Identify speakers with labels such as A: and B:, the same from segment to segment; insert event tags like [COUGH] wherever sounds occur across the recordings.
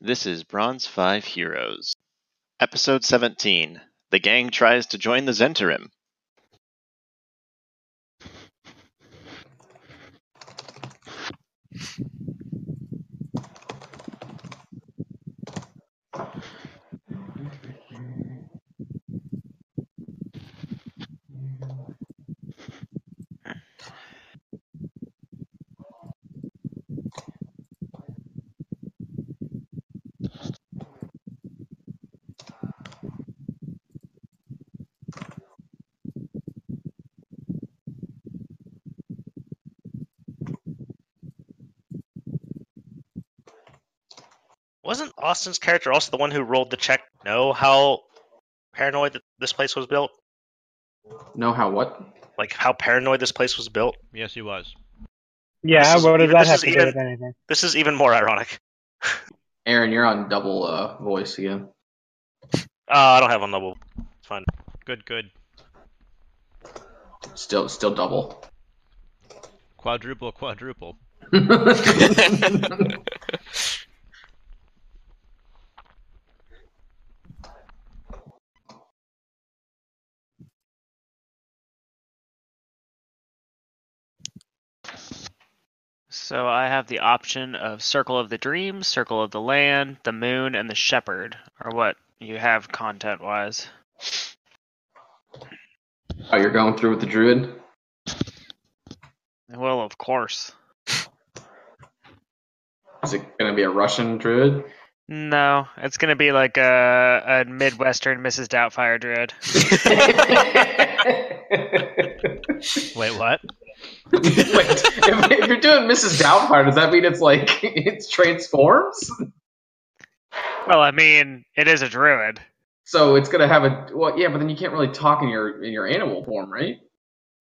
A: This is Bronze 5 Heroes. Episode 17 The Gang Tries to Join the Zentarim.
B: Wasn't Austin's character also the one who rolled the check? to Know how paranoid that this place was built?
C: Know how what?
B: Like how paranoid this place was built?
D: Yes, he was.
E: Yeah,
B: This is
E: what does
B: even-
E: that
B: this
E: have
B: is
E: to
B: even-
E: do with anything?
B: This is even more ironic.
C: Aaron, you're on double uh, voice again.
B: Uh, I don't have one level. It's fine.
D: Good, good.
C: Still, still double.
D: Quadruple,
B: [LAUGHS]
D: quadruple.
C: Oh,
F: So I have the option of Circle of the Dream, Circle of the Land, the Moon, and the Shepherd, or what you have content wise.
C: oh, you're going through with the druid.
F: Well, of course.
C: Is it gonna be a Russian druid?
F: No, it's gonna be like a, a Midwestern Mrs. Doubtfire Druid.
D: Wait, what?
C: Wait, if, if you're doing Mrs. Doubtfire, does that mean it's like [LAUGHS] it transforms?
F: Well, I mean, it is a druid.
C: So it's gonna have a well, yeah, but then you can't really talk in your in your animal form, right?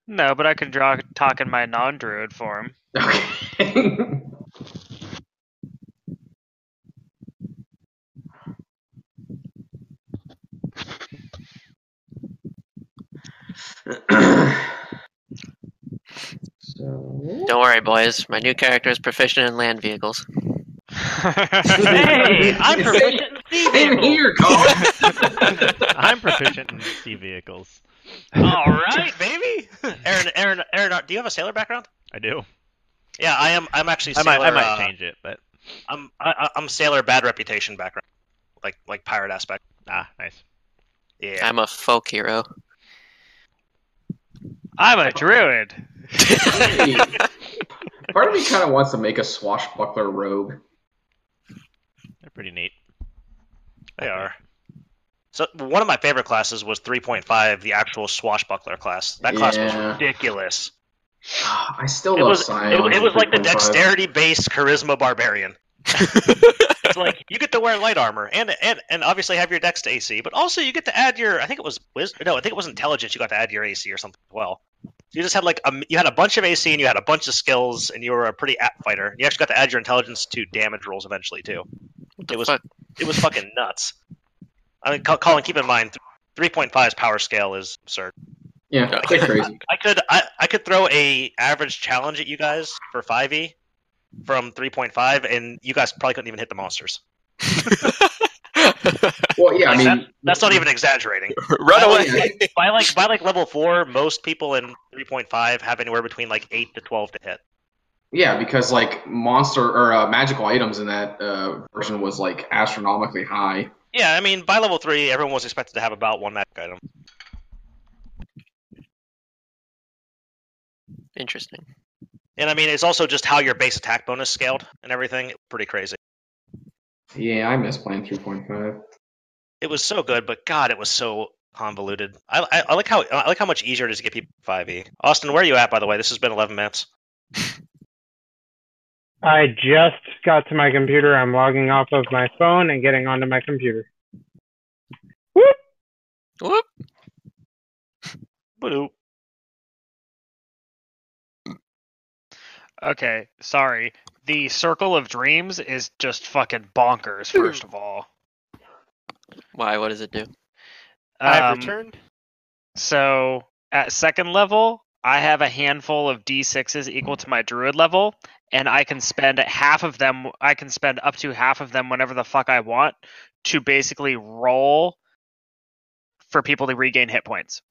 F: No, but I can draw talk in my non-druid form.
C: Okay. so
G: Don't worry, boys. My new character is proficient in land vehicles.
C: Hey, I'm proficient same here, Colin.
B: [LAUGHS]
D: I'm proficient in sea vehicles.
B: All [LAUGHS] right, baby. Aaron, Aaron, Aaron, do you have a sailor background?
D: I do.
B: Yeah, I am. I'm actually.
D: I
B: Sailor,
D: might, I might
B: uh,
D: change it, but
B: I'm. I, I- I'm sailor bad reputation background, like like pirate aspect.
D: ah, nice.
B: Yeah.
G: I'm a folk hero.
B: [LAUGHS]
F: I'm a druid.
C: Hey. Part of me kind of wants to make a swashbuckler rogue.
D: They're pretty neat.
B: They are. So one of my favorite classes was 3.5, the actual swashbuckler class. That class
C: Yeah.
B: was ridiculous.
C: [SIGHS] I still
B: It
C: love
B: was,
C: Scion.
B: it, was- it was like the
C: 3.5.
B: dexterity-based charisma
G: [LAUGHS]
B: barbarian. it's like you get to wear light armor and and, and obviously have your dex to AC, but also you get to add your I think it was wis- no I think it was intelligence. You got to add your AC or something as well. So you just had like a, you had a bunch of AC and you had a bunch of skills and you were a pretty apt fighter. You actually got to add your intelligence to damage rolls eventually too.
G: What
B: It
G: the
B: was-
G: fuck?
B: It was fucking nuts. I mean, Col- Colin, keep in mind, three point five's power scale is absurd.
C: Yeah, it's crazy.
B: I could I, I could throw a average challenge at you guys for five e from three point five, and you guys probably couldn't even hit the monsters.
C: Well, yeah, I
B: Like,
C: mean,
B: That's not even exaggerating.
H: [LAUGHS] Run
B: I
H: away!
C: like
B: by like by like level four, most people in three point five have anywhere between like eight to twelve to hit.
C: Yeah, because like monster or uh, magical items in that uh, version was like astronomically high.
B: Yeah, I mean by level three, everyone was expected to have about one magic item.
G: Interesting.
B: And I mean it's also just how your base attack bonus scaled and everything. Pretty crazy.
C: Yeah, I miss playing 3.5.
B: It was so good, but God, it was so convoluted. I, I, I like how I like how much easier it is to get people five e. Austin, where are you at by the way? This has been eleven minutes.
E: I just got to my computer. I'm logging off of my phone and getting onto my computer.
G: Whoop.
B: Boop.
F: Okay, sorry. The Circle of Dreams is just fucking bonkers. First of all,
G: Why?
B: Um,
G: What does it do?
F: Um, So at second level,
I: I have a handful of d6s equal to my druid level, and I can spend half of them. I can spend up to half of them whenever the fuck I want to basically roll for people to regain hit points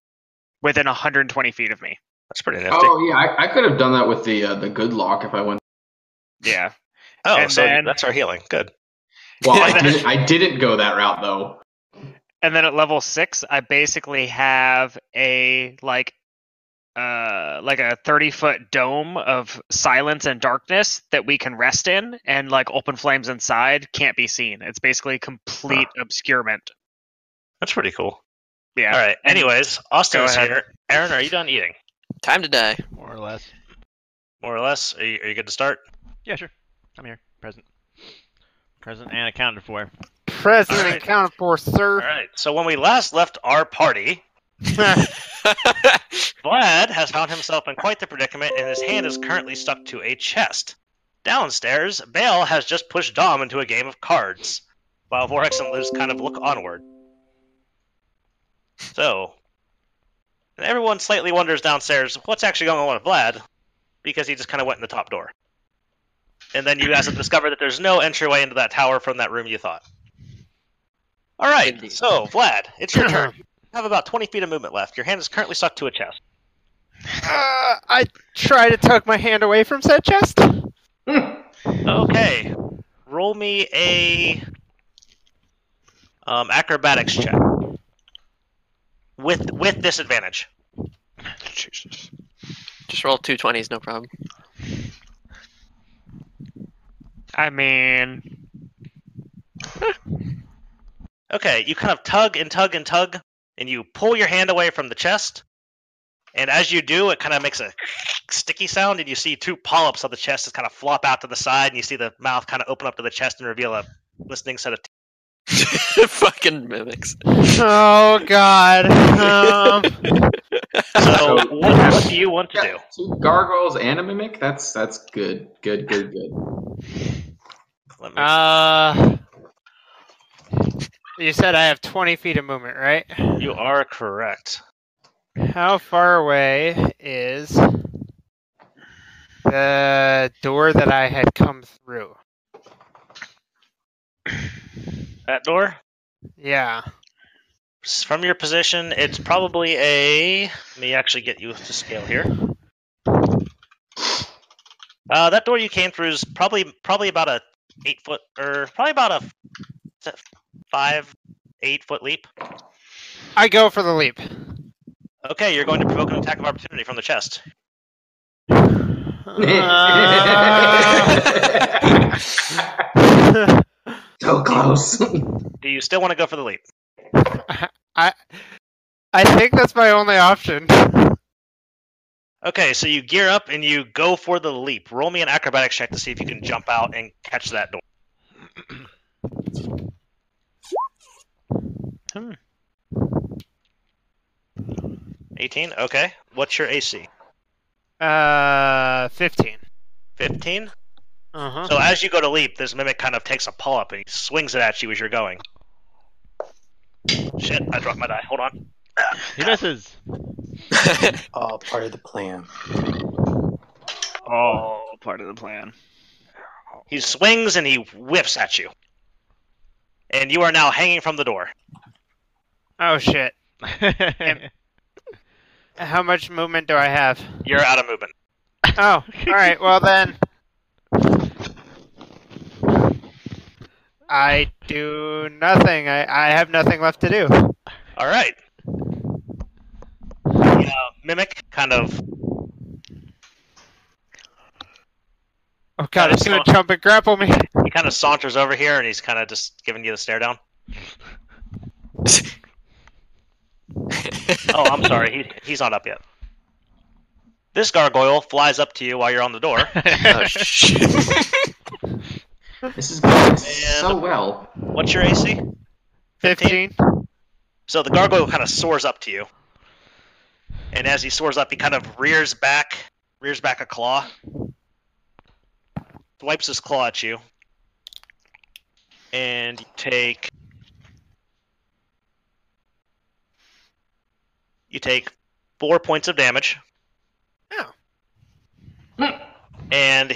I: within 120 feet of me.
B: That's pretty nifty. Oh,
C: Oh yeah, I, I could have done that with the uh, the good lock if I went.
I: Yeah. and
B: Oh, so
I: then-
B: that's our healing. Good.
C: Well,
B: [LAUGHS]
C: I didn't. I didn't go that route though.
I: and then at level six i basically have a like uh like a 30 foot dome of silence and darkness that we can rest in and like open flames inside can't be seen it's basically complete obscurement
B: That's pretty cool.
I: yeah
B: All right. Anyways, Austin's
I: Go ahead.
B: here. Aaron, are you done eating?
G: Time to die. [LAUGHS]
D: more or less.
B: More or less. Are you, are you good to start?
D: Yeah, sure. I'm here. Present. Present and accounted for.
E: Present
B: All right.
E: and accounted for,
B: All
E: sir.
B: right. So when we last left our party, Vlad has found himself in quite the predicament, and his hand is currently stuck to a chest. Downstairs, Bale has just pushed Dom into a game of cards, while Vorax and Luz kind of look onward. So, and everyone slightly wonders downstairs what's actually going on with Vlad, because he just kind of went in the top door. And then you guys have discovered that there's no entryway into that tower from that room you thought. All right,
G: Indeed.
B: so Vlad, it's your turn. You have about 20 feet of movement left. Your hand is currently stuck to a chest.
E: Uh, I try to tug my hand away from said chest.
B: Okay. Roll me a um, acrobatics check with with disadvantage.
G: Jesus. Just roll two twenties, no
B: [LAUGHS]
G: problem.
I: i mean
B: Okay, you kind of tug and tug and tug, and you pull your hand away from the chest. And as you do, it kind of makes a [LAUGHS] sticky sound, and you see two polyps on the chest just kind of flop out to the side, and you see the mouth kind of open up to the chest and reveal a listening set of teeth.
G: Fucking
B: [LAUGHS]
G: mimics.
E: Oh God. Um,
I: [LAUGHS]
B: So,
C: So-
B: what, what do you want to
C: Yeah,
B: do?
C: two gargoyles and a mimic. That's that's good. Good. Good. Good.
B: Let me-
E: uh, you said I have 20 feet of movement, right?
B: you are correct.
E: How far away is the door that I had come through?
B: That door?
E: Yeah.
B: from your position, it's probably a. Let me actually get you to scale here. Uh, that door you came through is probably probably about a eight foot or probably about a f- five eight foot leap.
E: I go for the [LAUGHS] leap.
B: Okay, you're going to provoke an attack of opportunity from the chest.
E: Uh,
C: [LAUGHS] so close.
B: Do you still want to go for the leap?
E: I [LAUGHS] I think that's my only option.
B: Okay, so you gear up and you go for the leap. Roll me an acrobatics check to see if you can jump out and catch that door.
I: Hmm.
B: Eighteen. Okay. What's your AC?
E: Uh, 15.
B: Fifteen.
E: Uh-huh.
B: So as you go to leap, this mimic kind of takes a pull up and he swings it at you as you're going. Shit! I dropped my die. Hold on.
D: He misses.
F: All part of the plan.
I: all part of the plan
B: He swings and he whips at you, and you are now hanging from the door.
E: Oh shit. How much movement do I have?
B: You're out of movement.
E: Oh, all right. Well then, I do nothing. I, I have nothing left to do.
B: All right. You know, mimic kind of
E: Oh god, it's gonna jump and grapple me.
B: he kind of saunters over here and he's kind of just giving you the stare down. Oh, I'm sorry. He's he's not up yet. This gargoyle flies up to you while you're on the door.
G: oh shit.
C: [LAUGHS] this is going so well. [LAUGHS]
B: What's your AC?
E: Fifteen.
B: So the gargoyle kind of soars up to you, and as he soars up, he kind of rears back, rears back a claw, swipes his claw at you, and you take you take four points of damage and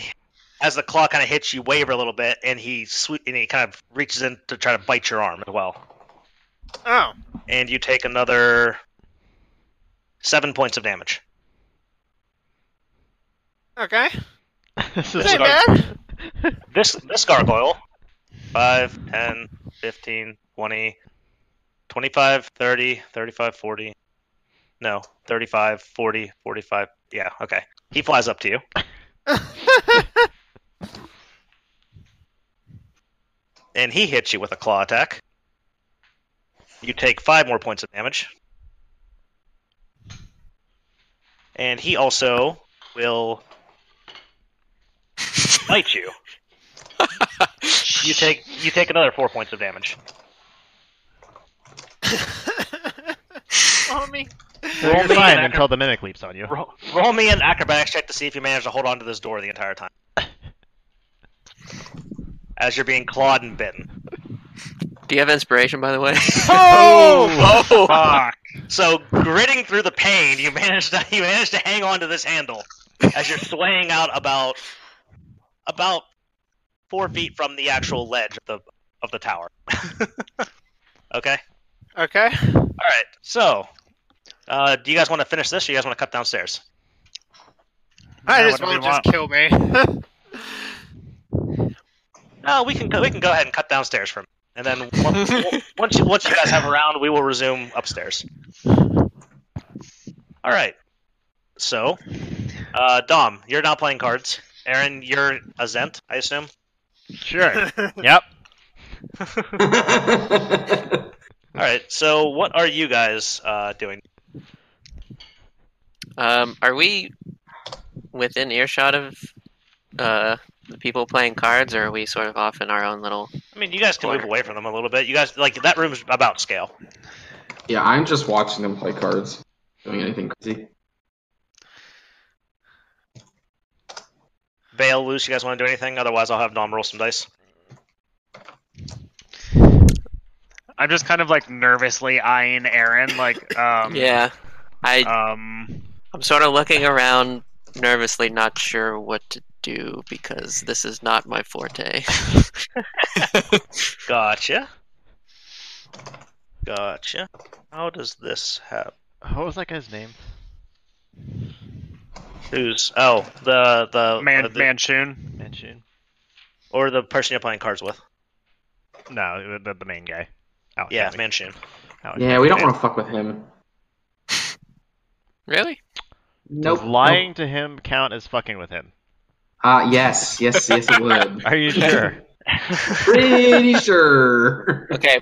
B: as the claw kind of hits you, waver a little bit, and he swe- and he kind of reaches in to try to bite your arm as well,
E: Oh,
B: and you take another seven points of damage.
E: okay.
D: this
E: This ain't
D: what I-
E: bad.
B: This this gargoyle, 5, 10, 15, 20, 25, 30, 35, 40. No, 35, 40, 45. Yeah, okay. He flies up to you. and he hits you with a claw attack. You take five more points of damage. And he also will bite you. you take you take another four points of damage.
E: Homie.
D: So you're
B: Roll me
D: fine
B: an
D: until the mimic leaps on you.
B: Roll, roll me an acrobatics check to see if you manage to hold on to this door the entire time. As you're being clawed and bitten.
G: Do you have inspiration, by the way?
E: Oh,
B: [LAUGHS]
G: oh!
B: So gritting through the pain, you manage to you manage to hang on to this handle as you're swaying out about about four feet from the actual ledge of the of the tower. [LAUGHS] okay.
E: okay.
B: All right. So, uh, do you guys want to finish this, or you guys want to cut downstairs?
E: I just
I: whatever you
E: want to just kill me. [LAUGHS]
B: No, we can go, we can go ahead and cut downstairs from, and then once once you, once you guys have a round, we will resume upstairs. All right. So, uh, Dom, you're not playing cards. Aaron, you're a Zent, I assume.
D: Sure. yep.
B: All right. So, what are you guys uh, doing?
G: Um, are we within earshot of uh, the people playing cards, or are we sort of off in our own little?
B: I mean, you guys can move away from them a little bit. You guys like that room's about scale.
C: yeah, I'm just watching them play cards, doing anything crazy.
B: Vale, loose. You guys want to do anything? Otherwise, I'll have Dom roll some dice.
I: I'm just kind of like nervously eyeing Aaron, like,
B: Hmm.
I: um,
G: Yeah, I
I: um,
G: I'm sort of looking around nervously, not sure what to do because this is not my forte. [LAUGHS]
B: Gotcha. Gotcha. How does this happen?
D: What was that guy's name?
B: Who's oh the the
I: Man,
B: uh, the-
I: Manchun.
D: Manchun.
B: or the person you're playing cards with?
D: No, the, the main guy. Oh, Alex
B: Yeah,
D: Henry.
B: Manchun.
D: Alex
C: Yeah,
D: Henry.
C: we don't want to fuck with him.
G: really?
C: Nope.
D: Does lying to him count as fucking with him?
C: Ah, yes, yes, yes, it would.
D: Are you sure?
C: [LAUGHS] Pretty sure.
G: Okay.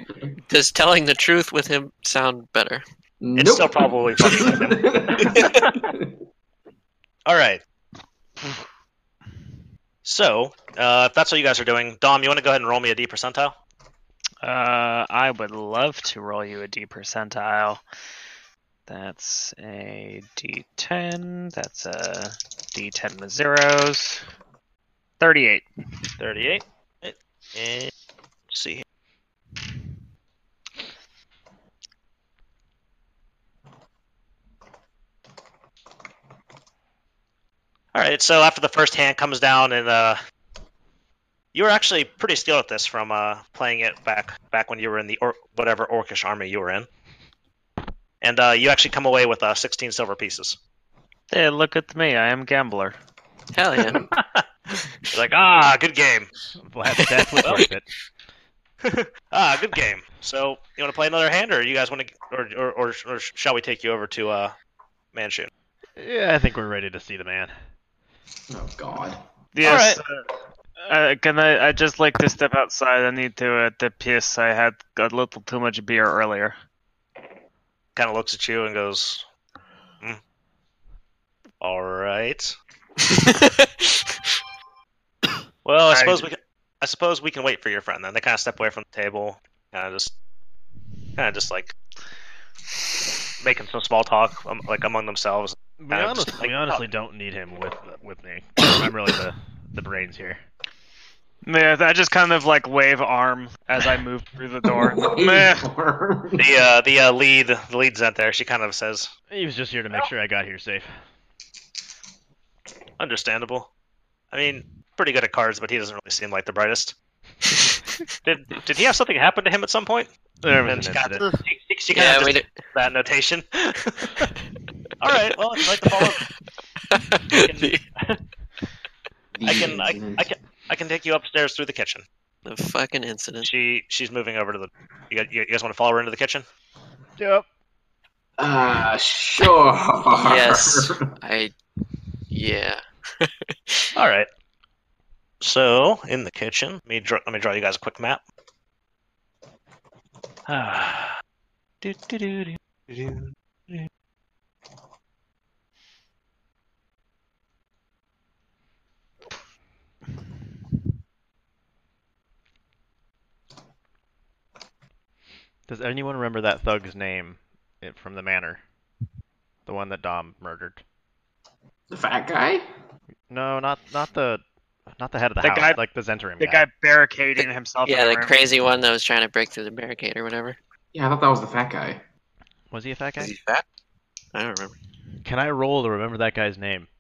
G: Does telling the truth with him sound better?
B: It's still probably fucking with him. All right. So, uh, if that's what you guys are doing, Dom, you want to go ahead and roll me a D percentile?
I: Uh, I would love to roll you a D percentile. That's a D10. That's a D10 with zeros. 38.
B: Thirty-eight. And let's see. here. All right. So after the first hand comes down, and uh, you were actually pretty skilled at this from uh, playing it back back when you were in the or- whatever orcish army you were in, and uh, you actually come away with uh, sixteen silver pieces.
I: Hey, look at me. I am gambler.
G: Hell yeah.
B: You're like, ah, good game.
D: [LAUGHS] Well, that- that's what's worth it.
B: [LAUGHS] Ah, good game. So, you want to play another hand, or you guys want to, or, or, or, or shall we take you over to uh, Manchun?
D: [LAUGHS] Yeah, I think we're ready to see the man.
C: [LAUGHS] Oh God.
I: Yes. uh, uh, can I? I just like to step outside. I need to uh, to piss. I had a little too much beer earlier.
B: Kind of looks at you and goes, "Hmm. "All right. Well, I
I: I-
B: suppose we can, I suppose we can wait for your friend then." They kind of step away from the table, kind of just, kind of just like making some small talk, um, like among themselves.
D: We,
B: I'm
D: honest-
B: just like,
D: we honestly don't need him with with me. I'm really the, the brains here.
I: Yeah, I just kind of like wave arm as I move through the
D: [LAUGHS]
I: door. Meh.
B: [LAUGHS] The uh, the uh, lead, the lead's out there. She kind of says,
D: He was just here to make sure I got here safe.
B: Understandable. I mean, pretty good at cards, but he doesn't really seem like the
G: [LAUGHS]
B: brightest. did did he have something happen to him at some point?
D: There was an
B: And she got,
D: incident.
B: she, [LAUGHS] she- she kind
G: Yeah,
B: of
G: we
B: just
G: did.
B: that [LAUGHS] notation. All right. Well, I'd like to follow. up.
G: the,
B: I can I, I can I can take you upstairs through the kitchen.
G: the fucking incident.
B: She she's moving over to the. You guys, you guys want to follow her into the kitchen?
D: Yep.
C: Uh, sure.
G: Yes. I. Yeah.
B: All right. So in the kitchen, let me draw, let me draw you guys a quick map. Do, do, do, do, do, do.
D: Does anyone remember that thug's name eh, from the manor? The one that Dom murdered.
C: The fat guy?
D: No, not not the not the head of the,
I: The
D: house,
I: guy-
D: like the Zentarim
I: The guy barricading himself.
G: Yeah,
I: in the
G: the
I: room.
G: crazy one that was trying to break through the barricade or whatever.
C: Yeah, I thought that was the fat guy.
D: Was he a fat
F: Is
D: guy?
F: he fat?
G: I don't [LAUGHS] remember.
D: Can I roll to remember that guy's name? [LAUGHS]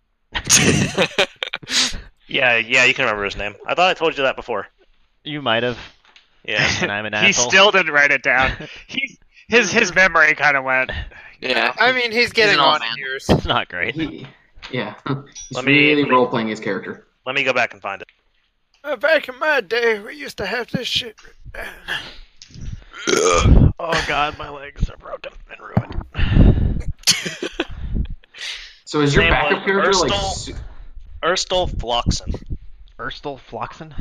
B: Yeah, yeah, you can remember his name. I thought I told you that before.
D: You
A: [LAUGHS]
D: might have.
B: Yeah.
D: And I'm an
I: he
D: asshole.
I: still didn't write it down. He his his memory kind of went.
G: yeah. [LAUGHS]
E: I mean, he's getting
G: an old
E: on in
G: man.
E: years.
D: It's
I: [LAUGHS]
D: not great.
C: He, yeah. [LAUGHS] He's
B: Let me-
C: really
B: let me-
C: role playing his character.
B: Let me go back and find it.
E: Uh, back in my day, we used to have this shit.
D: Oh god, my legs are broken and ruined.
C: So is your
B: Name
C: backup
B: was
C: character like?
B: Urstel.
C: su-
B: Erstal Floxen.
D: Erstal Floxen?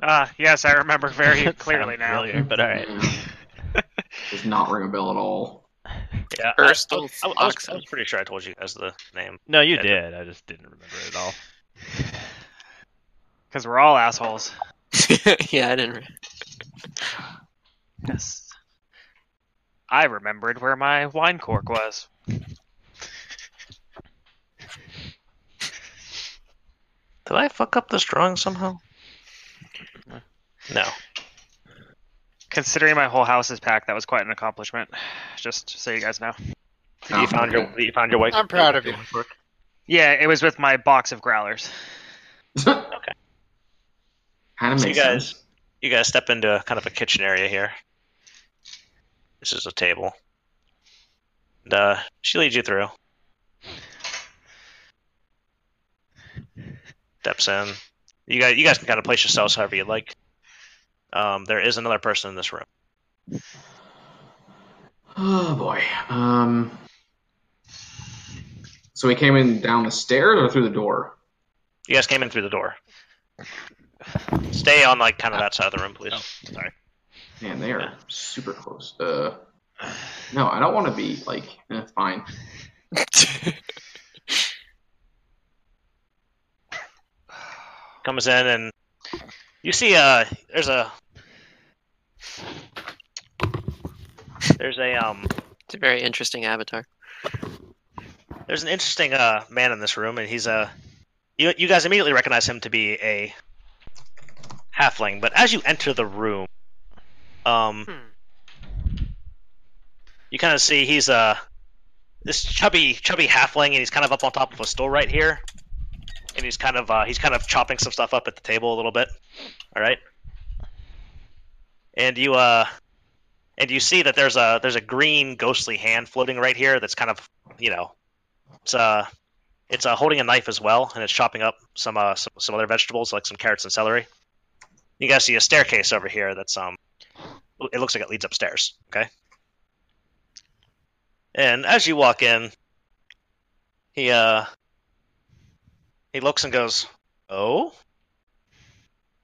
I: Ah, yes, I remember very
D: [LAUGHS] That
I: clearly
D: sounds
I: now.
D: familiar,
I: [LAUGHS]
D: but alright.
C: [LAUGHS] Does not ring a bell at all. [LAUGHS]
B: Yeah, I-
G: Erstal
B: I, I was, I was
G: Floxen.
B: pretty sure I told you guys the name.
D: No, you
B: Yeah.
D: did. I just didn't remember it at all.
I: Because we're all assholes.
G: yeah, I didn't. Re- [LAUGHS]
I: Yes. I remembered where my wine cork was.
B: Did I fuck up this drawing somehow? No.
I: Considering my whole house is packed, that was quite an accomplishment. Just so you guys know.
C: Oh,
B: you found
C: okay.
B: your you found your wife.
E: I'm proud of you.
I: Yeah, it was with my box of growlers.
C: okay. Kind of
B: So you
C: makes
B: guys-
C: sense.
B: You guys step into kind of a kitchen area here. This is a table. And, uh, she leads you through. Steps in. You guys, you guys can kind of place yourselves however you like. Um, there is another person in this room.
C: Oh boy. Um. So he came in down the stairs or through the door?
B: You guys came in through the door. Stay on like kind of that side of the room, please.
C: Man, they are super close. Uh. No, I don't want to be like. Eh, fine.
B: comes in and you see uh there's a there's a um
G: it's a very interesting avatar.
B: there's an interesting uh man in this room and he's a you you guys immediately recognize him to be a halfling but as you enter the room um you kind of see he's uh this chubby chubby halfling and he's kind of up on top of a stool right here and he's kind of uh, he's kind of chopping some stuff up at the table a little bit all right and you uh and you see that there's a there's a green ghostly hand floating right here that's kind of you know it's uh it's uh, holding a knife as well and it's chopping up some uh some, some other vegetables like some carrots and celery you guys see a staircase over here that's um it looks like it leads upstairs okay and as you walk in he uh he looks and goes oh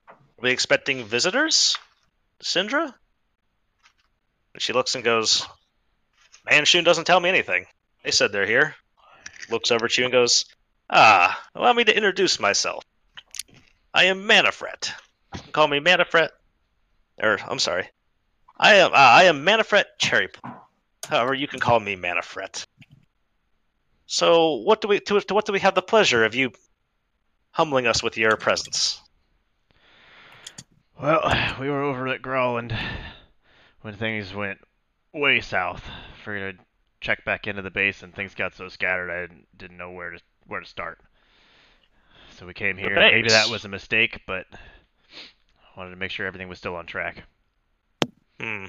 B: are we expecting visitors Syndra? And she looks and goes manshun doesn't tell me anything they said they're here looks over at you and goes, Ah, allow me to introduce myself. I am Manafret. Call me Manafret. Or, I'm sorry. I am uh, I am Manafret Cherry. However, you can call me Manafret. So, what do we to, to what do we have the pleasure of you humbling us with your presence?
D: Well, [SIGHS] we were over at Growland when things went way south. Figured I'd check back into the base, and things got so scattered I didn't, didn't know where to where to start. so we came here. Maybe
B: thanks.
D: that was a mistake, but I wanted to make sure everything was still on track.
B: Hmm.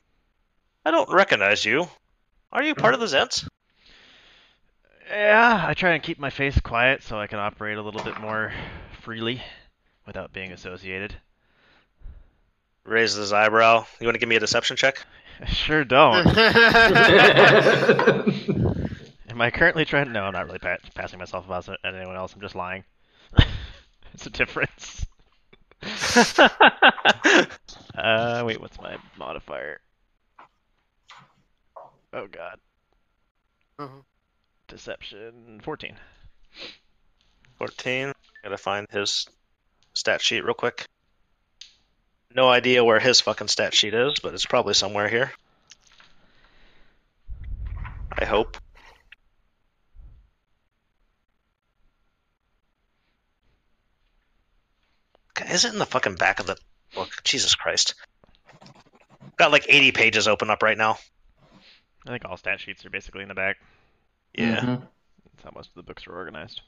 B: I don't recognize you. Are you part of the Zents?
D: Yeah, I try and keep my face quiet so I can operate a little bit more freely without being associated.
B: Raises his eyebrow. You want to give me a deception check?
D: I [LAUGHS] sure don't. Am I currently trying? No, I'm not really pa- passing myself off as anyone else. I'm just lying. [LAUGHS] it's a difference. [LAUGHS] uh, wait, what's my modifier? Oh God,
G: Mm-hmm.
D: deception. Fourteen.
B: 14. Gotta find his stat sheet real quick. No idea where his fucking stat sheet is, but it's probably somewhere here. I hope. Okay, Is it in the fucking back of the book? Jesus Christ. Got like 80 pages open up right now.
D: I think all stat sheets are basically in the back.
B: Yeah.
C: Mhm.
D: That's how most of the books are organized.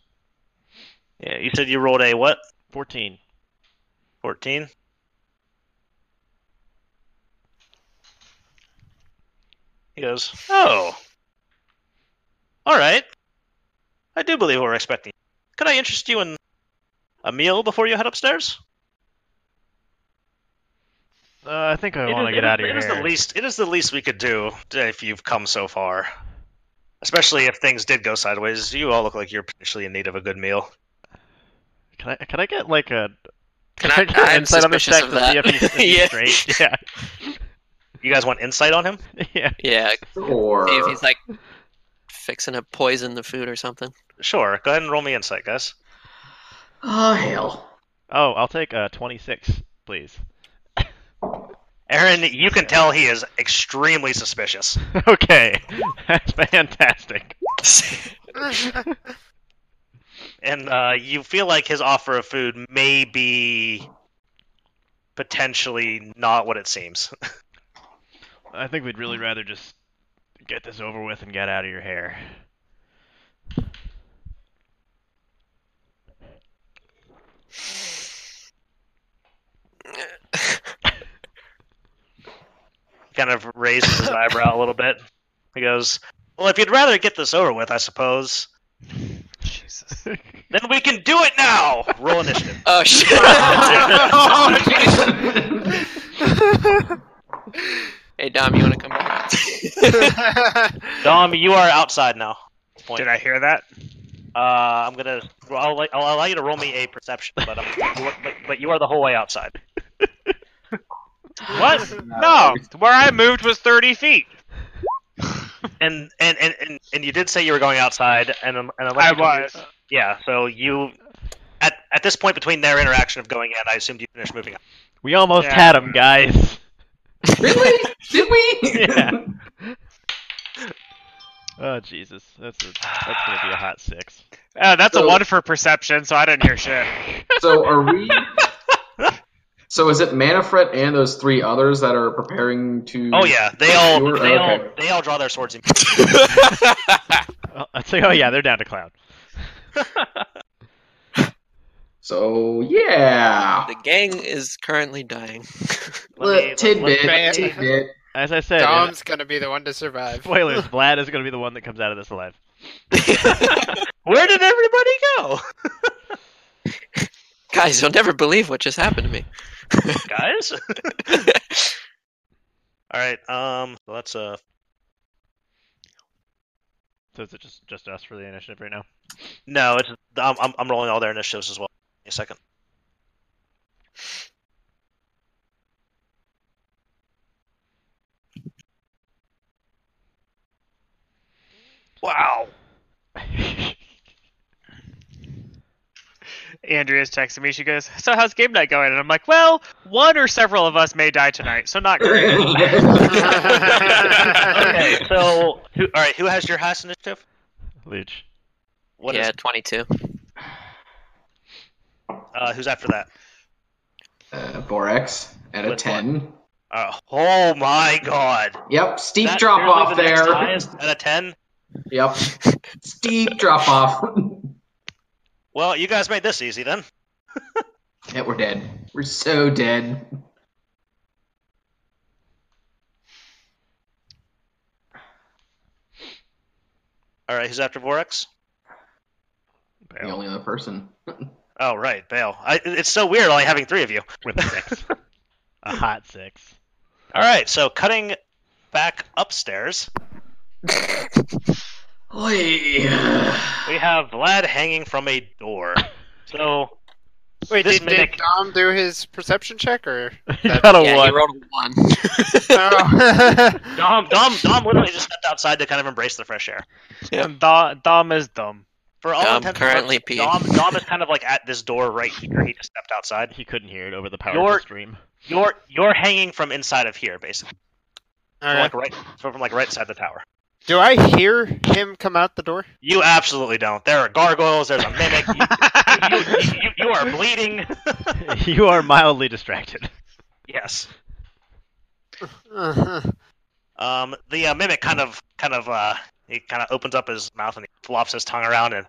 B: Yeah, you said you rolled a what?
D: Fourteen.
B: 14? He goes, Oh. All right. I do believe we're expecting. Could I interest you in a meal before you head upstairs?
D: Uh, I think I
B: It
D: want
B: is-
D: to get
B: it is-
D: out of
B: It is the
D: here.
B: least. It is the least we could do if you've come so far. Especially if things did go sideways. You all look like you're potentially in need of a good meal.
D: Can I? Can I get like a?
G: Can I,
D: get [LAUGHS]
G: I'm
D: insight on this
G: suspicious
D: check
G: of
D: to see if he's, if
G: that.
D: he's
G: [LAUGHS] yeah.
D: straight? [LAUGHS] Yeah.
B: You guys want insight on him?
D: Yeah.
G: Yeah.
C: or
G: See if he's like fixing to poison the food or something.
B: Sure. Go ahead and roll me insight, guys.
C: oh hell.
D: Oh, I'll take uh, 26, please. [LAUGHS]
B: Aaron, you can tell he is extremely suspicious.
D: okay. [LAUGHS] That's fantastic.
B: and uh, you feel like his offer of food may be potentially not what it seems. [LAUGHS]
D: I think we'd really rather just get this over with and get out of your hair.
B: He kind of raises his eyebrow a little bit. He goes, "Well, if you'd rather get this over with, I suppose,
F: Jesus.
B: then we can do it now." Roll
G: [LAUGHS]
B: initiative.
G: oh shit! hey Dom, you want to come back?
B: Dom, you are outside now.
I: Did I hear that?
B: Uh, I'm gonna. well, I'll, let- I'll allow you to roll me a perception, but, I'm, you are- but but you are the whole way outside.
I: What?
C: [LAUGHS]
I: No, where I moved was 30 feet.
B: And and, and, and and you did say you were going outside, and um, and unless
I: I
B: you can-
I: was.
B: Yeah, so you at at this point between their interaction of going in, I assumed you finished moving.
D: [LAUGHS] We almost
I: Yeah.
D: had him, guys.
C: really? Did we?
D: Yeah. Oh, Jesus. That's, a, that's going to be a hot six.
I: Uh, that's a
C: So-
I: one for perception, so I didn't hear shit.
C: [LAUGHS] So are we? So is it Manafret and those three others that are preparing to?
B: Oh yeah, they all
C: You were-
B: they all
C: okay.
B: they all draw their swords. [LAUGHS] And...
D: Well, I'd say, oh, yeah, they're down to Cloud.
C: So yeah.
G: the gang is currently dying. [LAUGHS]
B: Let me-
C: Look, tidbit,
E: let-
C: tidbit.
D: As I [LAUGHS] said, in-
E: Dom's gonna be the one to survive.
D: spoilers, Vlad is going to be the one that comes out of this alive.
B: Where did everybody go, [LAUGHS]
G: Guys, you'll never believe what just happened to me.
B: guys? [LAUGHS] all right, um, so that's uh,
D: So is it just, just us for the initiative right now? [LAUGHS]
B: no, it's I'm I'm, I'm rolling all their initiatives as well. Give me A second. Wow.
I: Andrea's texting me. She goes, "So how's game night going?" And I'm like, "Well, one or several of us may die tonight, so not great."
B: [LAUGHS]
C: [LAUGHS]
B: [LAUGHS] Okay, so who, all right, who has your highest initiative?
D: Leech.
B: What is
G: yeah, 22.
B: uh, who's after that?
C: Uh, Borex at a
B: With
C: ten.
B: Uh, oh my god.
C: Yep, steep
B: That
C: drop
B: barely
C: off
B: the next
C: there.
B: highest At a 10?
C: [LAUGHS] Yep, steep drop off.
B: Well, you guys made this easy then.
C: Yeah, we're dead. We're so dead.
B: All right, who's after Vorax?
C: The only
B: [LAUGHS]
C: other person.
B: Oh, right, Bale. I, it's so weird only having three of you.
D: with six.
C: [LAUGHS]
D: a hot six.
B: All right, so cutting back upstairs,
C: Oy.
B: we have Vlad hanging from a door. So
E: Wait,
B: This
E: did,
B: mimic-
E: did Dom do his perception check or?
D: [LAUGHS] He got a
G: yeah,
D: one.
G: he rolled a one.
D: [LAUGHS]
E: No. [LAUGHS]
B: Dom, Dom, Dom literally just stepped outside to kind of embrace the fresh air.
I: And tha- Dom is dumb.
B: For all
G: Dom
B: intents
G: currently
B: and purposes, Dom, Dom is kind of like at this door right here. He just stepped outside.
D: He couldn't hear it over the power
B: Your-
D: stream.
B: You're you're hanging from inside of here, basically, from
E: All right.
B: like right from like right inside the tower.
E: Do I hear him come out the door?
B: You absolutely don't. There are gargoyles. There's a mimic. You, you, you, you are bleeding.
D: [LAUGHS] you are mildly distracted.
B: yes.
E: Uh-huh.
B: Um, the uh, mimic kind of kind of uh, he kind of opens up his mouth and he flops his tongue around and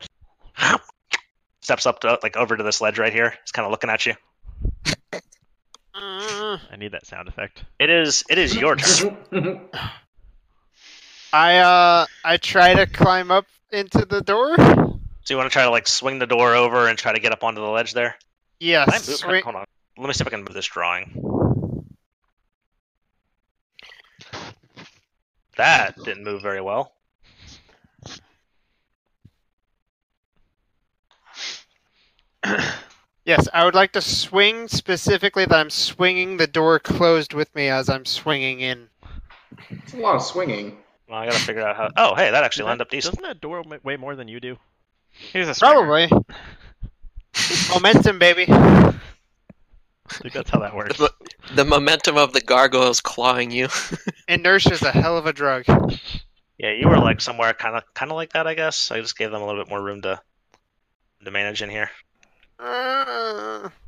B: [GASPS] steps up to like over to this ledge right here. He's kind of looking at you.
E: Uh,
D: I need that sound effect.
B: It is it is your turn.
E: I uh I try to climb up into the door.
B: So you want to try to like swing the door over and try to get up onto the ledge there? Can I
E: Yes.
B: move-
E: Wait,
B: Hold on. Let me see if I can move this drawing. That didn't move very well.
E: yes, I would like to swing specifically that I'm swinging the door closed with me as I'm swinging in.
C: It's a lot of swinging. [LAUGHS]
B: Well, I gotta figure out how. Oh, hey, that actually lined up decent.
D: Doesn't that door ma- weigh more than you do?
F: He's a swinger.
D: [LAUGHS]
E: Probably. Momentum, baby.
D: I think
B: [LAUGHS]
D: that's how that works.
G: The, the momentum of the gargoyles clawing [LAUGHS] you.
E: Inertia's a hell of a drug.
B: Yeah, you were like somewhere kind of kind of like that, I guess. I just gave them a little bit more room to to manage in here.
E: Uh,
D: [LAUGHS]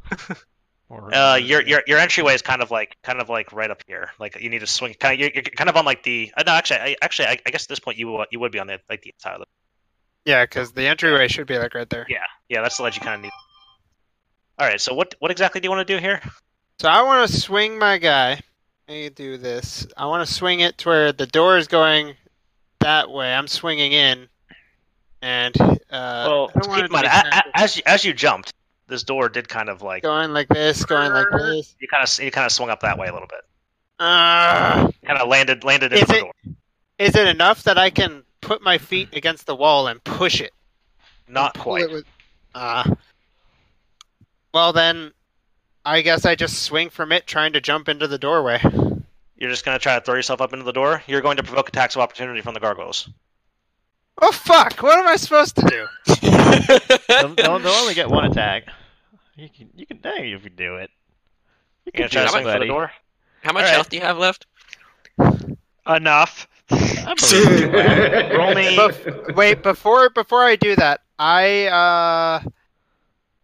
D: Or-
B: Uh, your your your entryway is kind of like kind of like right up here. Like you need to swing. Kind of you're, you're kind of on like the. Uh, no, actually, I, actually, I, I guess at this point you would you would be on the like the inside of the.
E: yeah, because the entryway should be like right there.
B: Yeah, that's the ledge you kind of need. All right, so what what exactly do you want to do here?
E: So I want to swing my guy. Let me do this. I want to swing it to where the door is going that way. I'm swinging in, and uh,
B: Well,
E: I don't want
B: keep
E: it
B: in
E: to
B: mind,
E: be
B: a-
E: snappy.
B: a- as you, as you jumped, this door did kind of like
E: going like this, going like this.
B: you kind of you kind of swung up that way a little bit,
E: Uh,
B: kind of landed landed in
E: Is
B: the
E: it-
B: door.
E: is it enough that I can put my feet against the wall and push it?
B: Not
E: Pull
B: quite.
E: it with- Ah. well then, I guess I just swing from it, trying to jump into the doorway.
B: You're just gonna try to throw yourself up into the door. You're going to provoke attacks of opportunity from the gargoyles.
E: Oh fuck! What am I supposed to do?
D: they'll, they'll- they'll only get one attack. You can, you can, dang, if you do it. You
B: You're gonna try
D: can do
B: to
D: it,
B: swing for the
D: buddy.
E: [LAUGHS]
B: door.
G: How much
B: All right.
G: health do you have left?
I: Enough.
D: I believe you, lad.
B: Roll me- [LAUGHS]
E: Wait, before before I do that, I uh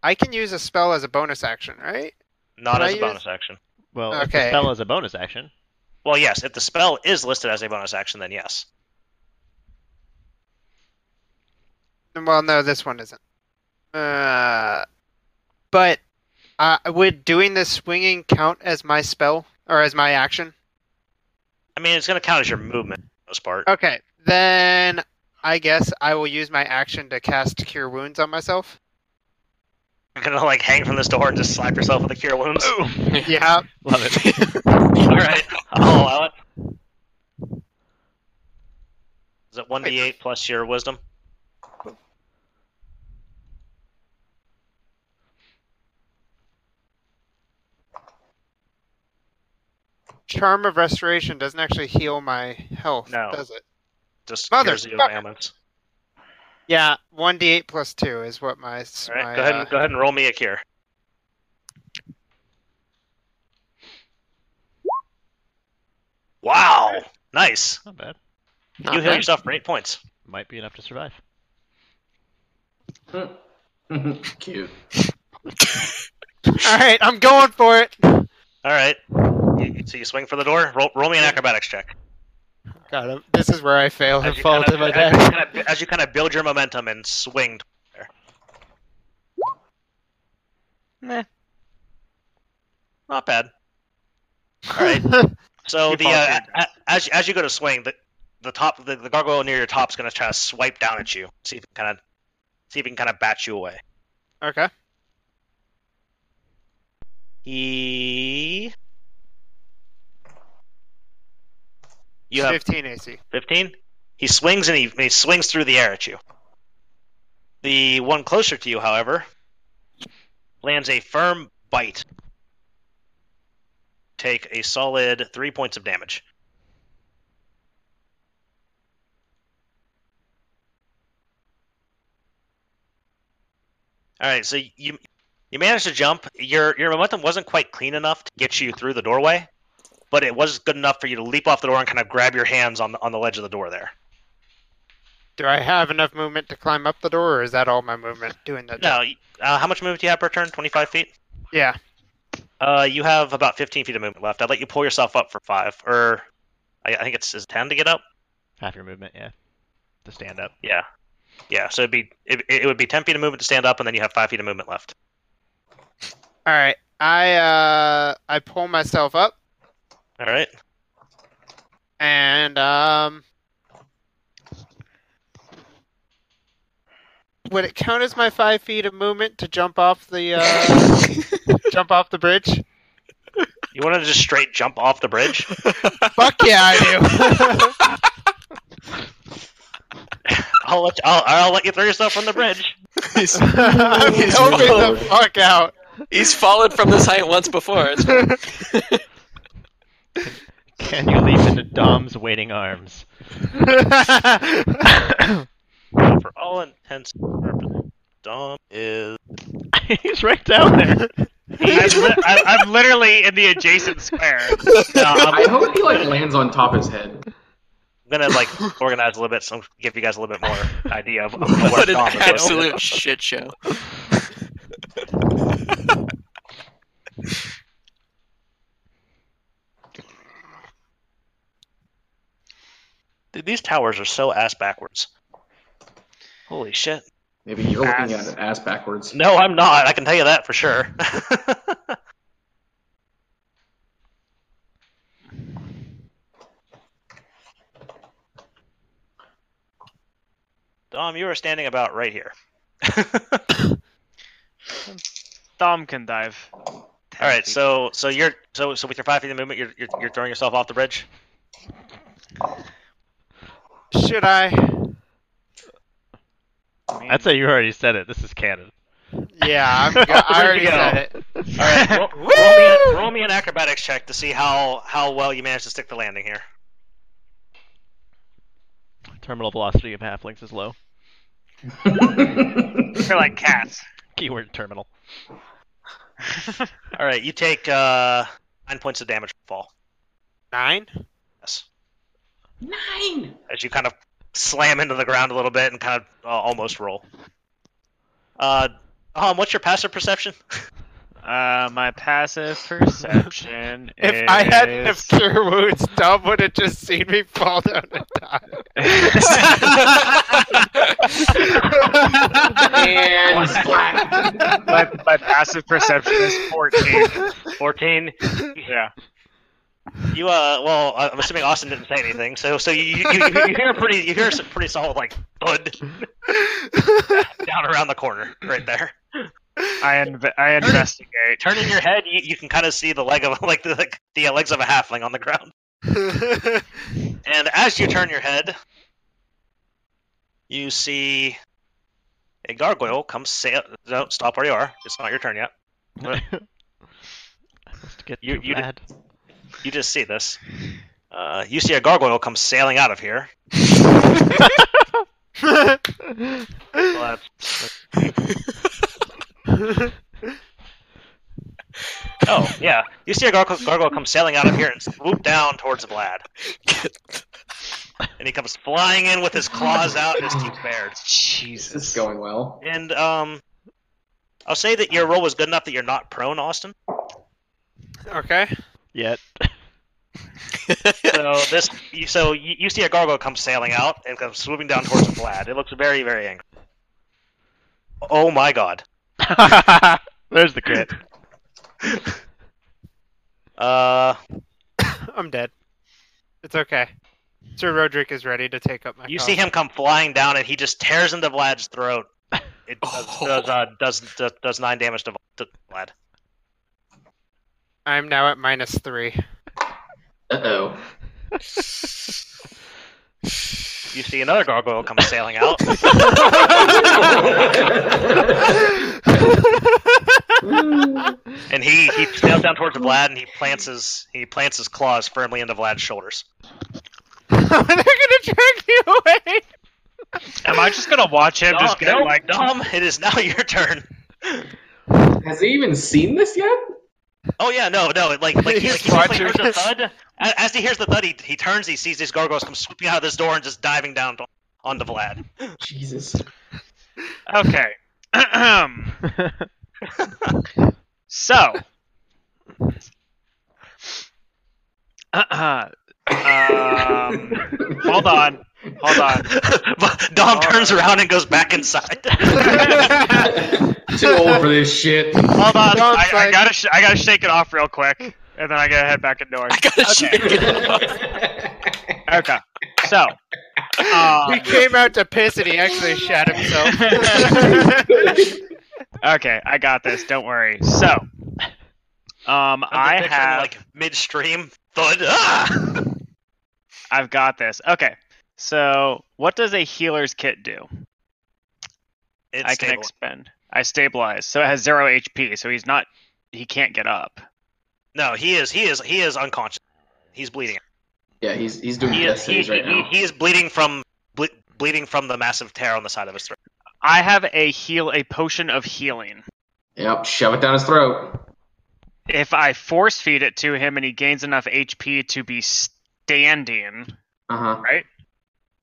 E: I can use a spell as a bonus action, right?
B: Not
E: Can I
B: as a
E: use-
B: bonus action.
D: Well, if the
E: Okay.
D: spell is a bonus action.
B: Well, yes. If the spell is listed as a bonus action, then yes.
E: Well, no, this one isn't. Uh, but uh, would doing the swinging count as my spell or as my action?
B: I mean, it's gonna count as your movement for the most part.
E: Okay, then I guess I will use my action to cast Cure Wounds
B: [LAUGHS]
E: on myself.
B: You're gonna like hang from this door and just slap yourself with a cure wounds.
E: Yeah.
D: Love it.
B: All right, I'll allow it. Is it one d eight plus your wisdom?
E: Charm of Restoration doesn't actually heal my health,
B: No.
E: does it?
B: Just
E: Mother-
B: cures you of
E: fucker.
B: ailments.
E: Yeah, one d8 plus two is what my. s-
B: All right,
E: my,
B: go ahead
E: uh,
B: and go ahead and roll me a cure. Wow, nice.
D: Not bad.
G: Not
B: you heal
G: [LAUGHS] bad.
B: yourself for eight points.
D: Might be enough to survive.
C: Cute.
E: All right, I'm going for it.
B: All right. You- so you swing for the door. Roll, roll me an acrobatics check.
E: God, I'm- this is where I fail and
B: you
E: fall
B: kinda-
E: to my
B: as you
E: death.
B: kinda- as you kind of build your momentum and swing.
I: Meh.
B: Not bad. All right. So
I: You
B: the
I: fall
B: uh,
I: asleep.
B: a- a- as you- as you go to swing, the the top the, the gargoyle near your top's gonna try to swipe down at you. See if it can kind of see if it can kind of bat you away.
E: [LAUGHS] Okay.
B: He. You have
E: 15 AC.
B: 15. He swings and he, he swings through the air at you. The one closer to you, however, lands a firm bite. Take a solid three points of damage. All right, so you you managed to jump. Your your momentum wasn't quite clean enough to get you through the doorway but it was good enough for you to leap off the door and kind of grab your hands on the, on the ledge of the door there.
E: Do I have enough movement to climb up the door, or is that all my movement doing that?
B: Now, uh, how much movement do you have per turn? 25 feet?
E: Yeah.
B: Uh, you have about 15 feet of movement left. I'd let you pull yourself up for five, or I, I think it's is it 10 to get up.
D: Half your movement, yeah. To
B: [LAUGHS]
D: stand up.
B: Yeah, yeah. So it'd be it, it would be 10 feet of movement to stand up, and then you have five feet of movement left.
E: All right. I uh I pull myself up
B: All right.
E: and um would it count as my five feet of movement to jump off the [LAUGHS] uh jump off the bridge?
B: You want to just straight jump off the bridge?
E: Fuck yeah, I do.
B: I'll let you, I'll, I'll let you throw yourself on the bridge.
F: He's,
E: [LAUGHS] [LAUGHS] I'm hoping the fuck out.
G: He's fallen from this height once before. It's fine.
D: Can you leap into Dom's waiting arms? [LAUGHS]
B: For all intents and purposes, Dom is.
D: He's right down there.
B: [LAUGHS]
I: I'm, li- I'm- I'm literally in the adjacent square. No, I'm-
C: I hope he like lands on top of his head.
B: I'm gonna like organize a little bit, so give you guys a little bit more idea of, of what,
G: what an
B: Dom is up to.
G: absolute shit show. [LAUGHS]
B: Dude, these towers are so ass backwards. Holy shit.
C: Maybe you're looking
I: Ass.
C: at it ass backwards. [LAUGHS]
B: No, I'm not. I can tell you that for sure. [LAUGHS] Dom, you are standing about right [LAUGHS] here.
I: Dom can dive.
B: All right, so so you're so so with your five feet of movement, you're you're, you're throwing yourself off the bridge.
E: Should I?
D: I'd say you already said it. This is canon.
E: Yeah, I'm go- I already
B: go?
E: said it.
B: All right, roll, [LAUGHS] roll, me an, roll me an acrobatics check to see how how well you managed to stick the landing here.
D: [LAUGHS] Terminal velocity of halflings is low.
I: They're like cats.
D: Keyword terminal.
B: All right, you take uh, nine points of damage from fall.
E: Nine.
B: Yes. Nine. As you kind of slam into the ground a little bit and kind of uh, almost roll. Uh, um, what's your passive perception?
I: Uh, my passive perception
E: If
I: is...
E: I hadn't have cure wounds, Dom would have just seen me fall down and die.
B: [LAUGHS]
C: and [LAUGHS]
I: [LAUGHS]
C: splat.
I: my, my passive perception is 14. 14? Yeah.
B: You uh, well, I- I'm assuming Austin didn't say anything, so so you you, you, you hear a pretty you hear some pretty solid like thud down around the corner right there.
I: I, inve- I investigate.
B: Turning your head, you, you can kind of see the leg of [LAUGHS] like the like, the uh, legs of a halfling on the ground. And as you turn your head, you see a gargoyle come sail. Don't stop where you are. It's not your turn yet.
D: I must get
B: You-
D: too
B: you did-
D: mad.
B: You just see this. Uh, you see a gargoyle come sailing out of here. Well, that's- [LAUGHS] oh yeah, you see a gargoyle, gargoyle come sailing out of here and swoop down towards Vlad, and he comes flying in with his claws out and his teeth bared.
C: This is going well.
B: And um, I'll say that your roll was good enough that you're not prone, Austin.
E: [LAUGHS] okay.
D: Yet.
B: So this, you- so you, you see a gargoyle come sailing out and comes swooping down towards Vlad. It looks very, very angry. Oh my god!
D: There's the crit.
B: Uh,
E: I'm dead. It's okay. Sir Roderick is ready to take up my.
B: you
E: cause.
B: see him come flying down, and he just tears into Vlad's throat. It does does, uh, does, does does nine damage to, to Vlad.
E: I'm now at minus [LAUGHS] three.
C: Uh oh.
B: You see another gargoyle come sailing out. And he he sails down towards Vlad, and he plants his he plants his claws firmly into Vlad's shoulders.
E: They're gonna drag you [LAUGHS] away.
J: Am I just gonna watch him just get
B: Dom,
J: like?
B: Dom, it is now [LAUGHS] your turn.
C: Has he even seen this yet?
B: Oh yeah, no, no, like like, he,
E: He's
B: like he simply
E: watching.
B: hears the thud. A- As he hears the thud, he, he turns, he sees these gargoyles come swooping out of this door and just diving down to, onto Vlad.
C: Jesus.
I: [CLEARS THROAT]
J: Okay.
I: [CLEARS THROAT]
F: So, uh, um, hold on, hold on.
B: [LAUGHS] But Dom turns around and goes back [LAUGHS] inside.
C: [LAUGHS] Too old for this
F: [LAUGHS]
C: shit.
F: Hold on,
E: Sounds
F: I, I
E: like-
F: gotta, sh- I gotta shake it off real quick, and then I gotta head back indoors.
G: I gotta shake it off.
F: Okay, so, um,
E: He came out to piss and he actually shot himself. [LAUGHS]
F: okay, I got this. Don't worry. So, um, I
B: Picture him,
F: have,
B: like midstream thud. [LAUGHS] Ah!
F: I've got this. Okay, so what does a healer's kit do?
B: It's
F: I can
B: stable.
F: expend. I stabilize, so it has zero HP, so he's not, he can't get up.
B: no, he is he is he is unconscious. He's bleeding.
C: Yeah, he's he's doing
B: He
C: death
B: is he,
C: saves
B: he,
C: right
B: he,
C: now.
B: he is bleeding from ble- bleeding from the massive tear on the side of his throat.
F: I have a heal, a potion of healing.
C: Yep, shove it down his throat.
F: If I force feed it to him and he gains enough HP to be standing,
C: Uh huh.
F: Right?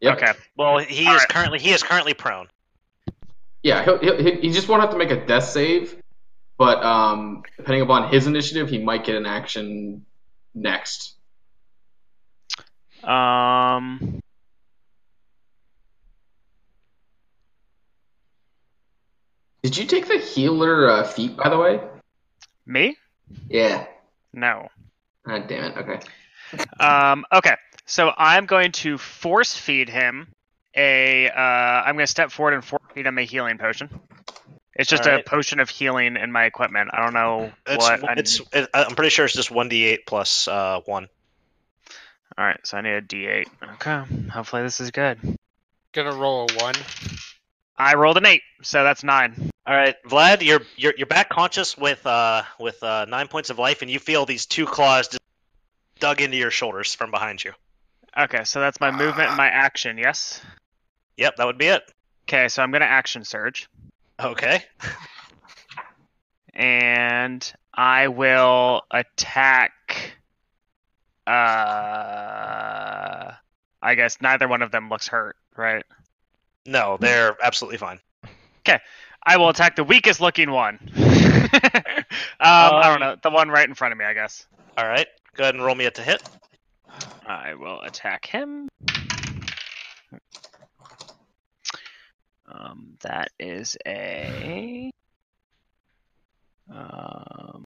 C: Yep.
F: okay,
B: Well, he
F: All
B: is
F: right.
B: currently he is currently prone.
C: Yeah, he'll, he'll, he he just won't have to make a death save, but um, depending upon his initiative, he might get an action next.
F: Um.
C: Did you take the healer uh, feat, by the way?
F: Me?
C: Yeah.
F: No.
C: Ah, damn it. Okay.
F: Um. Okay. So I'm going to force feed him a. Uh, I'm going to step forward and force feed him a healing potion. It's just
B: Alright.
F: a potion of healing in my equipment. I don't know
B: It's
F: what. I
B: it's
F: need.
B: it, I'm pretty sure it's just one d8 plus uh, one.
F: All right. So I need a D8. Okay. Hopefully this is good.
E: Gonna roll a one.
F: I rolled an eight, so that's nine.
B: All right, Vlad, you're you're you're back conscious with uh with uh nine points of life, and you feel these two claws just dug into your shoulders from behind you.
F: Okay. So that's my movement and my action. Yes.
B: Yep, that would be it.
F: Okay. So I'm going to action surge,
B: Okay.
F: and I will attack. Uh, I guess neither one of them looks hurt, right?
B: No, they're absolutely fine.
F: I will attack the weakest looking one. [LAUGHS] um, I don't know, the one right in front of me, I guess.
B: All right, go ahead and roll me a to hit.
F: I will attack him. Um, that is a. Um,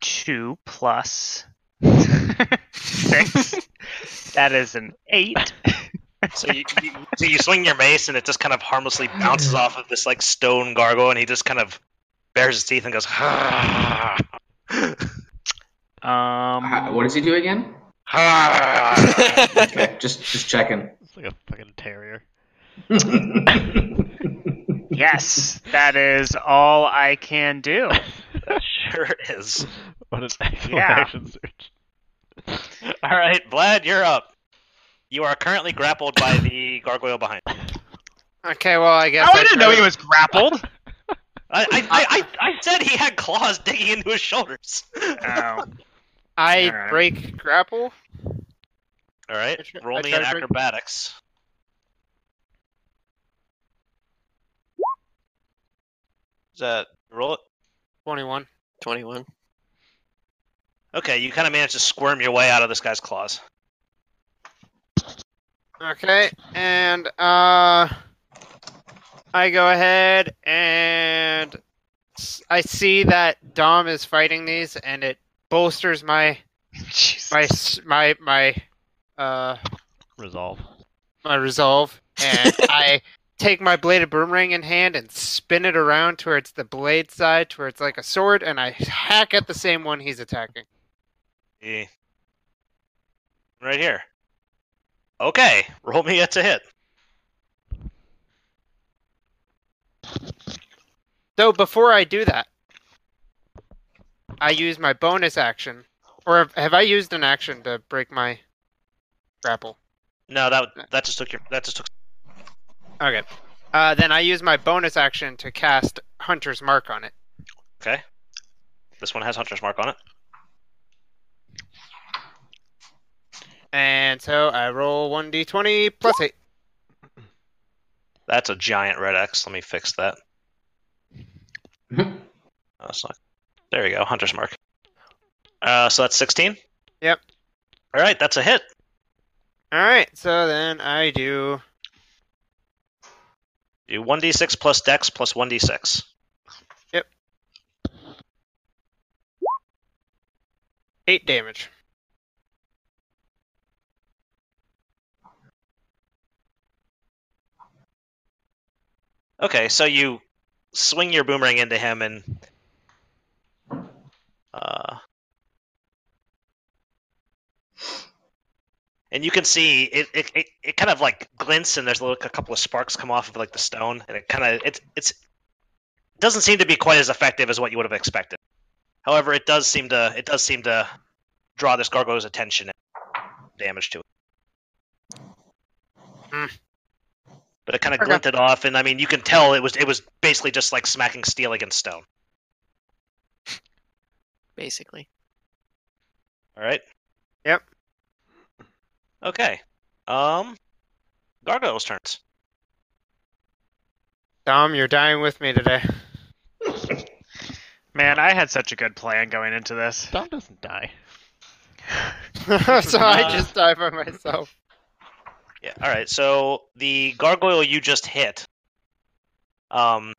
F: two plus six. that is an eight.
B: So you, you so you swing your mace, and it just kind of harmlessly bounces off of this like stone gargoyle, and he just kind of bares his teeth and goes.
C: Ah,
F: Um,
C: what does he do again?
G: I [LAUGHS]
C: Okay, just just checking.
D: It's like a fucking terrier.
F: yes, that is all I can do.
B: [LAUGHS] sure is.
D: What an excellent
F: Yeah.
D: [LAUGHS] action search.
B: All right, Vlad, you're up. You are currently grappled by the gargoyle behind. you.
E: Okay, well I guess.
F: Oh, I didn't know he was grappled.
B: I, I, I, I I said he had claws digging into his shoulders.
F: Oh.
E: I
F: Alright.
E: break grapple.
B: All right,
E: I tr-
B: roll
E: I
B: me
E: try
B: an
E: to break-
B: acrobatics. Is that roll it?
E: Twenty-one.
G: 21.
B: Okay, you kind of managed to squirm your way out of this guy's claws.
E: Okay, and uh, I go ahead and s- I see that Dom is fighting these, and it bolsters my my s- my my uh
D: Resolve.
E: my resolve, and I take my bladed boomerang in hand and spin it around towards the blade side, towards like a sword, and I hack at the same one he's attacking.
B: Eh. Right here. Okay, roll me. That's a hit.
E: So before I do that, I use my bonus action, or have- have I used an action to break my grapple?
B: No, that that just took your that just took.
E: Okay. Uh, then I use my bonus action to cast Hunter's Mark on it.
B: Okay. This one has Hunter's Mark on it.
E: And so I roll 1d20 plus 8.
B: That's a giant red X. Let me fix that.
C: Mhm.
B: No, that's Oh, not. There you go, Hunter's Mark. Uh, so that's 16?
E: Yep.
B: All right, that's a hit.
E: Alright, so then I do.
B: Do 1d6 plus dex plus 1d6.
E: Yep. 8 damage.
B: Okay, so you swing your boomerang into him and. Uh, and you can see it, it, it, it kind of like glints and there's a, little, a couple of sparks come off of like the stone and it kind of it, it's doesn't seem to be quite as effective as what you would have expected however it does seem to it does seem to draw this gargoyle's attention and damage to it
E: Hmm.
B: but it kind of
E: Okay.
B: glinted off and i mean you can tell it was it was basically just like smacking steel against stone
G: basically.
B: All right.
E: Yep.
B: Okay. Um, gargoyles turns.
E: Dom, you're dying with me today. [LAUGHS]
F: Man, I had such a good plan going into this.
D: Dom doesn't die.
B: [LAUGHS]
E: so I
B: Uh.
E: just die by myself.
B: Yeah. All right. So the gargoyle you just hit. Um.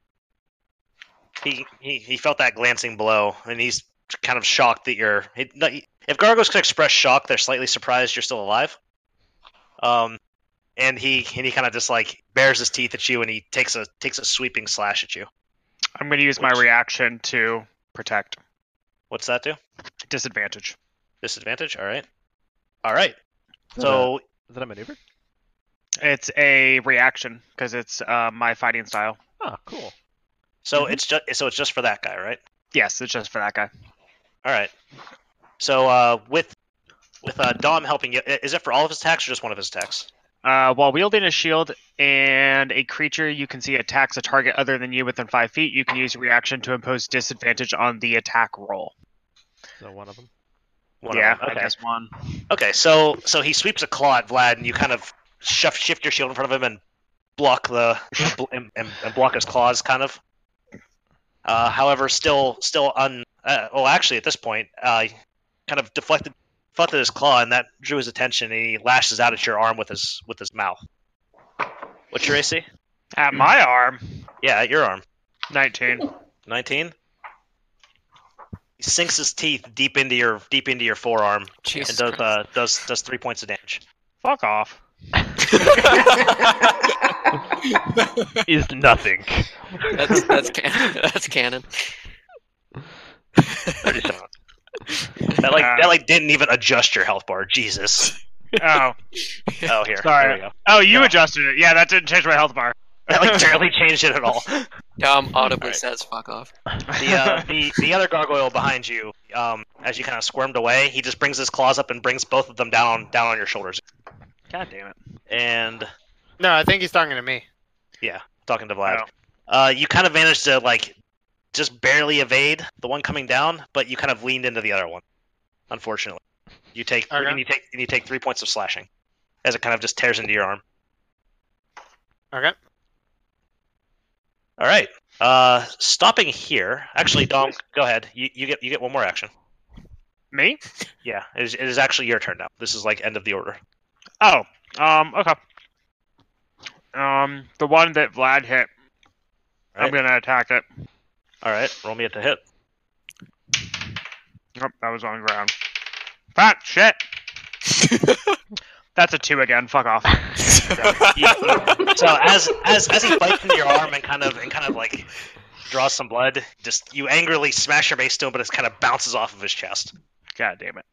B: He he, he felt that glancing blow, and he's kind of shocked that you're. He, no, he- if gargoyles can express shock, they're slightly surprised you're still alive. Um, and he and he kind of just like bares his teeth at you, and he takes a takes a sweeping slash at you.
F: I'm going to use my
B: Which-
F: reaction to protect.
B: What's that do?
F: Disadvantage.
B: Disadvantage. All right. All right.
D: Is that
B: So
D: a- is that a maneuver?
F: It's a reaction because it's uh, my fighting style.
D: Oh, cool.
B: So
F: Mm-hmm.
B: it's just so it's just for that guy, right?
F: Yes, it's just for that guy.
B: All right. So uh, with with uh, Dom helping you, i- is it for all of his attacks or just one of his attacks?
F: Uh, while wielding a shield and a creature you can see attacks a target other than you within five feet, you can use your reaction to impose disadvantage on the attack roll.
D: So one of them.
B: One
F: yeah,
B: Of them.
F: I
B: Okay.
F: guess one.
B: Okay. So so he sweeps a claw at Vlad, and you kind of shift shift your shield in front of him and block the and, and, and block his claws, kind of. Uh, however, still still un. Uh, well, actually, at this point, uh, kind of deflected deflected his claw, and that drew his attention. And he lashes out at your arm with his with his mouth. What's your AC?
F: At my arm,
B: Yeah, at your arm.
F: 19.
B: 19 he sinks his teeth deep into your deep into your forearm
G: Jesus
B: and does
G: Christ.
B: uh, does does three points of damage
F: Fuck off.
D: Is nothing.
G: [LAUGHS] That's that's canon. That's canon.
B: 37 that like
F: Uh,
B: that like didn't even adjust your health bar jesus
G: [LAUGHS]
B: [LAUGHS]
F: Oh,
B: oh here
F: Sorry.
B: there we go.
F: oh, you
B: Yeah.
F: adjusted it. Yeah, that didn't change my health bar.
B: that like barely changed it at
F: [LAUGHS]
B: all
G: Dom audibly
B: Alright.
G: says "fuck off."
B: the, uh, the the other gargoyle behind you um, as you kind of squirmed away he just brings his claws up and brings both of them down down on your shoulders
F: God damn it.
B: and
E: No, I think he's talking to me.
B: talking to Vlad.
F: Oh.
B: Uh, you kind of managed to like just barely evade the one coming down, but you kind of leaned into the other one. Unfortunately, you take three,
E: Okay.
B: and you take and you take three points of slashing as it kind of just tears into your arm.
E: Okay.
B: All right. Uh, stopping here. Actually, Dom, go ahead. You, you get you get one more action.
F: Me?
B: Yeah, it is, it is actually your turn now. This is like end of the order.
F: Oh, um, okay. Um, the one that Vlad hit
I: I'm gonna attack it.
B: All right, roll me at the hit.
I: Oh, that was on ground. Fuck shit. That's a two again. Fuck off.
B: So as as as he bites into your arm and kind of and kind of like draws some blood, just you angrily smash your base stone, but it kind of bounces off of his chest.
I: God damn it.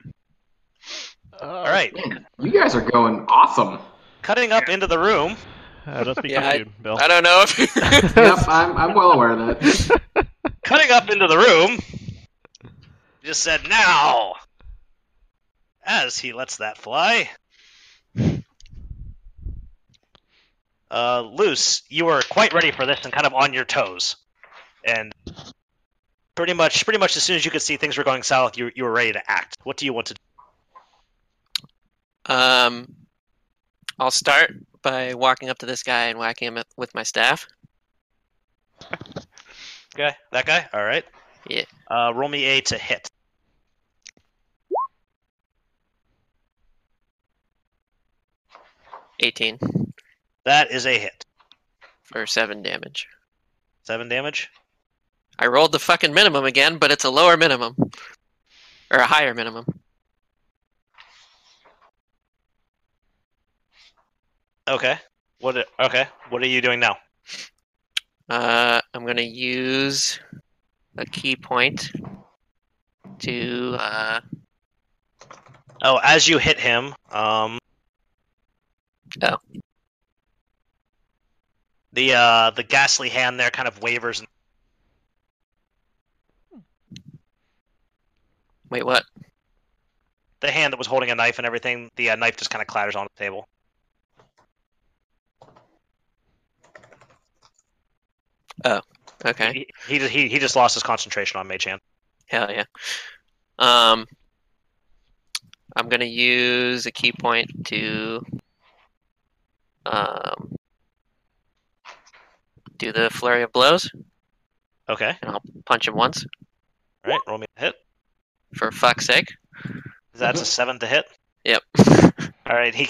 B: All right,
C: You guys are going awesome.
B: cutting up into the room.
D: I Uh, don't speak
G: Yeah,
D: to you, Bill.
G: I don't know [LAUGHS] if.
C: Yep, I'm, I'm well aware of that.
G: [LAUGHS]
B: Cutting up into the room. Just said now. As he lets that fly. Uh, Luce, you were quite ready for this and kind of on your toes. And pretty much pretty much as soon as you could see things were going south, you you were ready to act. What do you want to do?
G: um, I'll start by walking up to this guy and whacking him with my staff.
B: Guy? That guy? Alright.
G: Yeah.
B: Uh, roll me A to hit.
G: Eighteen
B: That is a hit.
G: for seven damage.
B: Seven damage?
G: I rolled the fucking minimum again, but it's a lower minimum. Or a higher minimum.
B: Okay. What a- okay. What are you doing now?
G: Uh, I'm going to use a key point to. Uh,
B: Oh, as you hit him, um.
G: Oh.
B: The uh, the ghastly hand there kind of wavers. and
G: wait, what?
B: The hand that was holding a knife and everything, the uh, knife just kind of clatters on the table.
G: Okay.
B: He, he just- he he just lost his concentration on Machan.
G: Hell yeah. Um, I'm gonna use a key point to um, do the flurry of blows,
B: Okay,
G: and I'll punch him once
B: all right, roll me a hit.
G: for fuck's sake. [LAUGHS]
B: That's a seven to hit.
G: Yep.
B: All right, he.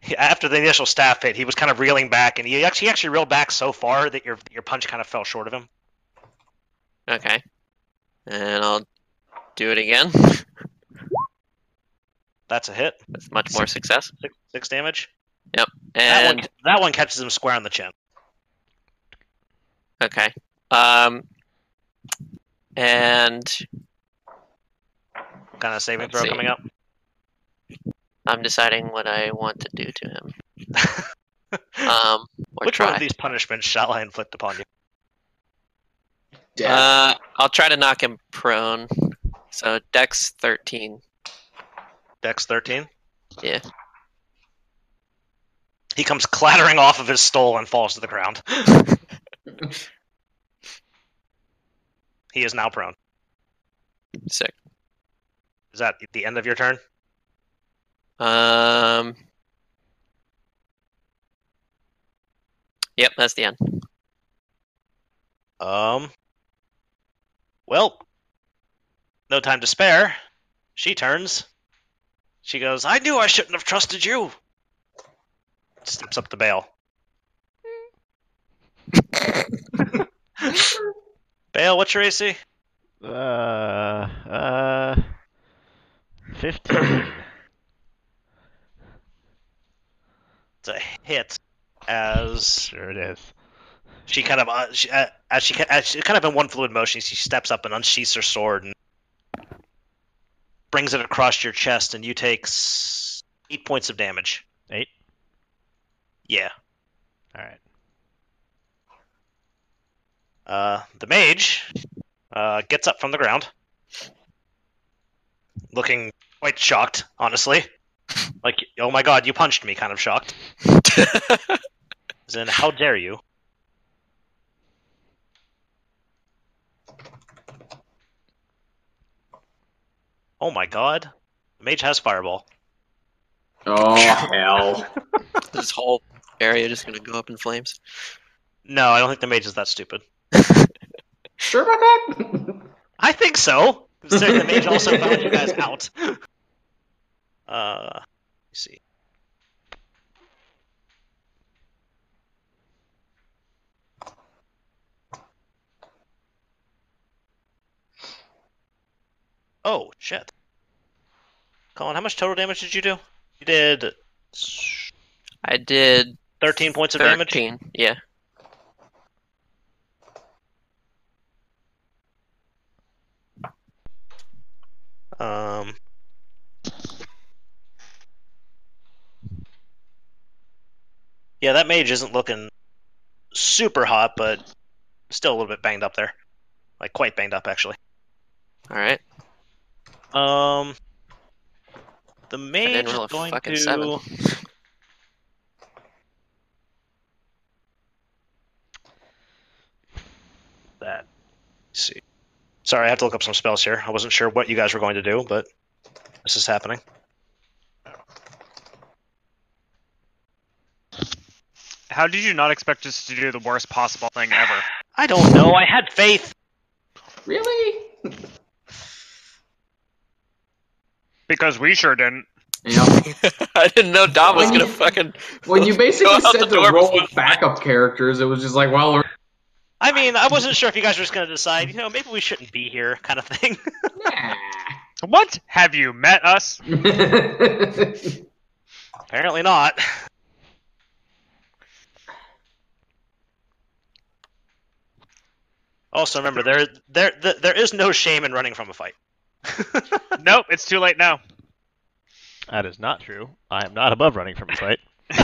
B: he- After the initial staff hit, he was kind of reeling back, and he actually he actually reeled back so far that your your punch kind of fell short of him.
G: okay, and I'll do it again [LAUGHS]
B: That's a hit,
G: with much more success.
B: six, six damage. That one
G: And
B: that one catches him square on the chin.
G: okay, um, and
B: What kind of saving
G: Let's
B: throw
G: see.
B: coming up?
G: I'm deciding what I want to do
B: [LAUGHS]
G: to him. Um, or
B: Which
G: try.
B: one of these punishments shall I inflict upon you?
C: Death.
G: Uh, I'll try to knock him prone. So Dex thirteen.
B: Dex 13?
G: Yeah.
B: He comes clattering off of his stole and falls to the
G: [LAUGHS]
B: ground. he is now prone.
G: Sick.
B: Is that the end of your turn?
G: Um. Yep,
B: [LAUGHS]
G: that's the end.
B: Um. Well, no time to spare. She turns. She goes, I knew I shouldn't have trusted you. Steps up the bail. Bale, what's your AC?
D: Uh, uh, fifteen.
B: It's a hit as
D: sure it is.
B: she kind of uh, she, uh, as she ca- as she kind of in one fluid motion she steps up and unsheaths her sword and brings it across your chest and you take s- eight points of damage.
D: Eight?
B: Yeah.
D: All right.
B: Uh, the mage uh, gets up from the ground, looking quite shocked, honestly. Like, oh my god, you punched me, kind of shocked. As in, how dare you? Oh my god, the mage has fireball.
C: Oh, hell.
G: This whole area just gonna go up in flames.
B: No, I don't think the mage is that stupid.
C: Sure about that? [LAUGHS]
B: I think so. Considering the mage also found you [LAUGHS] guys out. Uh, let me see. Oh shit. Colin, how much total damage did you do? You did
G: I did
B: thirteen points of damage.
G: 13. Yeah.
B: Um. Yeah, that mage isn't looking super hot, but still a little bit banged up there. Like quite banged up actually. [LAUGHS]
G: All right.
B: Um, the
G: I
B: mage
G: didn't
B: is
G: roll a
B: going
G: fucking
B: to.
G: seven.
B: That. Let's see. Sorry, I have to look up some spells here. I wasn't sure what you guys were going to do, but this is happening.
F: How did you not expect us to do the worst possible thing ever?
B: I don't know. I had faith.
C: Really?
F: Because we sure didn't.
C: Yeah.
G: I didn't know Dom was gonna fucking.
C: When you basically
G: Go out
C: said
G: the
C: to
G: door
C: roll
G: before-
C: backup characters, it was just like, well, we're-
B: I mean, I wasn't sure if you guys were just going to decide, you know, maybe we shouldn't be here, kind of thing. [LAUGHS]
G: [LAUGHS]
C: nah. [LAUGHS]
F: What? Have you met us?
B: Apparently not. Also, remember there there th- there is no shame in running from a fight. [LAUGHS]
F: nope, it's too late now.
D: That is not true. I am not above running from a
G: [LAUGHS]
D: fight. In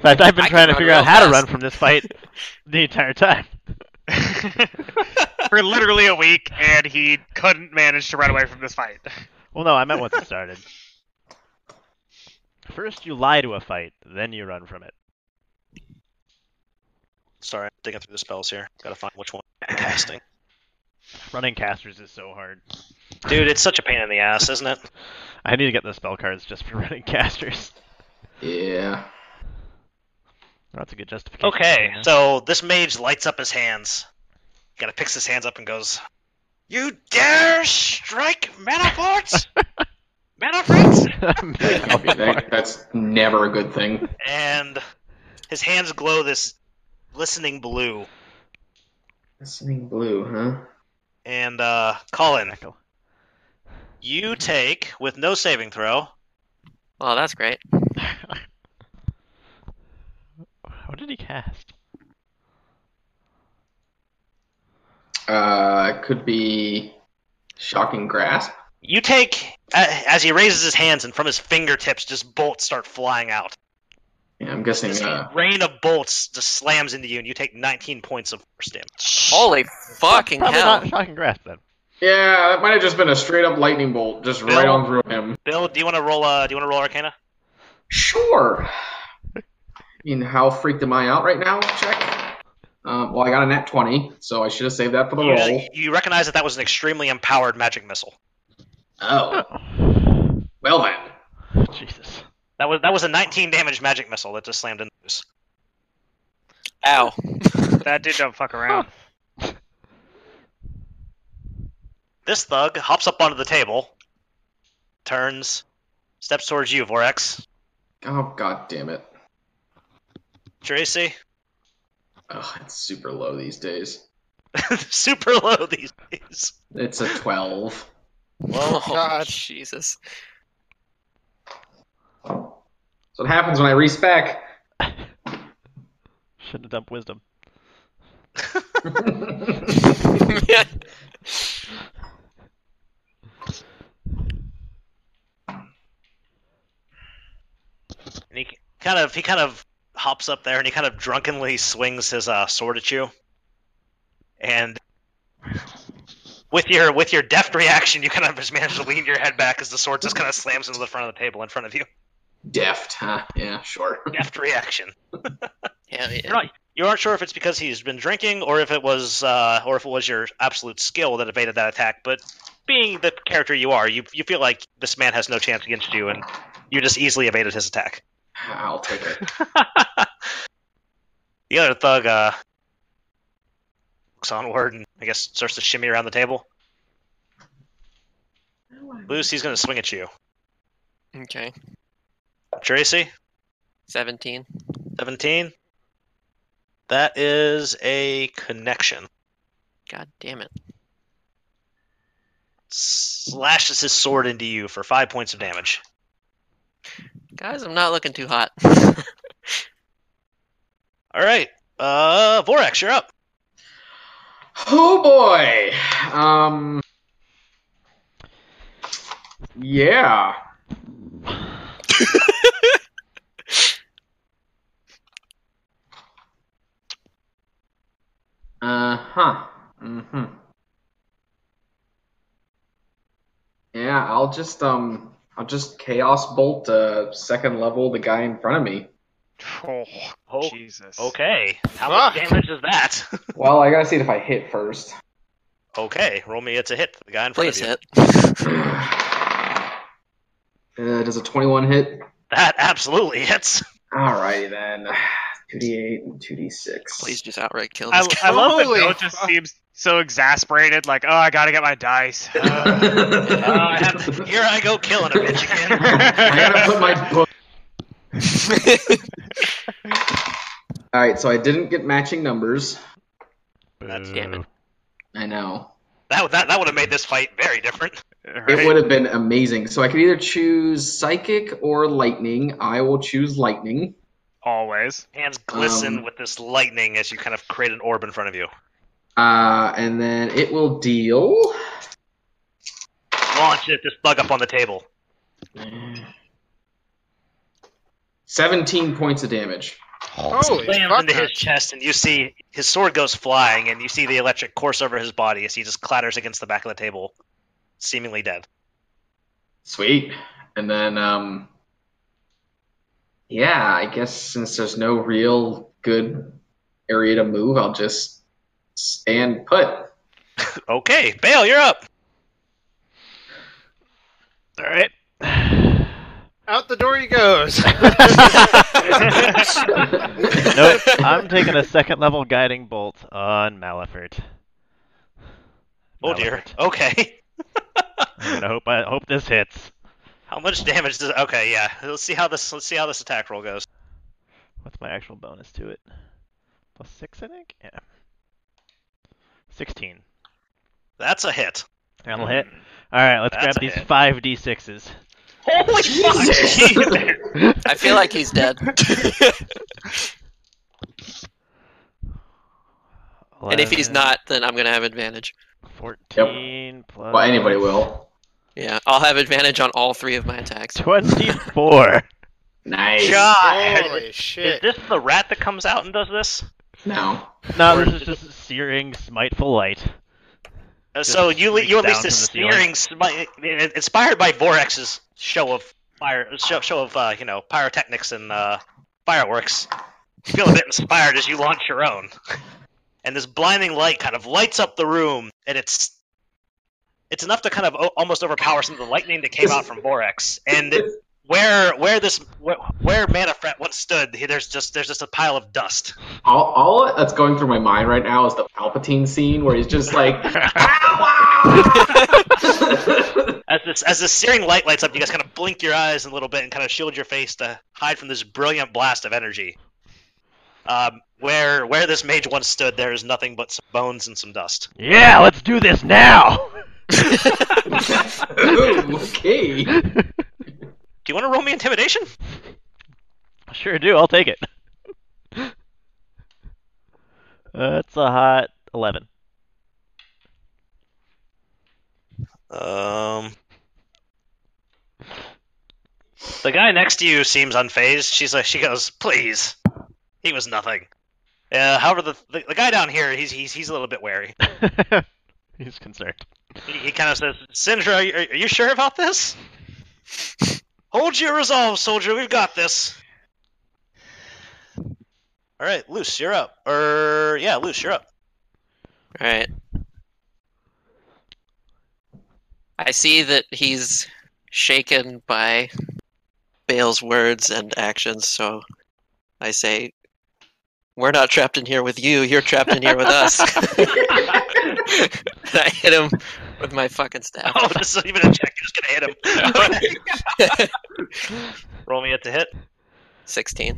D: fact, I've been
G: I can
D: trying to
G: run
D: figure out
G: real
D: how to
G: fast.
D: run from this fight the entire
G: [LAUGHS]
D: time.
F: For literally a week, and he couldn't manage to run away from this fight.
D: Well, no, I meant once it started. First, you lie to a fight, then you run from it.
B: Sorry, I'm digging through the spells here. Gotta find which one I'm casting.
D: Running casters is so hard.
B: Dude, it's such a pain in the ass, isn't it?
D: I need to get the spell cards just for [LAUGHS] running casters.
C: yeah.
D: That's a good justification. for
B: Okay,
D: doing that.
B: so this mage lights up his hands. Gotta picks his hands up and goes, You dare strike Manafort? Manafort?
C: That- that's never a good thing.
B: And his hands glow this glistening blue.
C: Listening blue, huh?
B: And uh, Colin,
D: Echo.
B: you take with no saving throw.
G: Well, that's great.
D: [LAUGHS] what did he cast?
C: Uh, it could be shocking grasp.
B: You take a- as he raises his hands, and from his fingertips, just bolts start flying out.
C: Yeah, I'm guessing.
B: This
C: Uh,
B: rain of bolts just slams into you, and you take 19 points of force damage.
G: Holy fucking
D: Probably
G: hell!
D: not shocking grasp then.
C: yeah, that might have just been a straight up lightning bolt, just right
B: Bill?
C: on through him.
B: Bill, do you want to roll? Uh, do you want to roll Arcana?
C: Sure. I mean, how freaked am I out right now? Check. Um, well, I got a nat 20, so I should have saved that for the roll.
B: You, you recognize that that was an extremely empowered magic missile.
C: Oh. Well then.
D: [LAUGHS] Jesus.
B: That was that was a 19 damage magic missile that just slammed into loose.
G: Ow!
F: That dude don't fuck around.
B: This thug hops up onto the table, turns, steps towards you, Vorex.
C: Oh, god damn it.
B: Tracy, [LAUGHS]
C: Oh, it's super low these days.
B: super low these days.
C: It's a 12.
G: [LAUGHS] Oh,
E: God.
G: Jesus!
C: So it happens when I respec. [LAUGHS]
D: Shouldn't have dumped wisdom.
B: And he kind of he kind of hops up there and he kind of drunkenly swings his uh, sword at you. And with your with your deft reaction, you kind of just manage to lean your head back as the sword just kind of slams into the front of the table in front of you.
C: Deft, huh? Yeah, sure.
B: Deft reaction.
G: Hell yeah!
B: You're not you aren't sure if it's because he's been drinking or if it was uh, or if it was your absolute skill that evaded that attack, but being the character you are, you you feel like this man has no chance against you and you just easily evaded his attack.
C: I'll take it.
B: the other thug uh, looks onward and I guess starts to shimmy around the table. Lucy's gonna swing at you.
G: Okay,
B: Tracy,
G: seventeen.
B: seventeen. That is a connection.
G: God damn it!
B: slashes his sword into you for five points of damage.
G: Guys, I'm not looking too hot. [LAUGHS]
B: All right, uh, Vorax, you're up.
C: Oh boy. Um. [LAUGHS] Yeah. uh huh. Mhm. Yeah, I'll just um, I'll just chaos bolt uh, second level the guy in front of me.
F: Oh,
B: Oh,
F: Jesus.
B: Okay, how much
E: Fuck.
B: damage is that?
C: Well, I gotta see if I hit first.
B: [LAUGHS] okay, roll me. It's a hit. The guy in front
G: Please
B: of you.
G: hit.
C: Uh, does a 21 hit?
B: That absolutely hits.
C: Alrighty then. 2d8 and 2d6.
G: [LAUGHS] Please just outright kill
F: I,
G: this guy.
F: I love that
E: Holy
F: Bill just
E: fuck.
F: seems so exasperated, like, oh, I gotta get my dice. [LAUGHS] Uh,
B: [LAUGHS] Uh, [LAUGHS] I [LAUGHS] have to- here I go killing a bitch [LAUGHS] again.
C: [LAUGHS] I gotta put my book. Alright, so I didn't get matching numbers.
B: That's-
G: damn it.
C: I know.
B: That that, that would have made this fight very different.
C: It would have been amazing. So I could either choose psychic or lightning. I will choose lightning.
F: Always.
B: Hands glisten
C: Um.
B: with this lightning as you kind of create an orb in front of you.
C: Uh, and then it will deal.
B: Launch it. Just bug up on the table.
C: 17 points of damage.
E: Holy
B: slams
E: fuck.
B: into his chest, and you see his sword goes flying, and you see the electric course over his body as he just clatters against the back of the table, seemingly dead.
C: Sweet. And then, um, yeah, I guess since there's no real good area to move, I'll just stand put.
B: Okay, Bale, you're up.
D: All right. [SIGHS]
E: Out the door he [LAUGHS] goes.
D: Nope. I'm taking a second level guiding bolt on Malifert.
B: Oh dear.
D: Malifert.
B: Okay. [LAUGHS]
D: I'm gonna hope I hope this hits.
B: How much damage does? Okay, yeah. Let's see how this. Let's see how this attack roll goes.
D: What's my actual bonus to it? Plus six, I think. Yeah. Sixteen.
B: That's a hit.
D: That'll hit. All right, let's
B: That's
D: grab
B: a
D: these
B: hit.
D: five d sixes.
B: Holy fuck! Jesus.
G: I feel like he's dead. and if he's not, then I'm gonna have advantage.
D: fourteen plus.
C: Well, anybody will.
G: Yeah, I'll have advantage on all three of my attacks.
D: Twenty-four. [LAUGHS]
C: Nice.
B: God.
E: Holy
B: Is
E: shit.
B: this the rat that comes out and does this?
C: No.
D: no, this is just searing, smiteful light.
B: Uh, so you le- you release
D: leaks down
B: this
D: from the ceiling.
B: smearing, smi- inspired by Vorex's show of fire, show, show of uh, you know pyrotechnics and uh, fireworks. You feel a bit inspired as you launch your own, and this blinding light kind of lights up the room, and it's it's enough to kind of o- almost overpower some of the lightning that came out from Vorex, and. where where this where, where Manafret once stood, he- there's just there's just a pile of dust.
C: All, all that's going through my mind right now is the Palpatine scene where he's just like, [LAUGHS] "Ow,
B: As this as this searing light lights up, you guys kind of blink your eyes a little bit and kind of shield your face to hide from this brilliant blast of energy. Um, where where this mage once stood, there is nothing but some bones and some dust.
D: Yeah, let's do this now.
C: wow." okay.
D: [LAUGHS]
B: Do you want to roll me intimidation?
D: Sure do. I'll take it. That's a hot eleven. [LAUGHS]
B: Um, the guy next to you seems unfazed. She's like, she goes, "Please, he was nothing." Uh, however, the, the the guy down here, he's he's he's a little bit wary.
D: he's concerned.
B: He, he kind of says, Sindra, are you, are you sure about this? Hold your resolve, soldier. We've got this. All right, Luce, you're up. Or, yeah, Luce, you're up. [LAUGHS]
G: Alright. I see that he's shaken by Bale's words and actions, so I say, We're not trapped in here with you, you're trapped in here
B: [LAUGHS]
G: with us. [LAUGHS] And I hit him with my fucking staff. [LAUGHS]
B: Oh, this isn't even a check. You're just going to hit him. [LAUGHS] Roll me at the hit.
G: 16.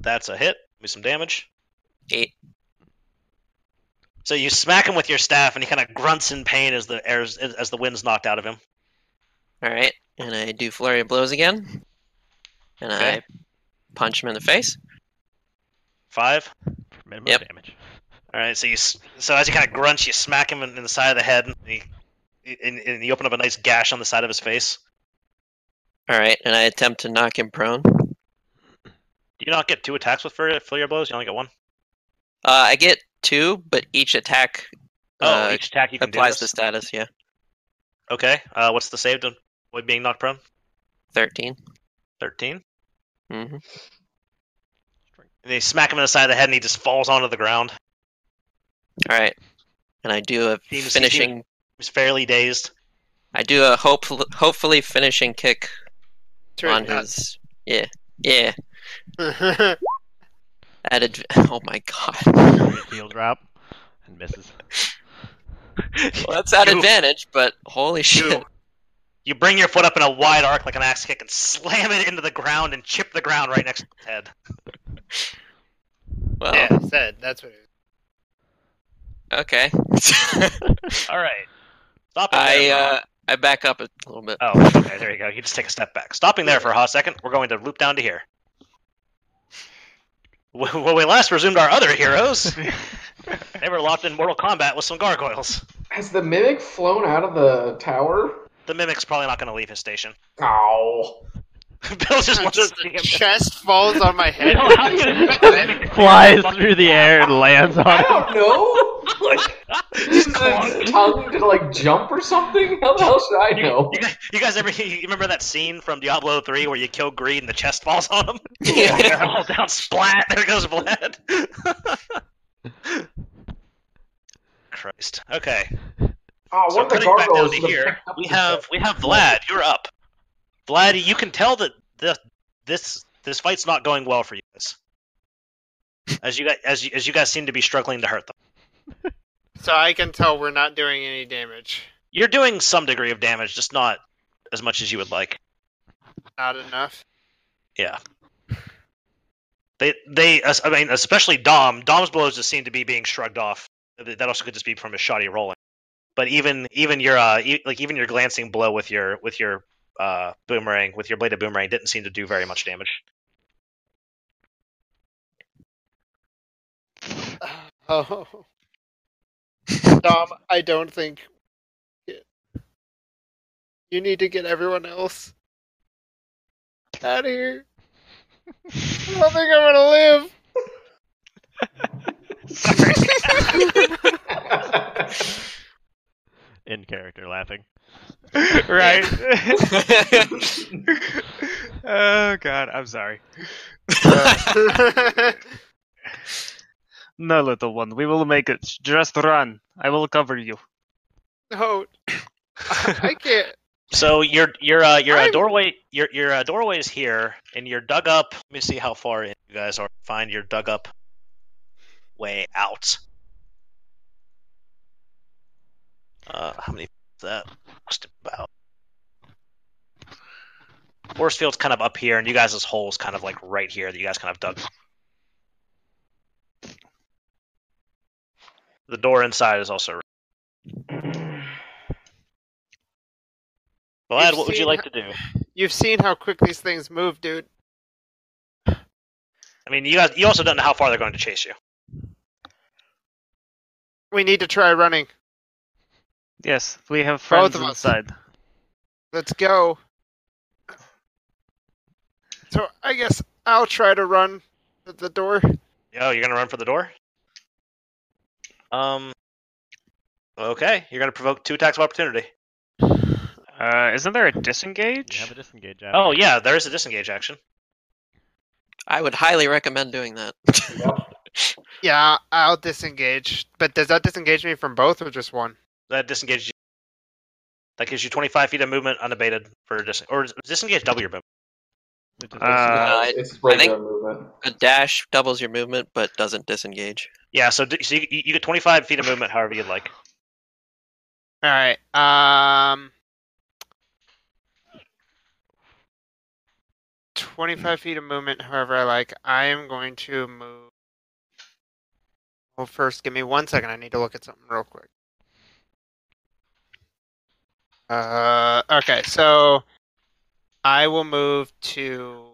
B: That's a hit. Give me some damage.
G: Eight.
B: So you smack him with your staff, and he kind of grunts in pain as the air as, as the wind's knocked out of him.
G: All right, and I do flurry of blows again, and I
B: Okay.
G: punch him in the face.
B: Five.
D: for minimum
G: Yep.
D: damage.
B: All right. So you s- so as he kind of grunts, you smack him in, in the side of the head, and, he, and, and you open up a nice gash on the side of his face.
G: All right, and I attempt to knock him prone.
B: Do you not get two attacks with flurry, flurry of blows? You only get one.
G: Uh, I get two, but each attack
B: Oh,
G: uh,
B: each attack you can do.
G: applies the
B: this.
G: status. Yeah,
B: Okay. Uh, what's the save to avoid being knocked prone?
G: 13
B: Thirteen.
G: Mm-hmm.
B: And they smack him in the side of the head, and he just falls onto the ground.
G: All right, and I do a
B: Seems- seems-
G: finishing.
B: He's fairly dazed.
G: I do a hopeful, hopefully finishing kick
E: Sure,
G: on
E: not-
G: his. Yeah, yeah. At adv- [LAUGHS] oh my god.
B: [LAUGHS]
D: Heel drop and misses.
G: Well, that's at
B: You-
G: advantage, but holy shit!
B: You, you bring your foot up in a wide arc like an axe kick and slam it into the ground and chip the ground right next to his head.
G: Well,
E: [LAUGHS] yeah, said that's what. It
G: okay. [LAUGHS]
B: All right. Stop it.
G: I
B: there,
G: uh, I back up a little bit.
B: Bro. Oh, okay. There you go. You just take a step back. Stopping there for a hot second, we're going to loop down to here. [LAUGHS] Wh- When we last resumed our other [LAUGHS] heroes, they were locked in mortal combat with some gargoyles.
C: Has the mimic flown out of the tower?
B: The mimic's probably not going to leave his station. [LAUGHS]
C: Oh.
B: Bill just wants to
E: is.
B: see [LAUGHS] him.
E: The chest falls on my [LAUGHS] head.
D: [LAUGHS] Flies through the air and lands on
C: I
D: him.
C: [LAUGHS] don't know. [LAUGHS] Like, is
B: Just clonk.
C: the tongue to like jump or something? [LAUGHS] How the hell should I know?
B: You guys, you guys ever you remember that scene from Diablo 3 where you kill Greed and the chest falls on him? [LAUGHS] They're all down splat. There goes blood. [LAUGHS] Christ. Okay.
C: Oh,
B: So
C: what the
B: cutting back down
C: gargoyles?
B: to
C: should've [LAUGHS]
B: here,
C: picked up
B: we
C: the-
B: have we have Vlad. You're up. Vlad, you can tell that this this this fight's not going well for you guys. As you guys as you, as you guys seem to be struggling to hurt them.
E: So I can tell we're not doing any damage.
B: You're doing some degree of damage, just not as much as you would like.
E: Not enough. [LAUGHS]
B: They they as- I mean especially Dom. Dom's blows just seem to be being shrugged off. Th- That also could just be from his shoddy rolling. But even even your uh e- like even your glancing blow with your with your uh boomerang with your bladed boomerang didn't seem to do very much damage.
E: Oh. Dom, I don't think. You need to get everyone else out of here. I don't think I'm gonna live. [LAUGHS]
C: [LAUGHS]
B: Uh,
D: In character, laughing. [LAUGHS]
F: right? [LAUGHS] oh god, I'm sorry. No, little one, we will make it. Just run. I will cover you.
E: no, I can't.
B: So your your uh, your uh,
E: I'm-
B: doorway your your uh, doorway is here, and you're dug up. Let me see how far in you guys are. Find your dug up way out. Uh, how many? Is that just about. Force field's kind of up here, and you guys' hole's kind of like right here that you guys kind of dug. The door inside is also. Vlad,
E: You've
B: what would you
E: seen
B: like
E: h-
B: to do?
E: You've seen how quick these things move, dude.
B: I mean, you guys, you also don't know how far they're going to chase you.
E: We need to try running.
F: Yes, we have
E: Both
F: friends
E: of us.
F: inside.
E: Let's go. So I guess I'll try to run at the door.
B: Oh, you're gonna run for the door. Um. Okay, you're gonna provoke two attacks of opportunity.
F: Uh, isn't there a
D: You
F: disengage?
D: have a disengage action.
B: Oh yeah, there is a disengage action.
G: [LAUGHS] I would highly recommend doing that. [LAUGHS]
E: Yeah, I'll disengage. But does that disengage me from both or just one?
B: That disengages you. That gives you 25 feet of movement unabated for dis- or is- disengage double your movement.
D: It
B: Oh,
D: just-
B: Ah.
F: Uh,
G: I-
C: it's regular
G: I
C: movement.
G: A dash doubles your movement, but doesn't disengage.
B: Yeah, so, d- so you, you you get 25 feet of movement however you'd like.
E: All right. Um, twenty-five feet of movement. However, I like. I am going to move. Well, first, give me one second. I need to look at something real quick. Uh, okay, so I will move to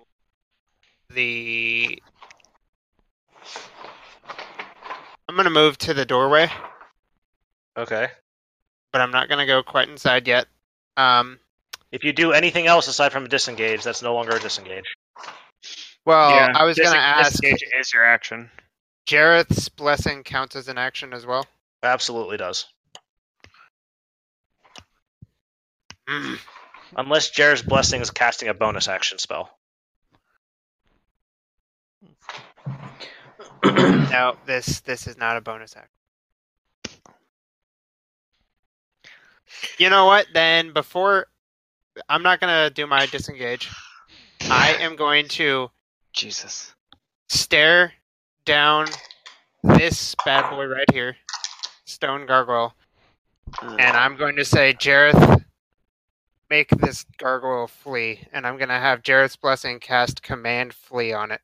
E: the. I'm gonna move to the doorway,
B: Okay.
E: but I'm not gonna go quite inside yet. Um,
B: If you do anything else aside from a disengage, that's no longer a disengage.
E: well,
F: Yeah,
E: Oh, I was gonna
F: diseng-
E: ask.
F: disengage is your action.
E: Jareth's blessing counts as an action as well.
B: Absolutely does.
E: Mm.
B: Unless Jared's blessing is casting a bonus action spell.
E: [CLEARS THROAT] No, this this is not a bonus action. You know what? Then before, I'm not gonna do my disengage. I am going to
F: Jesus.
E: stare down this bad boy right here, stone gargoyle, and I'm going to say, Jareth, make this gargoyle flee, and I'm gonna have Jareth's blessing cast command flee on it.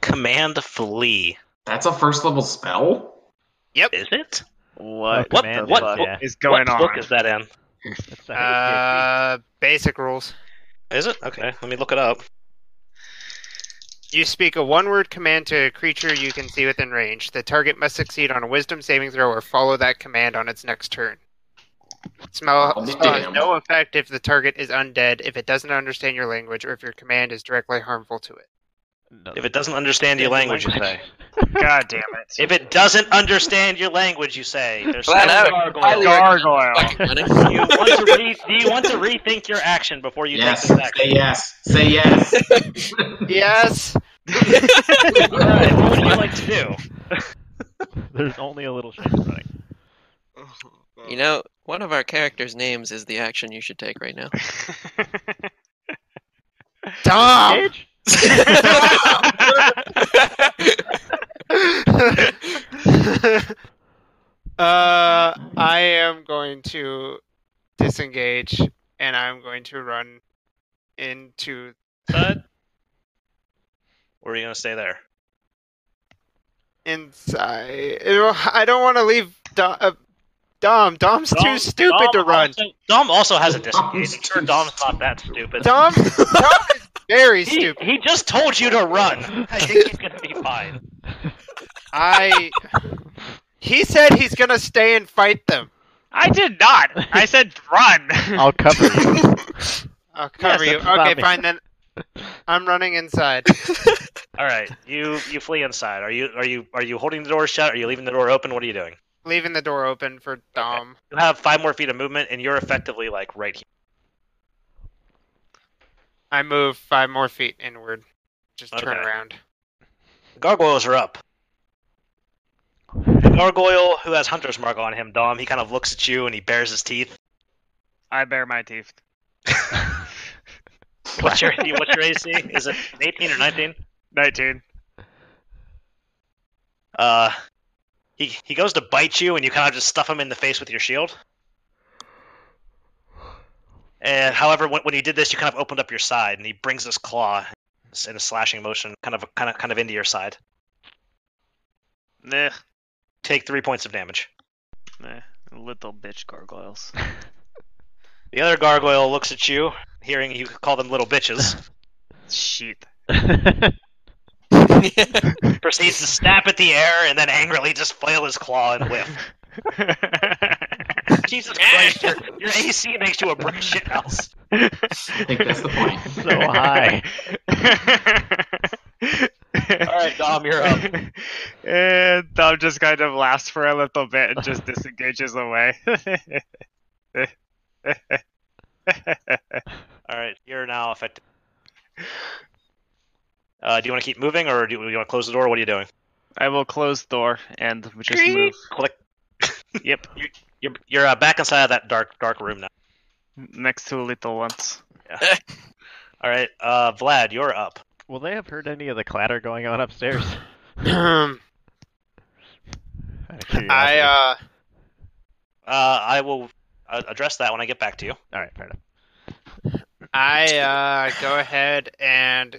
B: Command flee.
C: [CLEARS THROAT] That's a first level spell.
B: Is it?
D: What?
B: What
D: man,
B: the- what-
D: Yeah,
F: Is going
B: what
F: on.
B: book is that in?
D: that's a-
E: Uh, basic rules.
B: Is it? Okay, let me look it up.
E: You speak a one word command to a creature you can see within range. The target must succeed on a wisdom saving throw or follow that command on its next turn. Smell
C: Oh,
E: spell has
C: damn.
E: no effect if the target is undead, if it doesn't understand your language, or if your command is directly harmful to it.
D: no,
B: If it doesn't understand your language, you say.
F: God damn it.
B: If it doesn't understand your language, you say. There's
G: Flat
B: no
G: out.
B: gargoyle.
G: Highly
F: Gargoyle.
B: [LAUGHS]
G: Fucking winning.
B: Do you, want to [LAUGHS] re- do you want to rethink your action before you
C: yes.
B: take this
C: Say
B: action?
C: yes. Say
B: [LAUGHS]
C: yes.
B: [LAUGHS]
E: Yes!
B: All right, what would you like to do?
D: [LAUGHS] There's only a little shame running.
G: You know, one of our characters' names is the action you should take right
B: [LAUGHS]
G: now. [LAUGHS]
E: Dom!
D: Engage?
E: [LAUGHS] uh, I am going to disengage and I'm going to run into
B: Bud? Or are you going to stay there?
E: inside. I don't want to leave Dom. Uh, Dom. Dom's too
B: Dom-
E: stupid
B: Dom
E: to run.
B: also- Dom also has a
C: Dom's
B: disengage. I'm sure
C: too
B: Dom's not that stupid.
E: Dom, Dom
B: [LAUGHS]
E: is very
B: he,
E: stupid.
B: he just told you to run.
C: [LAUGHS]
B: I think he's going to be fine.
E: I. He said he's gonna stay and fight them.
F: I did not. I said run.
D: I'll cover you.
E: I'll cover
D: Yes,
E: you.
D: that's what I
E: Okay,
D: mean.
E: fine then. I'm running inside.
B: All right, you you flee inside. Are you are you are you holding the door shut? Are you leaving the door open? What are you doing?
E: Leaving the door open for Dom.
B: You have five more feet of movement, and you're effectively like right here.
E: I move five more feet inward. Just turn
B: Okay.
E: around. [CLEARS THROAT]
B: The gargoyles are up. The gargoyle who has hunter's mark on him, Dom, he kind of looks at you and he bares his teeth.
F: I bare my teeth.
B: What's [LAUGHS] your what's your AC? Is it 18 or 19?
F: [LAUGHS] 19.
B: Uh, he he goes to bite you, and you kind of just stuff him in the face with your shield. And however, when, when he did this, you kind of opened up your side, and he brings his claw in a slashing motion, kind of kind of kind of into your side.
F: Nah,
B: Take three points of damage.
F: nah. Little bitch gargoyles.
B: [LAUGHS] The other gargoyle looks at you, hearing you call them little bitches,
F: [LAUGHS] Shit.
B: proceeds to snap at the air, and then angrily just flail his claw and whiff. Jesus Christ, your, your AC makes you a brick shit house.
C: I think that's the point.
D: [LAUGHS] so high.
B: All right, Dom, you're up.
F: and Dom just kind of laughs for a little bit and just disengages away. [LAUGHS]
B: All right, you're now affected. Uh, do you want to keep moving, or do you, want to close the door? What are you doing?
F: I will close door and just move.
B: Click. [LAUGHS]
F: Yep,
B: You're you're uh, back inside of that dark dark room now.
F: next to little ones.
B: All right, uh, Vlad, you're up.
D: Will they have heard any of the clatter going on upstairs? [LAUGHS] Out of
E: I
D: curiosity.
E: uh
B: Uh, I will uh, address that when I get back to you.
D: All right, fair enough.
E: I uh go ahead and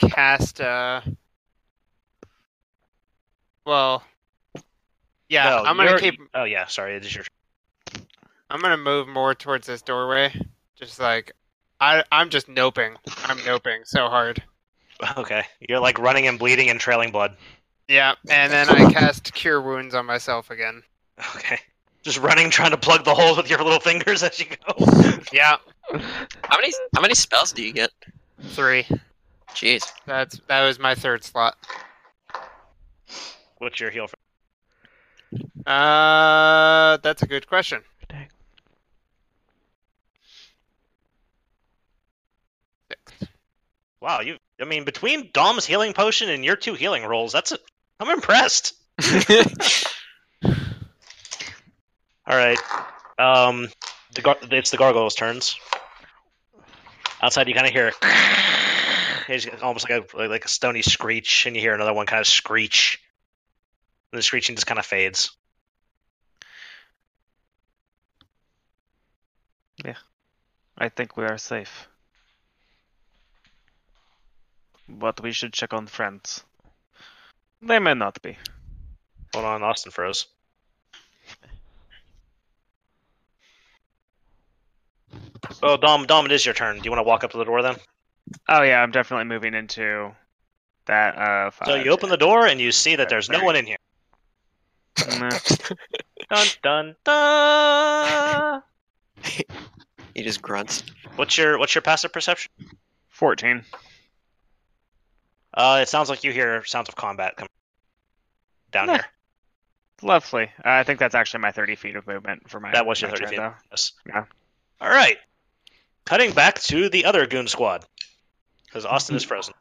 E: cast uh well Yeah,
B: No,
E: I'm gonna
B: you're-
E: keep.
B: Oh yeah, sorry. It is your.
E: I'm gonna move more towards this doorway. Just like, I I'm just noping. I'm noping so hard.
B: Okay, you're like running and bleeding and trailing blood. [LAUGHS]
E: Yeah, and then I cast Cure Wounds on myself again.
B: Okay, just running, trying to plug the holes with your little fingers as you
E: [LAUGHS]
B: go.
E: Yeah,
G: How many how many spells do you get?
E: three.
G: Jeez.
B: [LAUGHS]
E: That's that was my third slot.
B: What's your heal? For?
E: Uh, that's a good question.
D: Dang.
E: Six.
B: Wow, you. I mean, between Dom's healing potion and your two healing rolls, that's. A, I'm impressed. All right. Um, the gar- it's the gargoyles' turns. Outside, you kind of hear it's almost like a like a stony screech, and you hear another one kind of screech. And the screeching just kind of fades.
F: I think we are safe. But we should check on friends. They may not be.
B: Hold on, Austin froze. Oh, Dom, Dom, it is your turn. Do you want to walk up to the door then?
F: Oh yeah, I'm definitely moving into that. Uh, five,
B: So you open the door and you see that there's no
F: Alright.
B: one in here.
F: Nah.
B: Dun dun dun.
G: He just grunts.
B: What's your what's your passive perception?
F: Fourteen.
B: Uh, it sounds like you hear sounds of combat coming down
F: Nah.
B: here.
F: Lovely. Uh, I think that's actually my thirty feet of movement for my.
B: That was your
F: my
B: 30
F: turn,
B: feet.
F: though.
B: Yes.
F: Yeah.
B: All right. Cutting back to the other goon squad because Austin is frozen.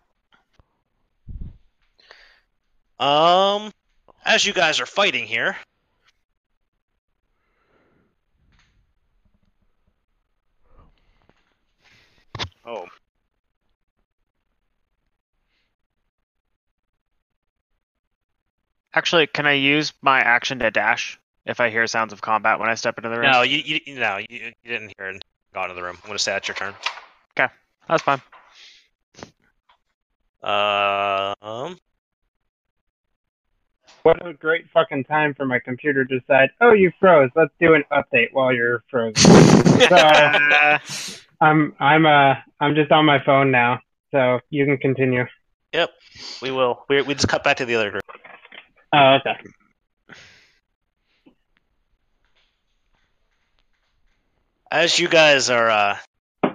B: Um, as you guys are fighting here, oh,
F: Actually, can I use my action to dash if I hear sounds of combat when I step into the room?
B: no, you, you no, you, you didn't hear it. Gone to the room. I'm gonna say that's your turn.
F: That's fine.
B: Um,
K: What a great fucking time for my computer to decide, oh, you froze. Let's do an update while you're frozen.
E: [LAUGHS]
K: so
F: Uh,
K: I'm I'm uh I'm just on my phone now, so you can continue.
B: we will. We we just cut back to the other group.
K: Oh, okay.
B: as you guys are uh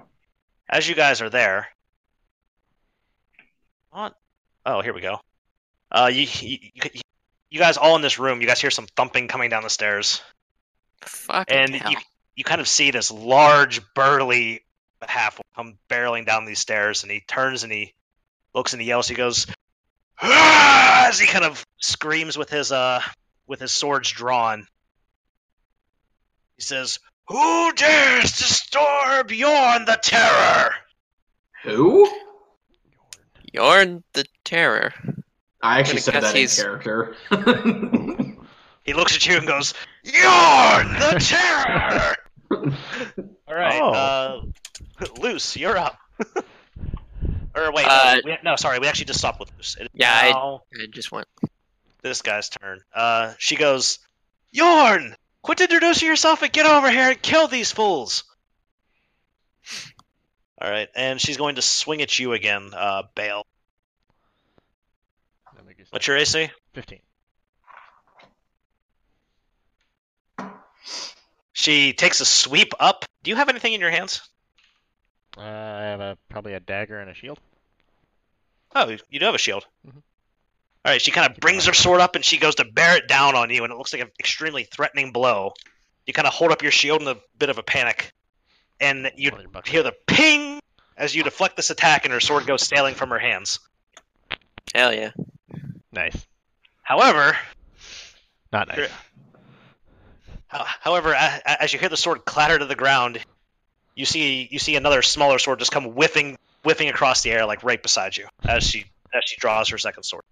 B: as you guys are there what oh here we go uh you you, you, you guys all in this room you guys hear some thumping coming down the stairs
G: Fucking
B: and
G: hell.
B: you you kind of see this large burly half come barreling down these stairs and he turns and he looks and he yells he goes "Ah!" as he kind of screams with his uh with his swords drawn he says who dares disturb Yorn the terror
C: Who?
G: Yorn the Terror.
C: I actually
G: Gonna
C: said
G: guess
C: that
G: he's-
C: in character.
B: he looks at you and goes Yorn [LAUGHS] the terror all right
D: Oh.
B: uh loose you're up [LAUGHS] or wait
G: Uh,
B: no, we- no sorry we actually just stopped with loose It-
G: Yeah, I-
B: now-
G: I just went.
B: this guy's turn. Uh, she goes, Yorn, quit introducing yourself and get over here and kill these fools. All right, and she's going to swing at you again, uh, Bale.
D: That make you
B: What's your AC?
D: 15.
B: She takes a sweep up. Do you have anything in your hands?
D: Uh, I have a, probably a dagger and a shield.
B: Oh, you do have a shield.
D: Mhm.
B: All right, she kind of brings her sword up and she goes to bear it down on you, and it looks like an extremely threatening blow. You kind of hold up your shield in a bit of a panic, and you
D: Leather buckle.
B: hear the ping as you deflect this attack, and her sword goes sailing from her hands.
G: Hell yeah.
D: Nice.
B: However,
D: Not nice.
B: Sure. ho- however, a- a- as you hear the sword clatter to the ground, you see you see another smaller sword just come whiffing whiffing across the air, like right beside you, as she as she draws her second sword.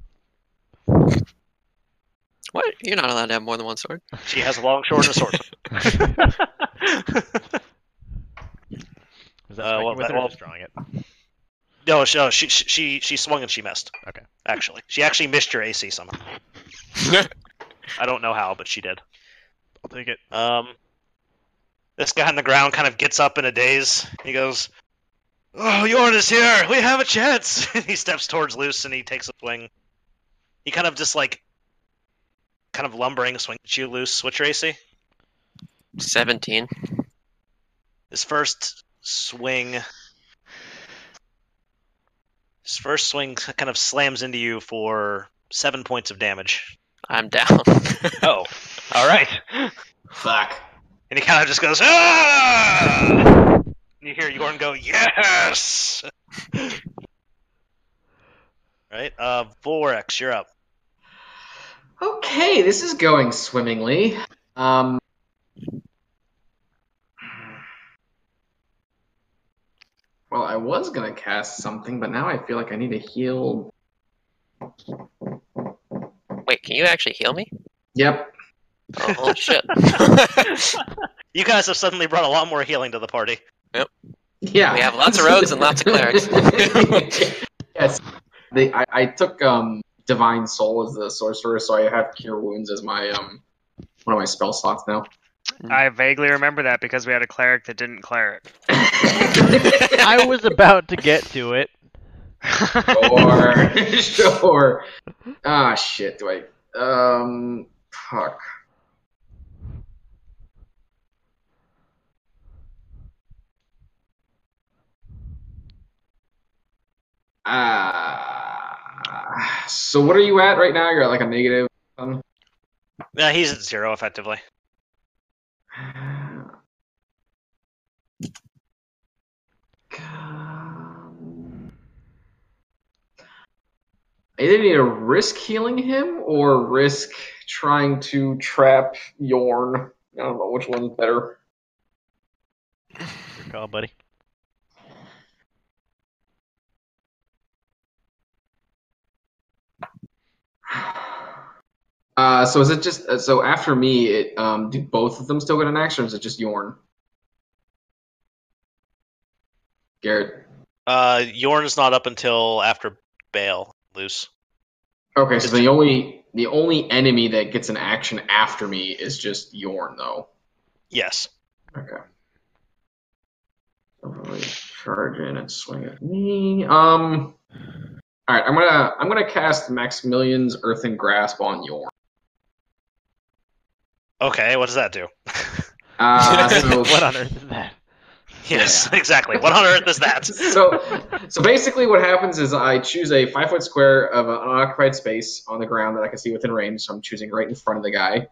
G: What? You're not allowed to have more than one sword.
B: She has a long sword and a sword.
D: Is that
B: Uh,
D: striking
B: well,
D: with
B: that-
D: it or
B: well-
D: just
B: [LAUGHS]
D: drawing it?
B: No, she, no, she she- she she swung and she missed.
D: Okay. [LAUGHS]
B: Actually, she actually missed your AC somehow. I don't know how, but she did.
D: I'll take it.
B: Um, this guy on the ground kind of gets up in a daze. He goes, "Oh, Yorn is here. We have a chance." [LAUGHS] And he steps towards Luce and he takes a swing. He kind of just like, kind of lumbering swings at you, Luce. What's your AC?
G: 17.
B: His first swing. His first swing kind of slams into you for seven points of damage.
G: I'm down. [LAUGHS]
B: Oh, all right.
C: [LAUGHS] Fuck.
B: And he kind of just goes, ah! And you hear Yorn go, yes! [LAUGHS] right? Uh, Vorex, you're up.
C: Okay, this is going swimmingly. Um, well, I was gonna cast something, but now I feel like I need to heal.
G: Wait, can you actually heal me?
C: Yep.
G: Oh, holy
B: [LAUGHS]
G: shit.
B: You guys have suddenly brought a lot more healing to the party.
C: Yeah.
G: We have lots of rogues and lots of clerics.
C: [LAUGHS] yes. The, I, I took um, Divine Soul as the sorcerer, so I have Cure Wounds as my um one of my spell slots
G: [LAUGHS]
C: now.
I: I vaguely remember that because we had a cleric that didn't cleric.
D: I was about to get to it.
C: sure, [LAUGHS] sure. Ah, shit. Do I? Um, fuck. Ah. so what are you at right now? You're at like a negative. Um,
B: Yeah, he's at zero effectively.
C: I either need to risk healing him or risk trying to trap Yorn. I don't know which one's better.
D: Good call,
C: [SIGHS]
D: buddy.
C: Uh, so is it just uh, so after me? It um, do both of them still get an action, or is it just Yorn? Garrett.
B: Uh, Yorn's not up until after Bale loose.
C: Okay, so the only the only enemy that gets an action after me is just Yorn, though.
B: Yes.
C: Okay. So Really charge in and swing at me. Um. All right, I'm gonna I'm gonna cast Maximilian's Earthen Grasp on Yorn.
B: Okay, what does that do? [LAUGHS]
C: Uh, so,
D: What on earth is that?
B: yes, exactly. What on earth is
C: [LAUGHS]
B: that?
C: so so basically, what happens is I choose a five foot square of an unoccupied space on the ground that I can see within range. So I'm choosing right in front of the guy.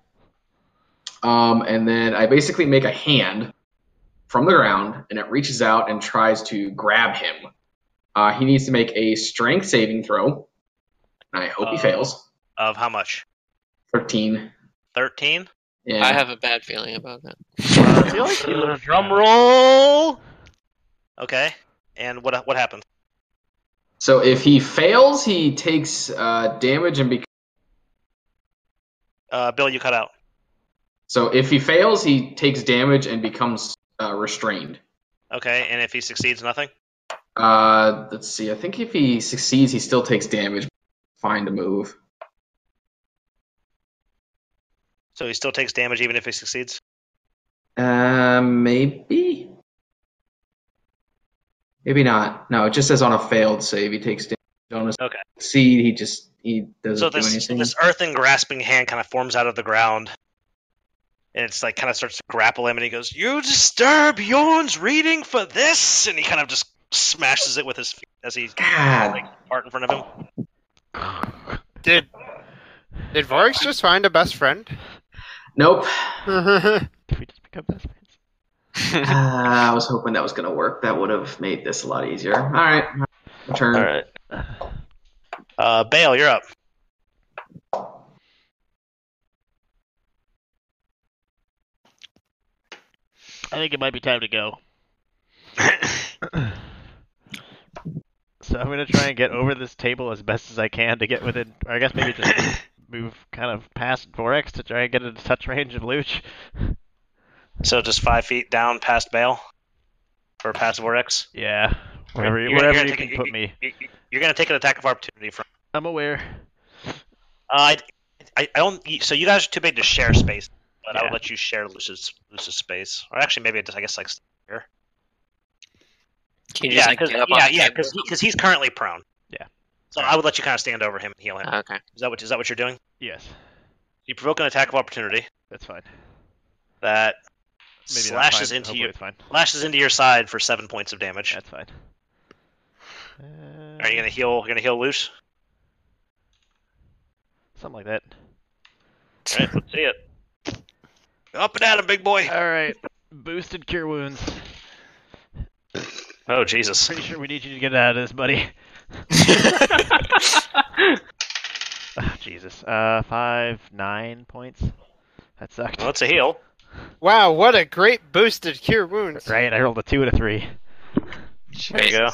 C: Um, and then I basically make a hand from the ground, and it reaches out and tries to grab him. Uh, he needs to make a strength saving throw. And I hope he
B: Uh,
C: fails.
B: Of how much?
C: Thirteen.
B: 13?
C: Yeah.
G: I have a bad feeling about that.
D: [LAUGHS] I feel like he looked
B: Drum
D: [SIGHS]
B: roll! Okay. And what what happens?
C: So if he fails, he takes uh, damage and becomes.
B: Uh, Bill, you cut out.
C: So if he fails, he takes damage and becomes uh, restrained.
B: Okay, and if he succeeds, nothing?
C: Uh, let's see. I think if he succeeds, he still takes damage. Fine to move.
B: So he still takes damage even if he succeeds?
C: Uh, maybe. Maybe not. No, it just says on a failed save he takes damage. On a
B: Okay.
C: succeed, he just he doesn't
B: So
C: do
B: this
C: anything.
B: this earthen grasping hand kind of forms out of the ground, and it's like kind of starts to grapple him, and he goes, "You disturb Yorn's reading for this," and he kind of just smashes it with his feet as he
C: God.
B: like part in front of him.
E: Did did Vorix just find a best friend?
C: Nope.
D: Can we just become best
C: uh,
D: friends?
C: I was hoping that was gonna work. That would have made this a lot easier. All right. my Turn.
B: right, uh, Bale, you're up.
D: I think it might be time to go. [COUGHS] so I'm gonna try and get over this table as best as I can to get within. Or I guess maybe just
B: [COUGHS]
D: move kind of past Vorex to try and get into touch range of Luch.
B: So just five feet down past Bale, or past Vorex.
D: Yeah, wherever you,
B: You're gonna-
D: wherever
B: you're gonna
D: you can
B: take-
D: put me.
B: You- you- You're gonna take an attack of opportunity from.
D: I'm aware.
B: Uh, I, I, I don't. So you guys are too big to share space, but I would let you share Lucius Lucius space. Or actually, maybe it does. I guess like
G: Can you
B: yeah,
G: just like,
B: 'cause-
G: get up
B: yeah,
G: on
B: yeah,
G: the
B: because he's currently prone.
D: Yeah.
B: So I would let you kind of stand over him, and heal him.
G: table? Oh, Okay.
B: Is that what is that what you're doing?
D: Yes,
B: You provoke an attack of opportunity
D: that's fine.
B: that
D: Maybe not
B: slashes
D: fine.
B: into
D: Hopefully
B: you,
D: It's fine.
B: slashes into your side for seven points of damage.
D: That's fine. Uh,
B: Are you gonna heal? You're gonna heal loose.
D: Something like that.
B: All right, [LAUGHS] let's see it. Up and at him, big boy.
D: All right, boosted cure wounds.
B: Oh Jesus!
D: Pretty sure we need you to get out of this,
B: [LAUGHS]
D: buddy. Ah, Jesus. Uh, five, nine points. That sucked.
B: Well, it's a heal.
E: Wow, what a great boosted cure wounds.
D: Right, I rolled a two and a three.
B: There you go.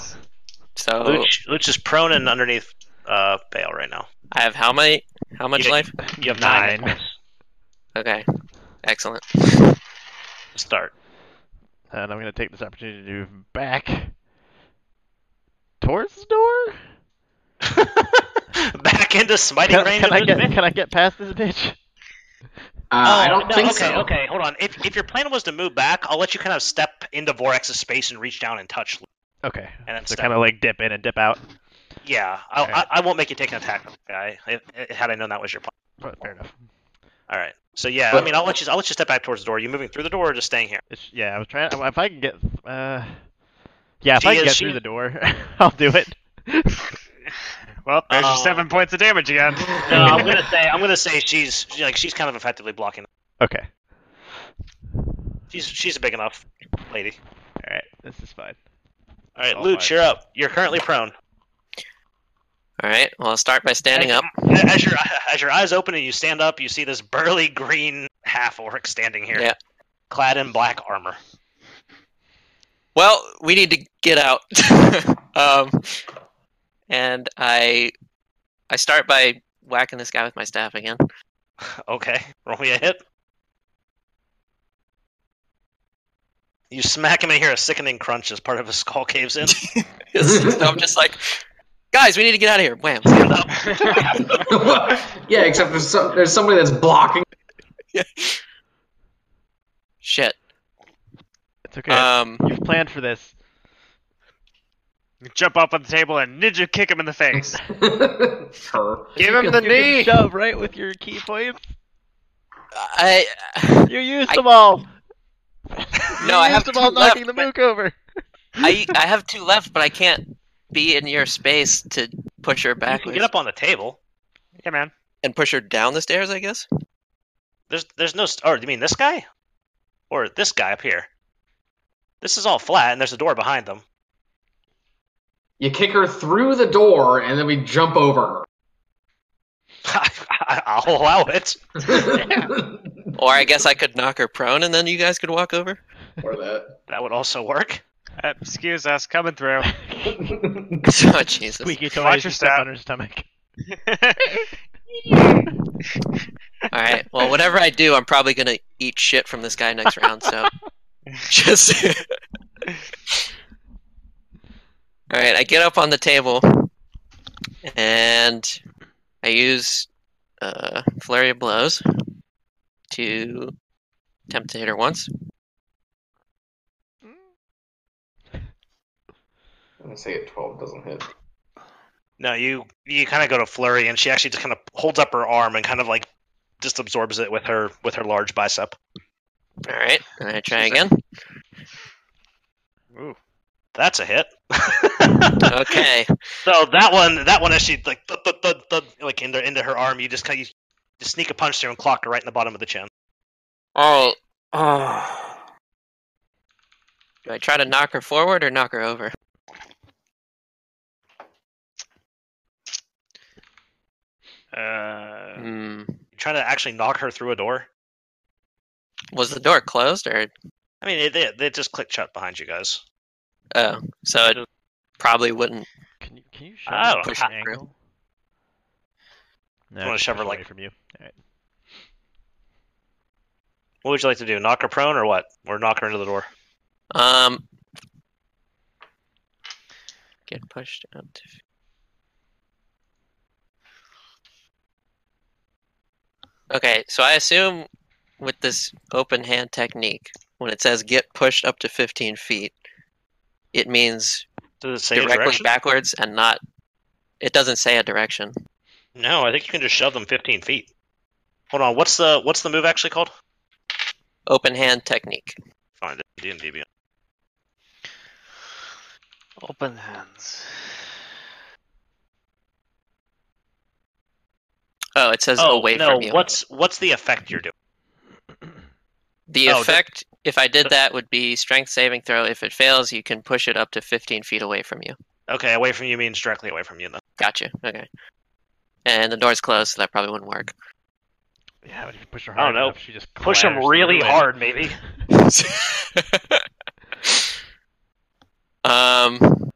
G: So
B: Luch, Luch is prone and underneath uh, Bale right now.
G: I have how many? How much
B: Yeah.
G: life?
B: You have nine.
D: Nine.
B: points
G: Okay. Excellent.
B: to Start.
D: And I'm gonna take this opportunity to move back towards the door.
B: [LAUGHS] Back into smiting
D: Can,
B: range.
D: can
B: of
D: I
B: this
D: get
B: man.
D: can I get past this bitch?
C: Uh, I don't
B: Oh, no,
C: think
B: okay, [LAUGHS]
C: so.
B: Okay, hold on. If, if your plan was to move back, I'll let you kind of step into Vorex's space and reach down and touch. Luke.
D: Okay.
B: And then
D: so
B: step.
D: kind of like dip in and dip out.
B: Yeah, I'll,
D: Alright.
B: I, I won't make you take an attack on the guy. If, if- had I known that was your plan.
D: But fair enough.
B: All right. So yeah, I
C: But-
B: mean, I'll let you. I'll let you step back towards the door. Are you moving through the door or just staying here?
D: It's, yeah, I was trying. If I can get, uh, yeah, if
B: She
D: I can
B: is-
D: get
B: she
D: through
B: is-
D: the door, [LAUGHS] I'll do it.
F: Well, there's your
B: Oh.
F: seven points of damage again.
B: No,
F: [LAUGHS]
B: I'm gonna say. I'm gonna say she's she- like she's kind of effectively blocking.
D: Okay.
B: She's she's a big enough lady.
D: All right. This is fine.
B: All right,
D: Oh,
B: Luch,
D: my.
B: you're up. You're currently prone.
G: All right. Well, I'll start by standing up.
B: As your [LAUGHS] as your eyes open and you stand up, you see this burly green half orc standing here,
G: Yeah.
B: clad in black armor.
G: Well, we need to get out. [LAUGHS] um, and I, I start by whacking this guy with my staff again. [LAUGHS]
B: Okay, [LAUGHS] roll me a hit. You smack him and hear a sickening crunch as part of his skull caves in.
G: so I'm just like, guys, we need to get out of here. Wham.
B: Stand up.
C: [LAUGHS] yeah, except there's some, there's somebody that's blocking.
G: Shit.
D: It's okay.
G: Um,
D: You've planned for this.
F: Jump up on [LAUGHS] the table and ninja kick him in
C: [LAUGHS]
F: the face.
C: Her.
E: Give him
D: You
E: the
D: can
E: knee.
D: shove right with your key points.
G: I
D: You used
G: I-
D: them all.
G: no, I
D: used
G: have
D: them
G: two
D: all
G: left.
D: knocking the mook over.
G: I I have two left, but I can't be in your space to push her
B: You can
G: backwards
B: get up on the table.
F: yeah, man.
G: and push her down the stairs. I guess.
B: There's there's no. St- or do you mean this guy, or this guy up here? This is all flat, and there's a door behind them. [LAUGHS]
C: You kick her through the door, and then we jump over
B: I'll allow it.
C: her.
G: Or I guess I could knock her prone, and then you guys could walk over. [LAUGHS]
C: or [LAUGHS] that.
B: That would also work.
F: Uh, excuse us, coming through.
G: oh Jesus!
D: Squeaky toy. as
F: Watch your
D: you step
F: step.
D: on her stomach.
G: All right. Well, whatever I do, I'm probably gonna eat shit from this guy next round. So just. [LAUGHS] All right. I get up on the table, and I use uh, flurry of blows to attempt to hit her once.
C: I'm gonna say it 12 doesn't hit.
B: No, you you kind of go to flurry, and she actually just kind of holds up her arm and kind of like just absorbs it with her with her large bicep.
G: All right. And I try again.
B: That's a hit. [LAUGHS]
G: Okay.
B: So that one, that one, as she like thud, thud, thud, thud, like into into her arm, you just kind of you just sneak a punch through and clock her right in the bottom of the chin.
G: Oh. Oh. [SIGHS] Do I try to knock her forward or knock her over?
F: Uh,
G: Hmm.
B: You're trying to actually knock her through a door.
G: Was the door closed or
B: I mean, it, it, it just clicked shut behind you guys.
G: oh, so it probably wouldn't.
D: Can you can you shove
B: Oh,
D: her
G: push
D: at an
G: it through.
D: angle? No,
B: wanna
D: just
B: shove her,
D: push
B: like-
D: away from you. All right.
B: What would you like to do? Knock her prone or what? Or knock her into the door?
G: Um. Get pushed up. To... Okay, so I assume with this open hand technique, when it says get pushed up to 15 feet, it means
B: Does it say a
G: directly
B: direction?
G: backwards and not. It doesn't say a direction.
B: No, I think you can just shove them 15 feet. Hold on, what's the what's the move actually called?
G: Open hand technique.
B: Find it. D&D Beyond.
F: Open hands.
G: Oh, it says away
B: no,
G: from you.
B: what's what's the effect you're doing?
G: The
B: oh, that-
G: effect, if I did
B: that-
G: that, would be strength saving throw. If it fails, you can push it up to 15 feet away from you.
B: Okay, away from you means directly away from you. Then.
G: Gotcha. Okay. And the door's closed, so that probably wouldn't work. [LAUGHS]
D: Yeah, but if you push her
F: I
D: hard
F: don't know.
D: enough, she just
F: [LAUGHS] Push them
D: clatters
F: really
D: through it.
F: hard, maybe.
G: um,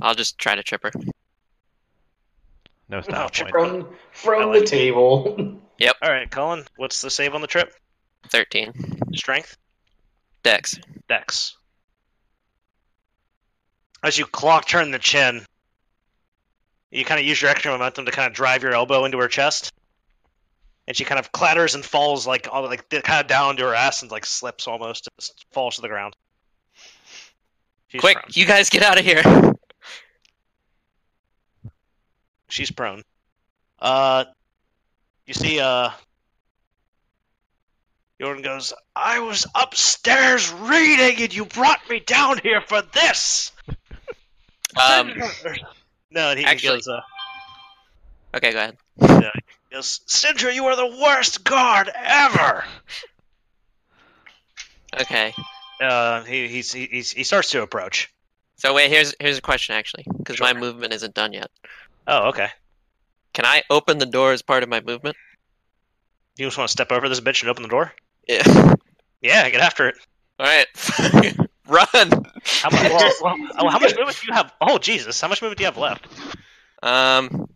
G: I'll just try to trip her.
D: No style
B: trip
D: point.
C: From from
B: I like
C: the table.
B: All right, Colin, what's the save on the trip?
G: 13.
B: Strength,
G: Dex.
B: dex. As you clock turn the chin, you kind of use your extra momentum to kind of drive your elbow into her chest, and she kind of clatters and falls like all like kind of down to her ass and like slips almost, and just falls to the ground. She's
G: Quick,
B: prone.
G: you guys get out of here.
B: She's prone. Uh, you see, uh, Jordan goes, I was upstairs reading and you brought me down here for this!
G: Um,
B: [LAUGHS] no, and he,
G: actually-
B: he goes, uh,
G: okay, go ahead.
B: he goes, Sindra, you are the worst guard ever!
G: Okay.
B: Uh, he, he's, he, he's, he starts to approach.
G: So wait, here's here's a question actually, because my movement isn't done yet.
B: Oh, okay.
G: Can I open the door as part of my movement?
B: You just want to step over this bitch and open the door?
G: Yeah. [LAUGHS]
B: Yeah, get after it.
G: All right. [LAUGHS] Run.
B: How much,
G: [LAUGHS]
B: well, well, oh, how much movement do you have? Oh, Jesus, how much movement do you have left?
G: Um,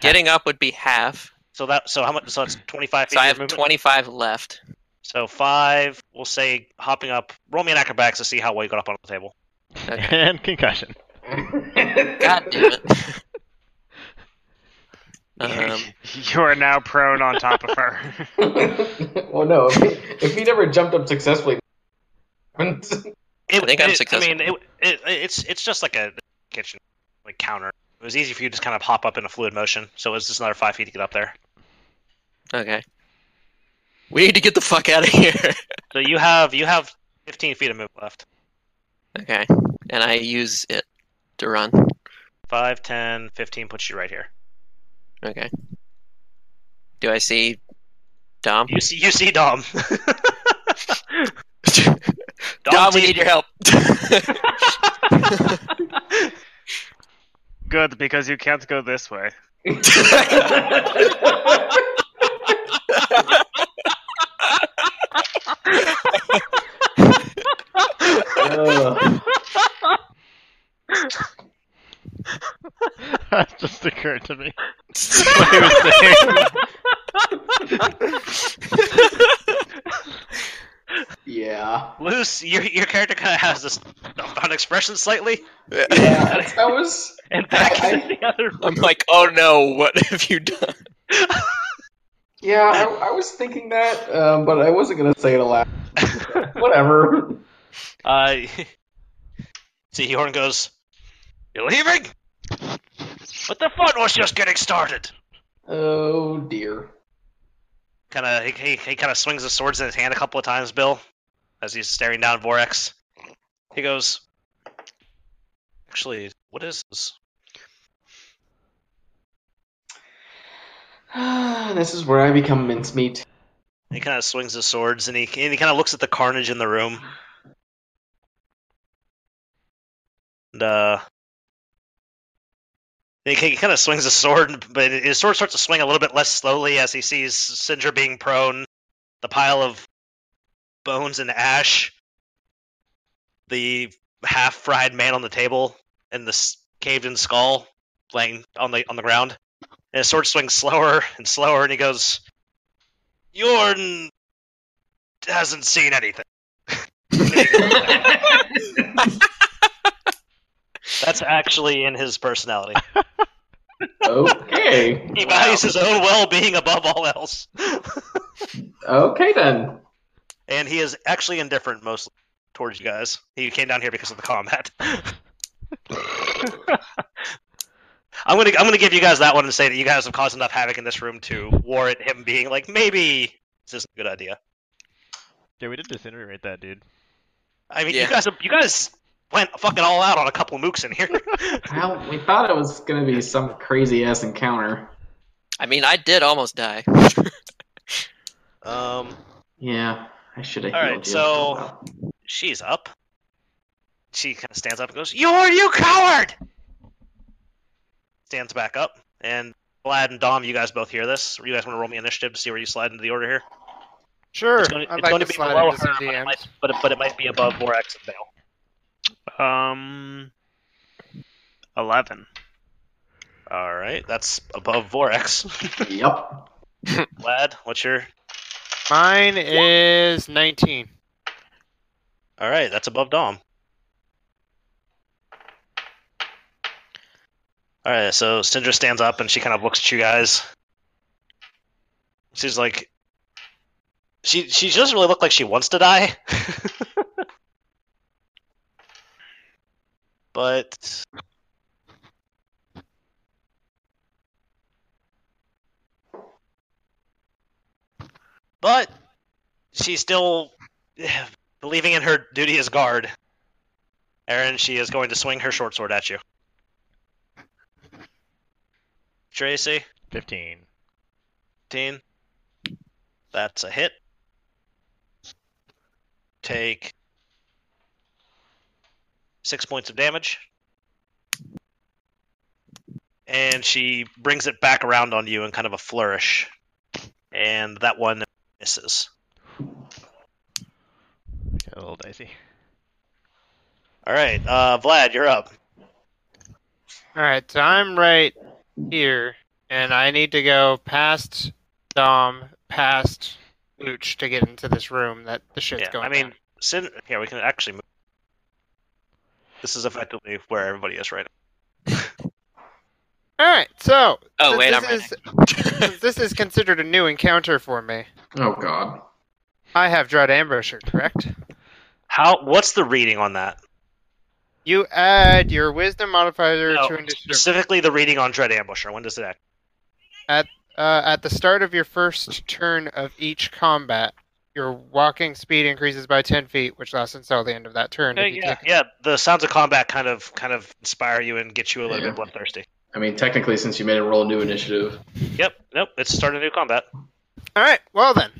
G: getting up would be half,
B: So that, so how much? So it's twenty-five. feet
G: so I
B: of
G: have
B: movement?
G: 25 [LAUGHS] left.
B: So five, we'll say hopping up. Roll me an acrobatics to see how well you got up on the table.
D: [LAUGHS] and concussion.
G: God damn it. [LAUGHS] um,
F: you are now prone on top of her.
C: [LAUGHS]
F: [LAUGHS]
C: well, no. If he, if he never jumped up successfully, [LAUGHS]
B: It,
G: think I'm
B: it-
G: successful.
B: I mean, it, it, it's it's just like a kitchen like counter. It was easy for you to just kind of hop up in a fluid motion. So it was just another five feet to get up there.
G: okay. We need to get the fuck out of here. [LAUGHS]
B: So you have you have fifteen feet of move left.
G: Okay. And I use it to run.
B: 5, 10, 15 puts you right here.
G: Okay. Do I see Dom?
B: You see, you see Dom.
G: [LAUGHS]
B: [LAUGHS]
G: Dom, we
B: sees-
G: need your help. [LAUGHS]
F: Good, because you can't go this way.
C: Ugh.
D: that just occurred to me.
G: [LAUGHS]
D: What he was saying.
B: [LAUGHS]
C: yeah.
B: Luce, your your character kind of has this dumbfound expression slightly,
C: Yeah. That was.
B: and back
C: I-
B: into the other
G: I'm like, oh no, what [LAUGHS] have you done?
C: Yeah, I, I was thinking that, um, but I wasn't gonna say
B: [LAUGHS]
C: it aloud. Whatever.
B: Uh, [LAUGHS] see, Horn goes, You're leaving? But the fun was just getting started.
C: Oh dear. [SIGHS]
B: Kind of, he, he, he kind of swings the swords in his hand a couple of times, Bill, as he's staring down Vorex. He goes, Actually, what is this?
C: this is where I become mincemeat.
B: He kind of swings his swords and he and he kind of looks at the carnage in the room. And, uh, he, he kind of swings his sword, but his sword starts to swing a little bit less slowly as he sees Cinder being prone, the pile of bones and ash, the half-fried man on the table, and the s- caved-in skull laying on the on the ground. And his sword swings slower and slower, and he goes. Jordan hasn't seen anything. That's actually in his personality.
C: Okay. Okay.
B: He values his own well-being above all else,
C: Okay then.
B: and he is actually indifferent mostly towards you guys. He came down here because of the combat. [LAUGHS] I'm gonna I'm gonna give you guys that one and say that you guys have caused enough havoc in this room to warrant him being like maybe this isn't a good idea.
D: Yeah, we did disintegrate that dude.
B: I mean,
G: Yeah.
B: you guys you guys went fucking all out on a couple mooks in here.
C: Well, we thought it was gonna be some crazy ass encounter.
G: I mean, I did almost die. [LAUGHS]
B: um,
C: Yeah, I should have.
B: All right, so- she's up. She kind of stands up and goes, "You're you coward!" Stands back up, and Vlad and Dom, you guys both hear this. You guys want to roll me initiative to see where you slide into the order here?
E: Sure.
B: It's going
E: I'd
B: to
E: like to
B: be
E: slide
B: below
E: into some
B: her, but it,
E: DMs.
B: might, but, it, but it might be above Borax and Bale.
F: Um, eleven.
B: All right, that's above Vorax. [LAUGHS]
C: Yep.
B: Vlad, what's your?
E: Mine is 19.
B: All right, that's above Dom. All right, so Sindra stands up and she kind of looks at you guys. She's like, she she doesn't really look like she wants to die, [LAUGHS] but but she's still believing in her duty as guard. Aaron, she is going to swing her short sword at you. Tracy.
D: Fifteen.
B: 15. That's a hit. Take six points of damage. And she brings it back around on you in kind of a flourish. And that one misses.
D: Got a little dicey.
B: All right, uh, Vlad, you're up.
E: Alright, so I'm right here, and I need to go past Dom, past Luch to get into this room that the shit's
B: Yeah,
E: going
B: I mean,
E: down.
B: Sin- yeah, we can actually move. This is effectively where everybody is right
E: Alright, so.
G: Oh,
E: since
G: wait,
E: this
G: I'm right
E: is, since This is [LAUGHS] considered a new encounter for me.
C: Oh god.
E: I have Dread Ambusher, correct?
B: How? What's the reading on that?
E: You add your wisdom modifier
B: No,
E: to initiative
B: Oh, Specifically, the reading on Dread Ambusher. When does it act?
E: uh, at the start of your first turn of each combat. Your walking speed increases by 10 feet, which lasts until the end of that turn. if you
B: yeah,
E: take-
B: yeah. The sounds of combat kind of kind of inspire you and get you a little
C: Yeah.
B: bit bloodthirsty.
C: I mean, technically, since you made a roll a new initiative,
B: Yep. Nope. It's start a new combat.
E: All right. Well then,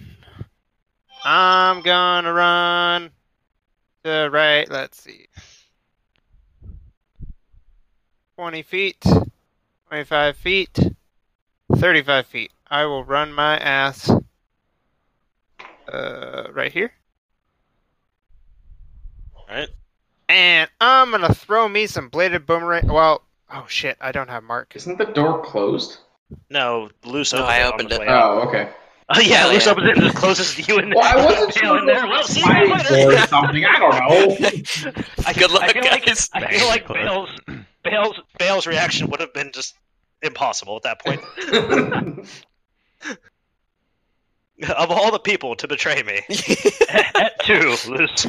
E: I'm gonna run to right. Let's see, twenty feet, twenty-five feet, thirty-five feet. I will run my ass. Uh, right here.
B: All right.
E: And I'm gonna throw me some bladed boomerang. Well, oh shit, I don't have mark.
C: isn't the door closed?
B: No, loose
G: No,
B: opened
G: I
B: it on
G: opened
B: the
G: it.
B: way out.
C: Oh, okay.
B: Oh, [LAUGHS] yeah,
G: Oh,
B: loose
G: yeah.
B: opens it and it closes [LAUGHS] to you and
C: Well, I wasn't
B: Bale
C: sure
B: in there.
C: if
B: Well,
C: it was
B: see you later.
C: or something. I don't know.
B: I
G: [LAUGHS] Good luck,
B: I feel like,
G: guys.
B: I feel like
D: Basically.
B: Bale's, Bale's Bale's reaction would have been just impossible at that point. [LAUGHS] of all the people to betray me, [LAUGHS] at two, Luce.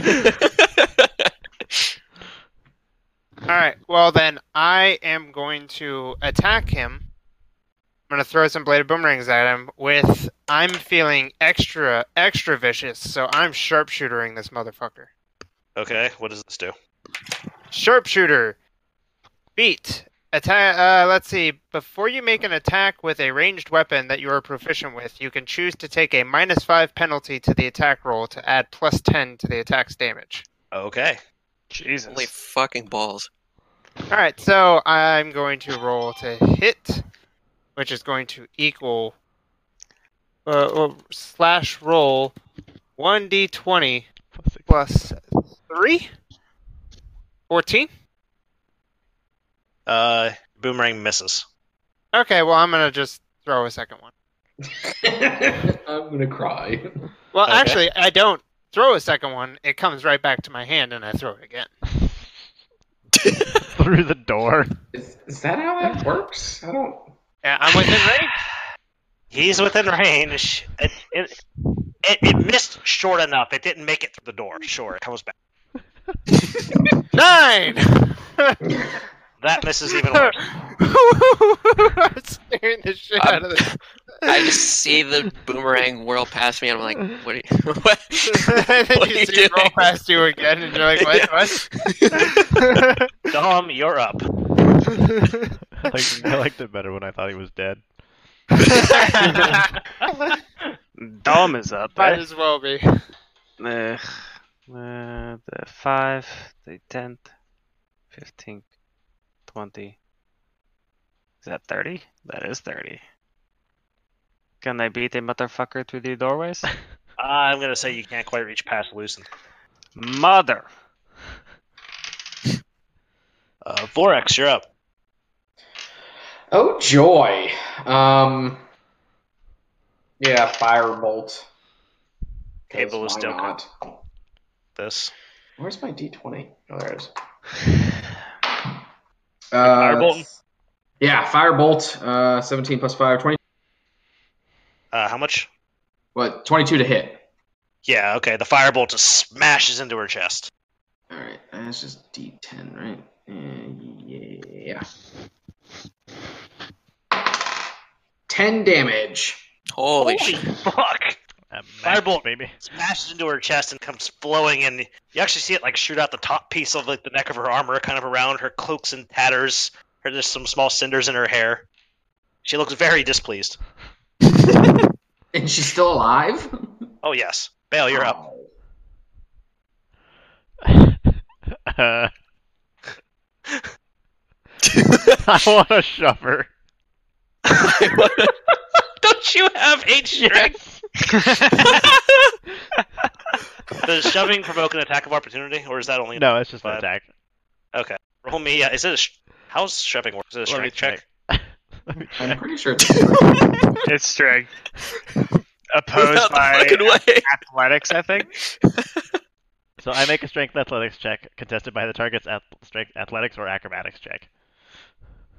E: All right. Well then, I am going to attack him. I'm gonna throw some bladed boomerangs at him. With I'm feeling extra extra vicious, so I'm sharpshootering this motherfucker.
B: Okay, what does this do?
E: Sharpshooter, beat attack. Uh, let's see. Before you make an attack with a ranged weapon that you are proficient with, you can choose to take a minus five penalty to the attack roll to add plus ten to the attack's damage.
B: Okay.
F: Jesus.
G: [LAUGHS] Holy fucking balls.
E: All right, so I'm going to roll to hit, which is going to equal uh, well, slash roll one d twenty
D: Plus six.
E: plus three. 14?
B: Uh, boomerang misses.
E: Okay, well I'm gonna just throw a second one.
C: I'm gonna cry.
E: Well,
B: Okay.
E: actually, I don't throw a second one. It comes right back to my hand, and I throw it again.
D: Through the door. [LAUGHS]
C: Is, is that how that works? I don't.
E: Yeah, Uh, I'm within
G: [LAUGHS]
E: range.
B: He's within range. It, it, it, it missed short enough. It didn't make it through the door. Sure, it comes back.
E: Nine.
B: That misses even worse.
E: [LAUGHS] I'm scaring the shit out of this.
G: [LAUGHS] I just see the boomerang whirl past me, and I'm like, "What? Are you, [LAUGHS] what?
E: and then
G: What
E: you
G: are you
E: see it roll
G: doing?
E: past you again, and you're like, what?
G: Yeah.
E: What?
B: Dom, you're up.
D: I liked, I liked it better when I thought he was dead.
E: [LAUGHS]
F: Dom is up.
E: Might
F: eh?
E: as well be.
F: Uh, uh, the 5, the 10th, 15th, 20. Is that 30? That is 30. Can I beat a motherfucker through the doorways?
I: [LAUGHS]
B: I'm gonna say you can't quite reach past Lucen.
F: Mother!
B: Uh, Vorex, you're up.
C: Oh joy. Um. Yeah, firebolt. 'Cause
B: Cable is
C: why
B: still
C: not?
B: This
C: Where's my d20? Oh, there
B: [LAUGHS]
C: it is. Uh,
B: Firebolt?
C: Yeah, firebolt. Uh, 17 plus 5, 20.
B: uh, how much?
C: What? 22 to hit.
B: Yeah, okay. The firebolt just smashes into her chest.
C: All right, that's just d10, right? Uh, yeah. 10 damage.
G: Holy [LAUGHS] shit!
B: fuck!
D: At max,
B: Firebolt.
D: baby. [LAUGHS]
B: Smashes into her chest and comes flowing, and you actually see it like shoot out the top piece of like the neck of her armor, kind of around her cloaks and tatters. Or there's some small cinders in her hair. She looks very displeased.
C: And she's still alive? Oh,
B: Oh yes, Bale, you're up.
D: Uh, I want to shove [LAUGHS] her.
B: [LAUGHS] Don't you have eight strength? Does shoving provoke an attack of opportunity, or is that only
D: No, it's just an
B: But-
D: attack.
B: Okay, roll me. Uh, is it a sh- how's shoving work? Is it a
D: Let me
B: strength check?
D: Let me
C: I'm
D: check.
C: pretty sure it's [LAUGHS] a
F: It's [LAUGHS] strength.
G: Not
F: Opposed by
G: the fucking way.
F: athletics, I think.
D: So I make a strength athletics check contested by the target's ath- strength athletics or acrobatics check.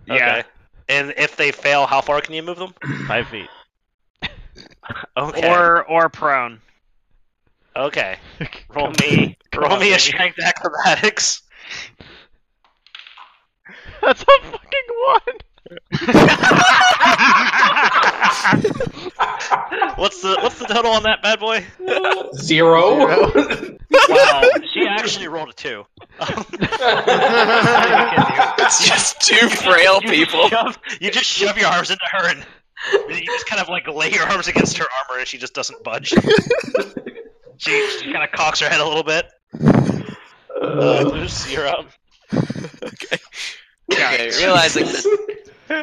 F: Yeah.
B: Okay. And if they fail, how far can you move them?
D: Five feet. [LAUGHS]
B: Okay.
F: Or or prone.
B: okay. Roll [LAUGHS] me.
D: Come
B: Roll
D: on,
B: me a
D: baby.
B: strength acrobatics.
D: [LAUGHS] That's a fucking one.
B: [LAUGHS] What's the What's the total on that bad boy?
C: [LAUGHS] zero.
B: Wow. she actually rolled a two.
G: It's just [LAUGHS] two frail people.
B: Shove- you just shove your arms into her and. You just kind of like lay your arms against her armor, and she just doesn't budge. she she kind of cocks her head a little bit. Uh, Luce, you're up.
G: Okay, realizing that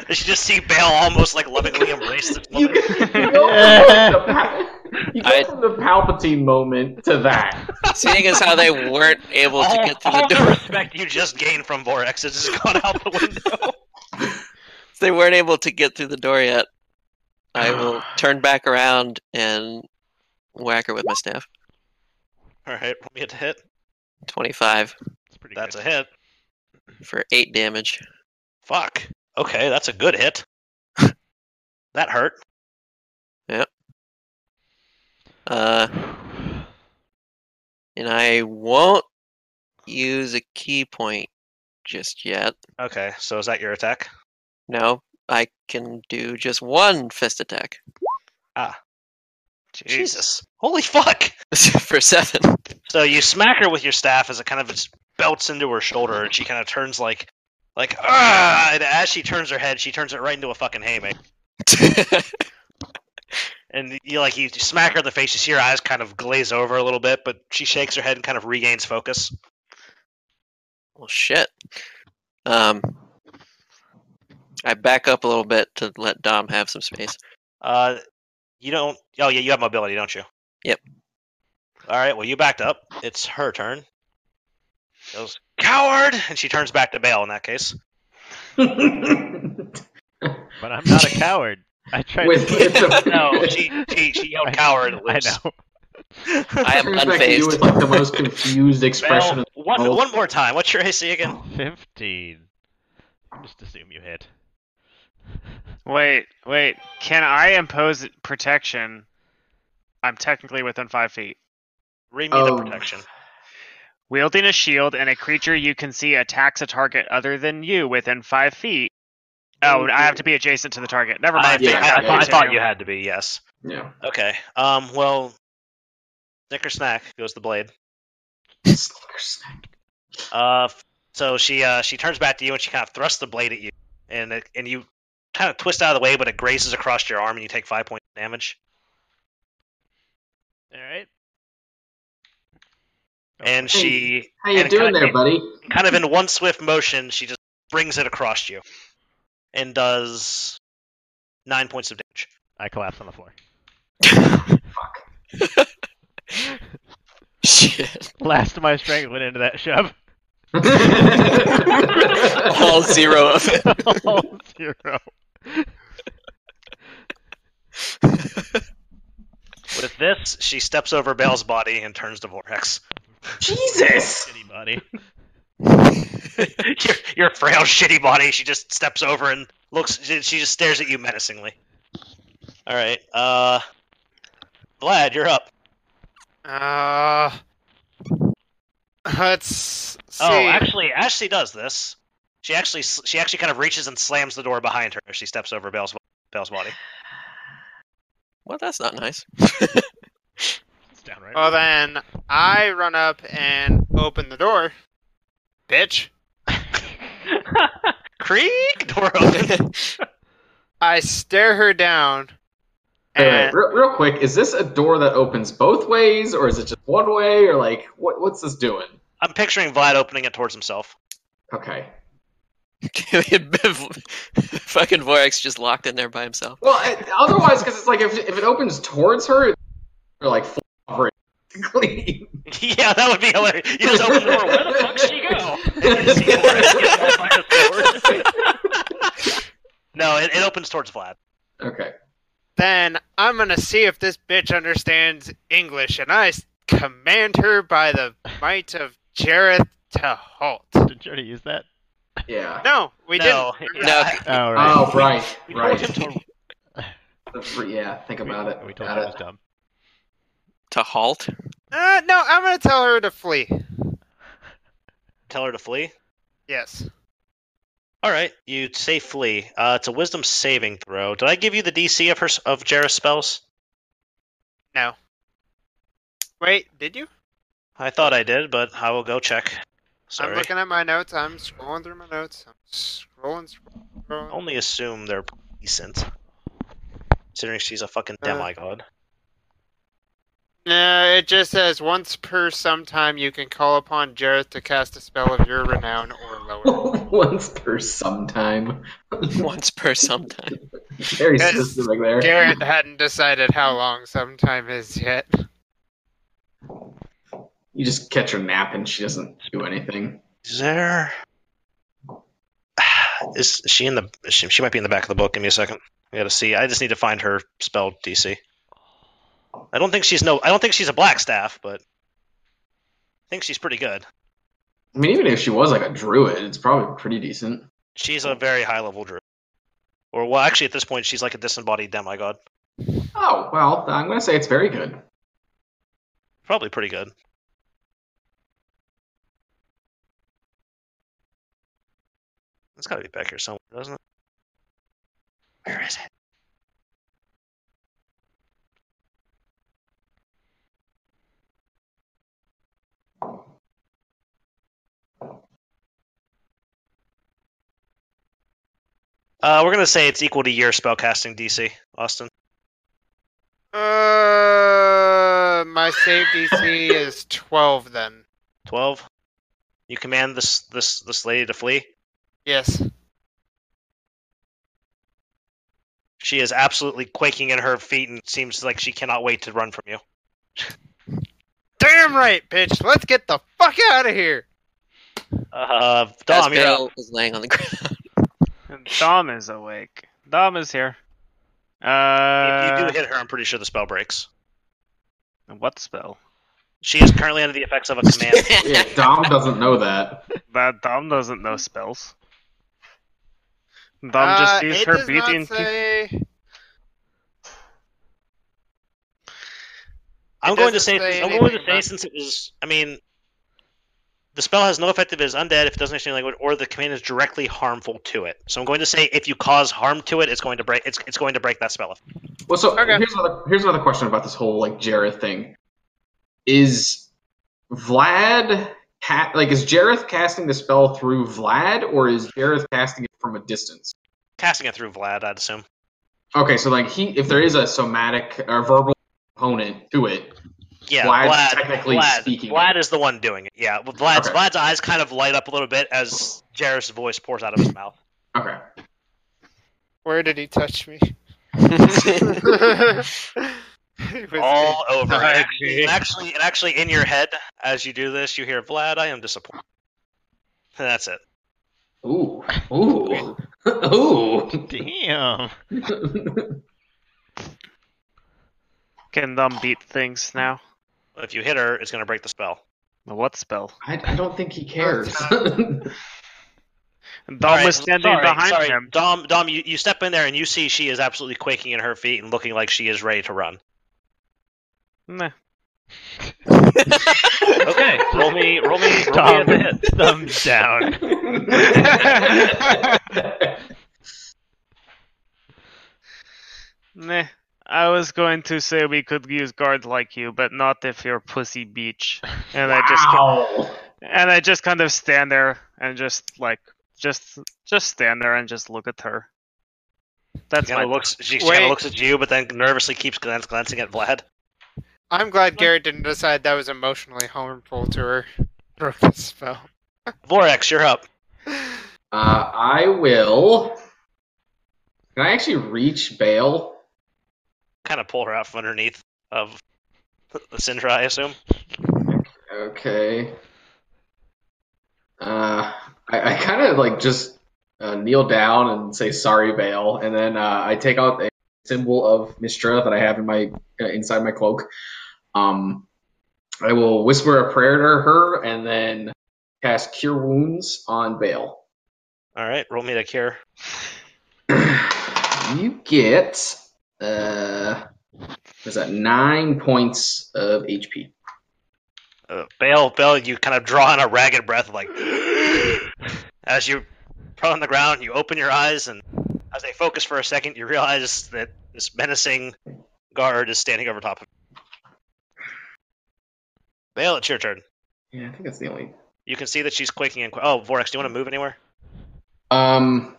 B: You should just see Bale almost like lovingly embrace this
C: You,
B: woman.
C: you go, from the, pa- [LAUGHS] you go
G: I-
C: from the Palpatine moment to that.
G: seeing as how they weren't able to
B: All,
G: get through
B: all [LAUGHS]
G: the
B: the,
G: door,
B: respect you just gained from Vorex has just gone out the window.
G: they weren't able to get through the door yet. I will turn back around and whack her with my staff.
B: [LAUGHS] All right, roll me a hit.
G: Twenty-five
D: It's pretty
B: That's a
D: good.
B: hit.
G: for eight damage.
B: Fuck. Okay, that's a good hit. [LAUGHS] That hurt.
G: Uh, and I won't use a key point just yet.
B: Okay, so is that your attack?
G: No, I can do just one fist attack [LAUGHS]
F: Jeez.
B: Jesus. Holy fuck.
G: for seven. [LAUGHS]
B: So you smack her with your staff as it kind of just belts into her shoulder, and she kind of turns like, like, ah! And as she turns her head, she turns it right into a fucking haymaker. And you like you smack her in the face, you see her eyes kind of glaze over a little bit, but she shakes her head and kind of regains focus.
G: well, shit. Um, I back up a little bit to let Dom have some space.
B: Uh, you don't. Oh yeah, you have mobility, don't you?
G: Yep.
B: All right. Well, you backed up. It's her turn. Goes coward, and she turns back to Bale. In that [LAUGHS] case,
D: But I'm not a coward. [LAUGHS] I tried.
C: With,
D: to...
C: it's a,
B: no, Oh, she she, [LAUGHS] she yelled
D: [LAUGHS]
B: coward.
D: I
B: Liz.
D: know.
G: I am
C: turns [LAUGHS] back to you
G: unfazed.
C: with like the most confused expression.
B: Bale,
C: of
B: one
C: Oh.
D: [LAUGHS]
B: one more time. What's your AC again?
D: Fifteen. I just assume you hit.
I: Wait, wait. Can I impose protection? I'm technically within five feet.
B: Read me the
C: Oh.
B: protection.
I: Wielding a shield and a creature you can see attacks a target other than you within five feet. Oh, I have to be adjacent to the target. Never
B: I,
I: mind.
C: yeah,
B: think- I- I
C: yeah,
B: thought, I
C: yeah.
B: thought you had to be, yes.
C: Yeah.
B: Okay. Um. Well, Snicker Snack goes the blade. Uh, f- so she uh, she turns back to you and she kind of thrusts the blade at you, and it, and you kind of twist out of the way, but it grazes across your arm and you take five points of damage.
D: All right.
B: And
C: Hey.
B: she
C: How you
B: And it
C: doing
B: kinda-
C: there, buddy?
B: kind of in one swift motion, she just brings it across you, and does nine points of damage.
D: I collapse on the floor.
G: Shit.
D: Last of my strength went into that shove. [LAUGHS]
G: [LAUGHS]
C: [LAUGHS]
G: All zero of
E: [LAUGHS]
G: it.
D: All zero.
B: With this, she steps over Bale's body and turns to Vortex. [LAUGHS]
C: Jesus.
D: Shitty buddy.
B: your, your frail, shitty body. She just steps over and looks. She she just stares at you menacingly. All right, uh, Vlad, you're up.
E: Uh, let's see.
B: Oh, actually, Ashley does this. She actually s- she actually kind of reaches and slams the door behind her as she steps over Bale's, Bale's body.
G: Well, that's not nice. [LAUGHS]
D: It's downright.
E: well, then I run up and open the door.
B: [LAUGHS]
E: Bitch.
B: Creak! Door open. [LAUGHS]
E: I stare her down.
C: Wait,
E: And
C: wait, real, real quick, is this a door that opens both ways, or is it just one way, or like what? What's this doing?
B: I'm picturing Vlad opening it towards himself. [LAUGHS]
C: Okay.
G: Fucking Vorax just locked in there by himself.
C: Well, it, otherwise, because it's like if, if it opens towards her, they're like full coverage. Basically.
B: yeah, that would be hilarious. You just open the door. Where the fuck she go? And you see Vortex get held by his sword. [LAUGHS] no, it, it opens towards Vlad.
C: [LAUGHS] Okay.
E: then I'm gonna see if this bitch understands English, and I s- command her by the might of Jareth to halt.
D: Did you already use that?
C: Yeah.
E: No, we
B: no,
E: didn't.
G: No.
D: Oh, right.
C: Oh, right,
B: We told him
C: right.
B: to
C: Yeah, think about it.
D: We told
C: Got
D: you it
C: it.
D: was dumb.
G: To halt? [LAUGHS]
E: Uh, no, I'm gonna tell her to flee.
B: tell her to flee.
E: Yes.
B: All right, you safely. Uh, it's a wisdom saving throw. Did I give you the DC of her s- of Jarrah's spells?
E: Wait, did you?
B: I thought I did, but I will go check. Sorry.
E: I'm looking at my notes. I'm scrolling through my notes. I'm scrolling, scrolling. scrolling.
B: Only assume they're decent, considering she's a fucking
E: Uh.
B: demigod.
E: No, Uh, it just says once per sometime you can call upon Jareth to cast a spell of your renown or lower.
C: [LAUGHS] [LAUGHS] Once per sometime. [LAUGHS]
G: Once per sometime.
C: Very
E: Yes.
C: specific there.
E: Jareth hadn't decided how long sometime is yet.
C: You just catch her nap and she doesn't do anything.
B: Is there? [SIGHS] Is she in the? She, she might be in the back of the book. Give me a second. I gotta see. I just need to find her spell DC. I don't think she's no. I don't think she's a black staff, but I think she's pretty good.
C: I mean, even if she was like a druid, it's probably pretty decent.
B: She's a very high level druid. Or well, actually, at this point, she's like a disembodied demigod.
C: Oh well, I'm gonna say it's very good.
B: Probably pretty good. It's got to be back here somewhere, doesn't it? Where is it? Uh, we're gonna say it's equal to your spellcasting DC, Austin.
E: Uh, my save DC is 12 then.
B: Twelve. You command this this this lady to flee.
E: Yes.
B: She is absolutely quaking in her feet and seems like she cannot wait to run from you.
E: Damn right, bitch. Let's get the fuck out of here.
B: Uh,
G: As
B: Dom, you're up.
G: Bale is laying on the ground.
F: Dom is awake. Dom is here.
B: If you
F: Uh,
B: do hit her, I'm pretty sure the spell breaks.
F: what spell?
B: She is currently under the effects of a
E: [LAUGHS]
B: command.
C: Yeah, Dom doesn't know that.
F: That Dom doesn't know spells. Dom
E: Uh,
F: just sees
E: it
F: her
E: does not
F: beating. pe-
E: say-
B: I'm going
E: It
B: to
E: doesn't
B: say,
E: say
B: I'm going to
E: anything
B: say
E: about-
B: since it was I mean the spell has no effect if it is undead, if it doesn't actually language, or the command is directly harmful to it. So I'm going to say if you cause harm to it, it's going to break it's, it's going to break that spell. effect.
C: Well, so
E: Okay.
C: here's another here's another question about this whole like Jareth thing. Is Vlad ca- like is Jareth casting the spell through Vlad, or is Jareth casting it from a distance?
B: Casting it through Vlad, I'd assume.
C: Okay, so like he, if there is a somatic or verbal component to it,
B: Yeah,
C: Vlad's
B: Vlad.
C: technically
B: Vlad,
C: speaking.
B: Vlad is the one doing it. Yeah, well, Vlad's
C: Okay.
B: Vlad's eyes kind of light up a little bit as Jairus' voice pours out of his
F: [LAUGHS]
B: mouth.
C: okay,
E: Where did he touch me? [LAUGHS] It was
F: Oh.
B: all over.
E: I
B: And actually, and actually, and actually, in your head, as you do this, you hear Vlad. I am disappointed. And that's it.
C: ooh, ooh, [LAUGHS] ooh. [LAUGHS]
D: Damn.
F: Can Dom beat things now?
B: If you hit her, it's going to break the spell.
F: What spell?
C: I, I don't think he cares. [LAUGHS]
F: Dom
B: All right,
F: is standing
B: sorry,
F: behind
B: sorry.
F: him.
B: Dom, Dom, you, you step in there and you see she is absolutely quaking in her feet and looking like she is ready to run.
F: Nah.
B: Okay, roll me, roll me, roll me
D: Dom,
B: in the hit.
D: thumbs
B: [LAUGHS]
D: down.
F: Nah. I was going to say we could use guard like you, but not if you're pussy beach. And I just ca-
C: Ow.
F: and I just kind of stand there and just like just just stand there and just look at her. That's
B: She kind of
F: my
B: looks, she kind
E: Wait.
B: of looks at you, but then nervously keeps glance, glancing at Vlad.
E: I'm glad Garrett didn't decide that was emotionally harmful to her. Broke the spell.
B: Vorax, you're up.
C: Uh, I will. Can I actually reach Bale?
B: Kind of pull her out from underneath of Sindra, I assume.
C: Okay. Uh, I, I kind of like just uh, kneel down and say sorry, Bale, and then uh, I take out a symbol of Mistra that I have in my uh, inside my cloak. Um, I will whisper a prayer to her and then cast Cure Wounds on Bale.
B: All right, roll me to cure.
C: [CLEARS THROAT] you get uh, was that nine points of HP?
B: Uh, Bale, Bale, you kind of draw in a ragged breath, like as you prone on the ground. You open your eyes, and as they focus for a second, you realize that this menacing guard is standing over top of. you. Bale, it's your turn.
C: Yeah, I think that's the only
B: You can see that she's quaking and. Qu- oh, Vorax, do you want to move anywhere?
C: Um,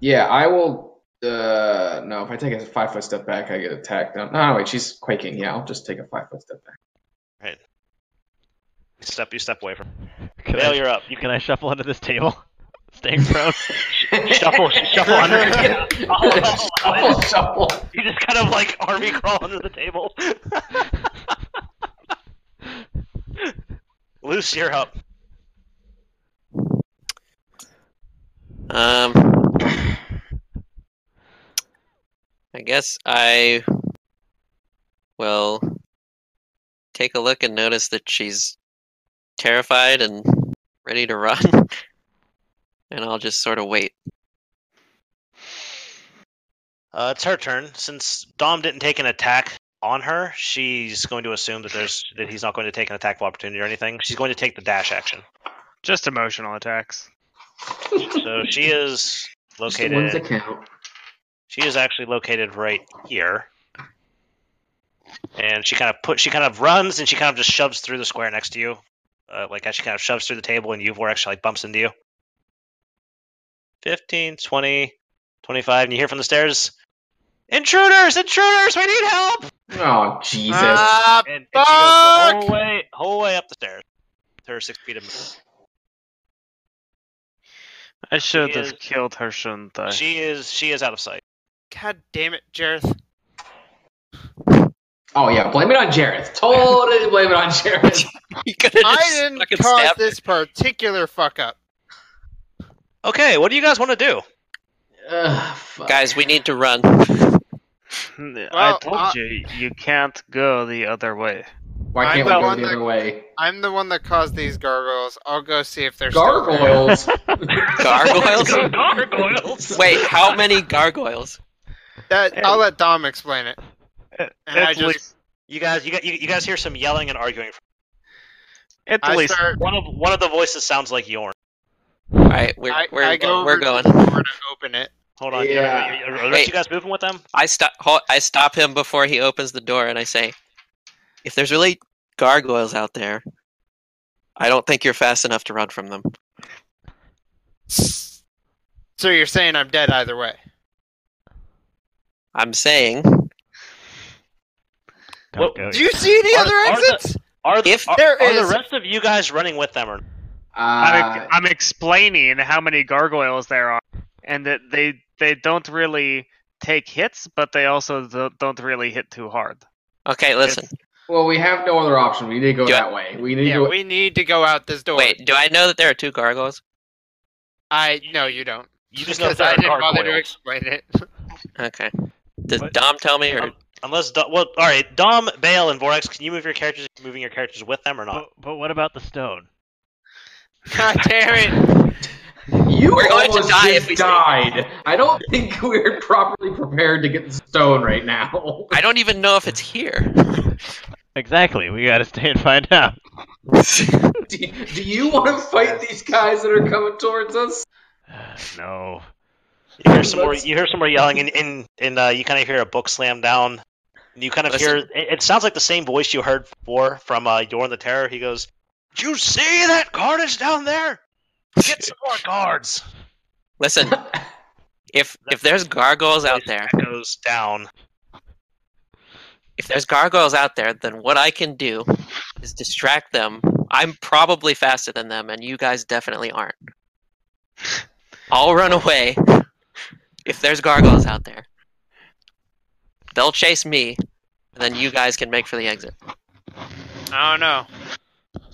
C: yeah, I will. Uh, no, if I take a five foot step back, I get attacked. No, no, wait, she's quaking. Yeah, I'll just take a five foot step back.
B: You step, you step away from.
D: Can
B: Bale,
D: I,
B: you're up. You
D: can I shuffle under this table? [LAUGHS] Staying prone.
C: [LAUGHS]
B: shuffle, shuffle under. Yeah. Oh,
C: Shuffle, shuffle.
B: [LAUGHS] you just kind of like army [LAUGHS] crawl under the table. [LAUGHS] Luce, you're up.
G: Um, I guess I will take a look and notice that she's terrified and ready to run. [LAUGHS] And I'll just sort of wait. [LAUGHS]
B: Uh, it's her turn. Since Dom didn't take an attack on her, she's going to assume that there's that he's not going to take an attack of opportunity or anything. She's going to take the dash action.
F: just emotional attacks.
B: So she is
C: Just the
B: located.
C: ones that count.
B: She is actually located right here, and she kind of put. She kind of runs and she kind of just shoves through the square next to you. Uh, like as she kind of shoves through the table, and Yuvor actually like bumps into you. 15, 20, 25, and you hear from the stairs, "Intruders! Intruders! We need help!"
C: Oh Jesus!
E: Ah,
B: and, and she goes the
E: Fuck!
B: whole way, whole way up the stairs. To her six feet of movement.
F: I should
B: is-
F: have killed her, shouldn't I?
B: She is she is out of sight.
E: God damn it, Jareth.
C: oh yeah, blame it on Jareth. Totally blame it on Jareth.
G: You could have
E: I didn't cause this particular fuck up.
B: Okay, what do you guys want to do?
C: Ugh, fuck.
G: Guys, we need to run.
F: I
E: Well,
F: told
E: I-
F: you you can't go the other way.
C: Why
E: I'm
C: can't
E: the
C: we go
E: one
C: the
E: that-
C: other way?
E: I'm the one that caused these gargoyles. I'll go see if they're still there.
C: Gargoyles.
G: [LAUGHS]
C: [LAUGHS]
G: Gargoyles?
B: gargoyles.
G: Wait, how many gargoyles?
E: That, I'll let Dom explain it.
F: Uh,
E: And I
F: it's
E: just
F: Lis-
B: You guys, you, got- you, you guys hear some yelling and arguing.
F: it's
E: I
F: Lis-
E: start.
B: One of one of the voices sounds like Yorn.
G: All right, we're
E: I,
G: we're,
E: I go
G: we're
E: over
G: going.
E: to the door to open it.
B: Hold on,
C: Yeah.
B: are, are, are,
G: Wait.
B: you guys moving with them?
G: I stop. hol- I stop him before he opens the door, and I say, "If there's really gargoyles out there, I don't think you're fast enough to run from them."
E: So you're saying I'm dead either way?
G: I'm saying,
D: Don't
B: [LAUGHS] Well,
D: go
E: Do
D: yet.
E: you see any
B: Are-
E: other
B: are the-
E: exits?
B: Are the,
G: If
B: are,
G: there
B: are
G: is-
B: the rest of you guys running with them or? not?
C: Uh,
F: I'm-
I: I'm, I'm explaining how many gargoyles there are, and that they they don't really take hits, but they also don't, don't really hit too hard.
G: "Okay, listen.
C: well, we have no other option. We need to go
G: Yeah.
C: that way. We need
E: Yeah,
C: to go.
E: we need to go out this door.
G: Wait, do I know that there are two gargoyles?
E: I no, you don't.
B: You just know
E: Because
B: there
E: I
B: are
E: didn't bother to
B: gargoyles.
E: explain it. [LAUGHS]
G: Okay. Did
D: What?
G: Dom tell me, or
B: Um, Unless, Do- well, all right, Dom, Bale, and Vorax, can you move your characters? Moving your characters with them or not?
D: But, but what about the stone?
E: God damn it!
C: You
G: We're going to
C: almost
G: die
C: just
G: if we stay.
C: died. I don't think [LAUGHS] we're properly prepared to get the stone right now. [LAUGHS]
G: I don't even know if it's here."
D: Exactly. We gotta stay and find out.
C: do, do you want to fight these guys that are coming towards us?
D: no.
B: You hear some more.
C: Let's-
B: You hear some more yelling, and and, and uh, you kind of hear a book slam down. And you kind of
G: Listen.
B: hear. It, it sounds like the same voice you heard before from uh, Yorn the Terror. He goes, "Did you see that carnage down there? Get some more guards."
G: Listen,
E: [LAUGHS]
G: if if there's gargoyles out there,
B: Goes down.
G: if there's gargoyles out there, then what I can do is distract them. I'm probably faster than them, and you guys definitely aren't. I'll run away if there's gargoyles out there. They'll chase me, and then you guys can make for the exit.
E: I don't know.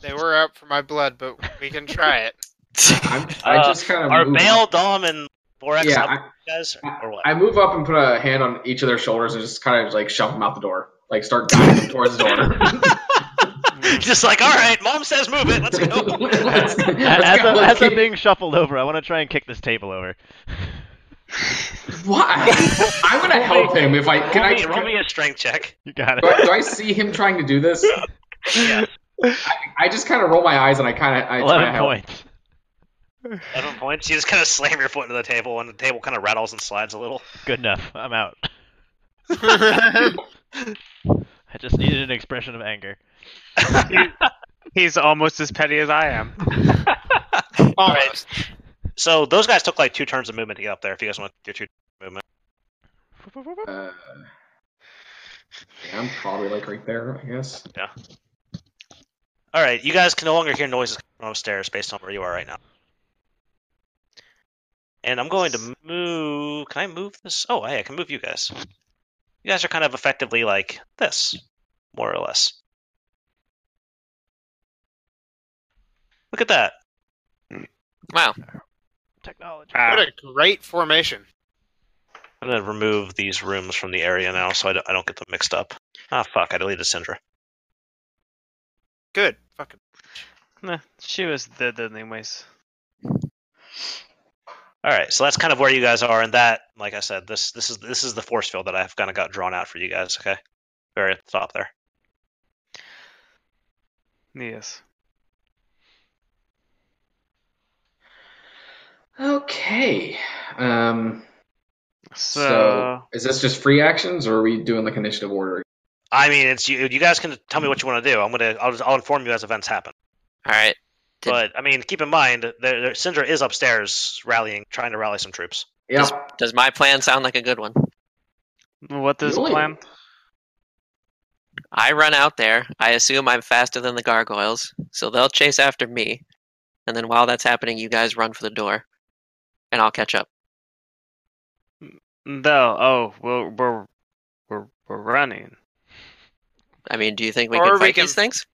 E: They were out for my blood, but we can try [LAUGHS] it.
C: I'm, I
B: Uh,
C: just kind of
B: Are
C: move
B: Bale, Dom, and Vorax
C: Yeah,
B: up
C: I-
B: with you guys, or what? [LAUGHS]
C: I move up and put a hand on each of their shoulders and just kind of like shove them out the door. Like start guiding them [LAUGHS] towards the door.
B: just like, all right, Mom says move it. [LAUGHS] Let's go.
C: [LAUGHS] Let's-
D: A-
C: let's
D: As,
C: go,
D: I'm-
C: let's
D: as I'm
C: keep-
D: being shuffled over, I want to try and kick this table over.
B: [LAUGHS]
C: Why? I'm gonna help him if I can.
B: roll,
C: I
B: me, roll
C: do,
B: me a strength check.
D: You got
C: I, do
D: it.
C: I see him trying to
B: [LAUGHS]
C: do this? I, I just kind of roll my eyes and I kind of I try to
D: Eleven
C: help.
D: points.
B: Eleven points. You just kind of slam your foot into the table, and the table kind of rattles and slides a little.
D: Good enough. [LAUGHS] I'm out. I just needed an expression of anger.
F: he's almost as petty as I am.
E: Almost.
B: So those guys took like two turns of movement to get up there. If you guys want your two movement,
C: Uh, yeah, I'm probably like right there, I guess.
B: all right, you guys can no longer hear noises from upstairs based on where you are right now. And I'm going to move. Can I move this? Oh, hey, I can move you guys. You guys are kind of effectively like this, more or less. Look at that.
G: Wow.
D: Technology.
E: What
I: Ah.
F: Wow.
E: a great formation.
B: I'm gonna remove these rooms from the area now, so I don't, I don't get them mixed up. Ah, fuck! I deleted Syndra.
E: Good. Fucking.
F: [LAUGHS] Nah, she was dead anyways.
B: All right, so that's kind of where you guys are, and that, like I said, this this is this is the force field that I've kind of got drawn out for you guys. Okay, very at the top there.
F: Yes.
C: Okay. Um,
F: So,
C: so, is this just free actions, or are we doing like initiative order?
B: I mean, it's you. You guys can tell me what you want to do. I'm gonna I'll, just, I'll inform you as events happen.
G: All right. Did-
B: But I mean, keep in mind, there, there, Syndra is upstairs rallying, trying to rally some troops.
C: Yeah.
G: Does my plan sound like a good one?
F: what is the
C: Really?
F: plan?
G: I run out there. I assume I'm faster than the gargoyles, so they'll chase after me. And then while that's happening, you guys run for the door, and I'll catch up.
F: No. Oh, we're we're we're, we're running.
G: I mean, do you think we
E: Or
G: can
E: we
G: fight
E: can-
G: these things?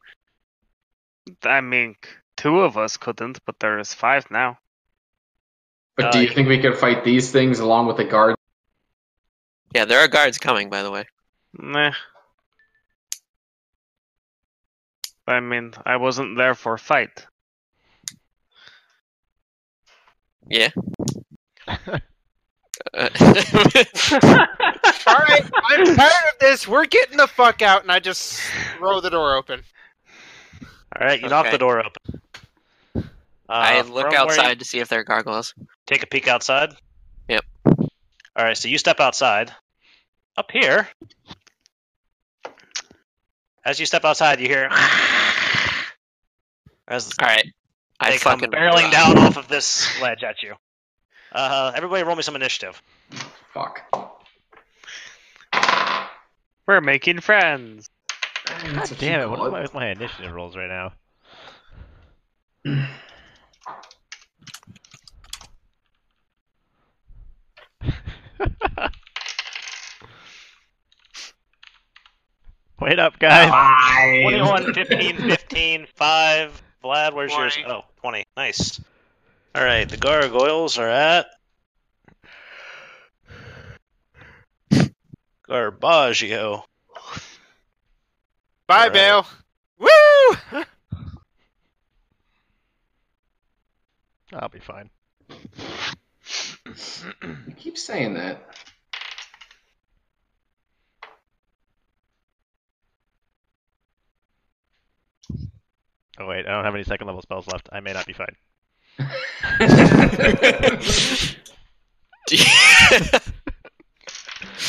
F: I mean, two of us couldn't, but there is five now.
C: But do
B: Uh,
C: you think we could fight these things along with the guards?
G: [LAUGHS]
C: [LAUGHS]
G: Yeah, there are guards coming, by the way.
F: Nah. I mean, I wasn't there for fight.
G: Yeah. Uh,
E: All right, I'm tired of this. We're getting the fuck out, and I just throw the door open.
B: All right, you knock
G: Okay.
B: the door open. Uh,
G: I
B: from
G: look
B: where you-
G: outside to see if there are gargoyles.
B: take a peek outside.
G: Yep.
B: All right, so you step outside. Up here, as you step outside, you hear [SIGHS] as
G: All right. I
B: they come
G: fucking [LAUGHS]
B: barreling down off of this ledge at you. Uh, everybody, roll me some initiative.
C: Fuck.
F: We're making friends.
C: God
D: Damn it! What am I with my initiative rolls right now? [LAUGHS] Wait up, guys!
B: Ah. 21, 15, 15, 5. Vlad, where's yours?
E: 20.
B: Oh, 20. Nice. All right, the gargoyles are at. Garbaggio.
E: Bye,
B: All right.
E: Bale. Woo! [LAUGHS]
D: I'll be fine.
C: You keep saying that.
D: Oh wait, I don't have any second level spells left. I may not be fine.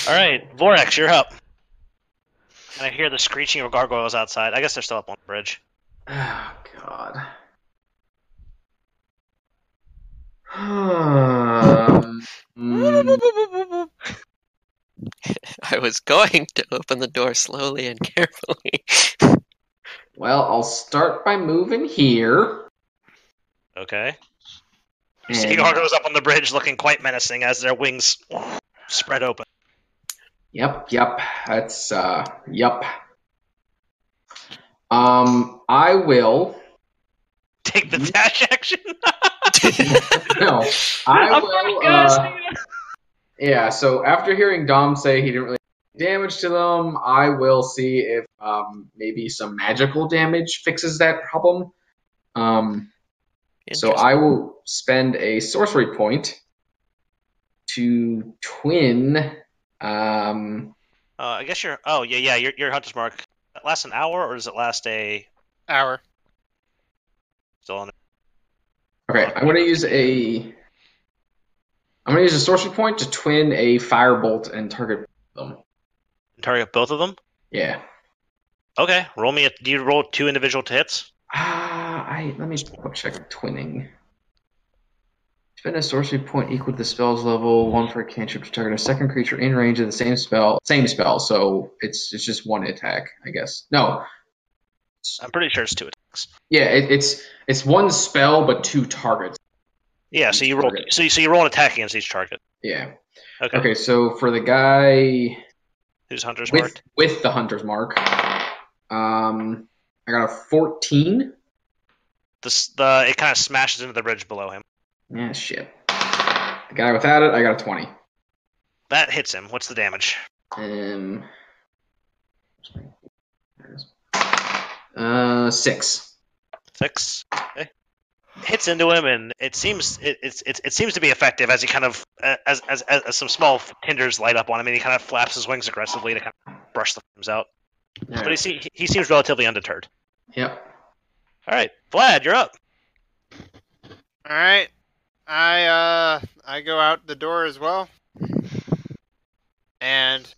B: All right, Vorax, you're up. And I hear the screeching of gargoyles outside. I guess they're still up on the bridge.
C: oh God. [SIGHS] Um, mm,
G: I was going to open the door slowly and carefully. [LAUGHS]
C: well, I'll start by moving here.
B: Okay. You see
C: and-
B: gargoyles up on the bridge looking quite menacing as their wings spread open.
C: Yep, yep. That's uh yep. Um I will [LAUGHS]
B: Take the dash [LAUGHS] action.
C: no. I will uh, Yeah, so after hearing Dom say he didn't really damage to them, I will see if um maybe some magical damage fixes that problem. Um [LAUGHS] so I will spend a sorcery point to twin um
B: Uh, I guess you're. Oh yeah, yeah. Your your hunter's mark That lasts an hour, or does it last a?
E: Hour.
B: Still on.
C: Okay, I'm gonna use a. I'm gonna use a sorcery point to twin a firebolt and target them.
B: Target both of them.
C: Yeah.
B: Okay. Roll me. A, do you roll two individual hits?
C: Ah, I let me quick check twinning. Spend a sorcery point equal to the spell's level, one for a cantrip to target a second creature in range of the same spell. Same spell, so it's it's just one attack, I guess. No,
B: I'm pretty sure it's two attacks.
C: yeah, it, it's it's one spell but two targets.
B: Yeah. So you roll.
C: Target.
B: So you, so you roll an attack against each target.
C: Yeah.
B: Okay.
C: Okay, so for the guy
B: Who's hunter's mark?
C: with with the hunter's mark, um, I got a fourteen.
B: The s- the it kind of smashes into the bridge below him.
C: Yeah, shit. The guy without it, I got a 20.
B: That hits him. What's the damage?
C: Um, uh, six.
B: Six. Okay. Hits into him, and it seems it, it's it, it seems to be effective as he kind of uh, as, as as as some small tinders light up on him, and he kind of flaps his wings aggressively to kind of brush the flames out. But he, se- he seems relatively undeterred.
C: Yep.
B: All right, Vlad, you're up.
E: All right. I uh I go out the door as well. And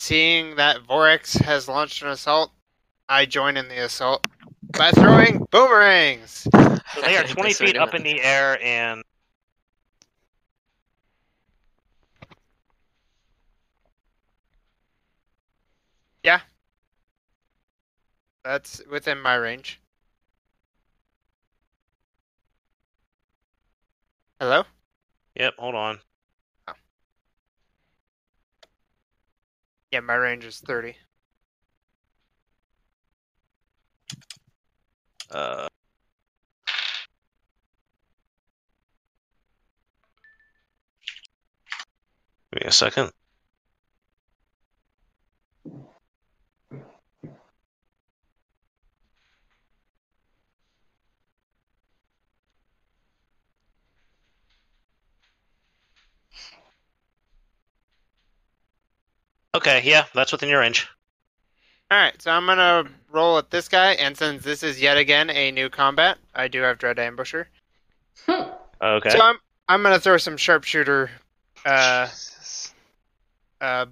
E: seeing that Vorex has launched an assault, I join in the assault by throwing boomerangs.
B: So they are 20
G: That's what
B: feet
G: I
B: up
G: do.
B: in the air, and
E: That's within my range. Hello?
B: yep, hold on.
E: Yeah, my range is 30.
B: Uh, give me a second. Okay, yeah, that's within your range.
E: All right, so I'm gonna roll at this guy, and since this is yet again a new combat, I do have Dread Ambusher.
B: Okay.
E: So I'm I'm gonna throw some sharpshooter, uh,
F: Jesus.
E: uh,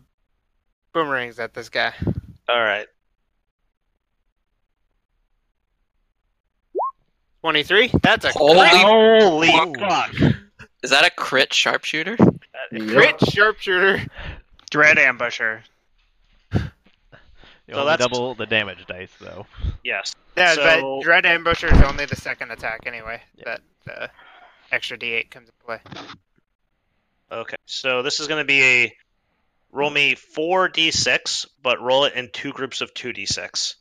E: boomerangs at this guy.
B: All right.
E: Twenty three. That's a
G: Holy
E: crit.
B: Holy
G: fuck.
B: fuck.
G: Is that a crit sharpshooter?
E: crit sharpshooter.
I: Dread ambusher.
D: You
B: So
D: only
B: that's-
D: double the damage dice though.
B: Yes.
E: Yeah,
B: So-
E: but Dread Ambusher is only the second attack anyway.
D: Yeah.
E: That uh, extra D8 comes into play.
B: Okay. So this is going to be a roll me 4d6, but roll it in two groups of 2d6.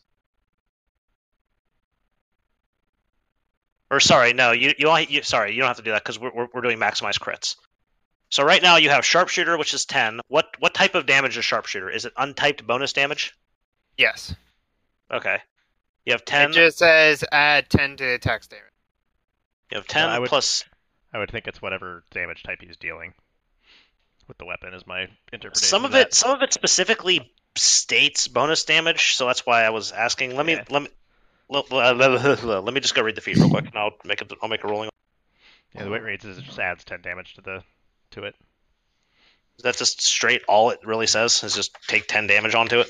B: Or sorry, no, you you, only, you sorry, you don't have to do that because we're, we're we're doing maximize crits. So right now you have sharpshooter, which is ten. What what type of damage is sharpshooter? Is it untyped bonus damage?
E: Yes.
B: Okay, you have ten.
E: it just says add 10 to the attack damage.
B: You have ten
D: Yeah, I would-
B: plus
D: I would think it's whatever damage type he's dealing with the weapon is my interpretation.
B: some of
D: that.
B: it some of it specifically states bonus damage so that's why i was asking let me
D: Yeah.
B: let me let, [LAUGHS] let- let- let- let me just go read the feat real quick and i'll make a i'll make a rolling
D: Yeah, the weight rates is it just adds ten damage to the to it.
B: is that just straight all it really says is just take 10 damage onto it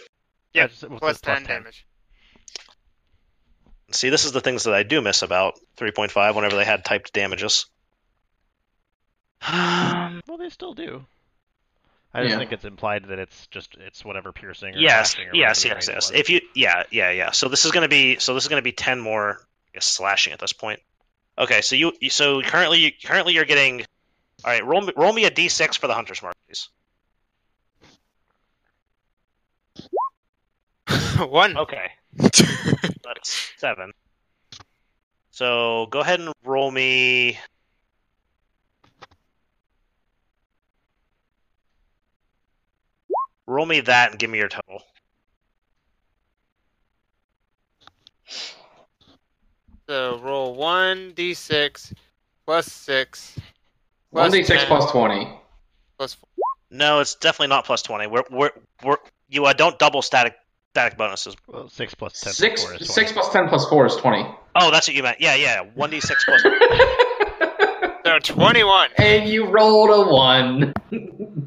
E: Yeah,
D: That's- what's
E: Plus
D: this,
E: 10 damage. [LAUGHS]
B: see this is the things that i do miss about 3.5 whenever they had typed damages
I: Um,
D: Well, they still do. I just
C: Yeah.
D: think it's implied that it's just it's whatever piercing. Or
B: yes
D: slashing or
B: yes yes
D: whatever the range
B: yes
D: was.
B: if you yeah yeah yeah so this is going to be so this is going to be 10 more I guess, slashing at this point okay so you you- so currently you currently you're getting all right roll me, roll me a d6 for the hunter's mark please
E: One.
B: Okay. That's seven. So go ahead and roll me. Roll me that and give me your total.
E: So roll 1d6 plus 6
C: One d six
E: 10
C: plus twenty.
E: plus 4.
B: No, it's definitely not plus twenty. We're we're, we're you uh, don't double static static bonuses.
D: Well, six plus ten.
C: Six
D: four is
C: six
D: 20.
C: plus ten plus four is twenty. [LAUGHS]
B: Oh, that's what you meant. Yeah, yeah. One d six plus.
E: So 21.
C: and you rolled a one.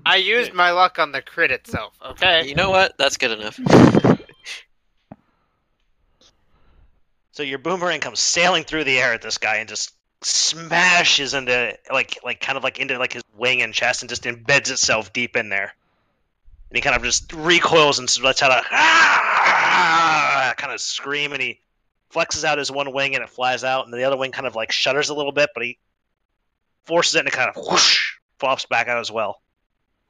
E: I used my luck on the crit itself, okay?
G: You know what? That's good enough.
B: So your boomerang comes sailing through the air at this guy and just smashes into like like kind of like into like his wing and chest and just embeds itself deep in there. And he kind of just recoils and lets out a "Ah!" kind of scream and he flexes out his one wing and it flies out and the other wing kind of like shudders a little bit, but he forces it and it kind of whoosh flops back out as well.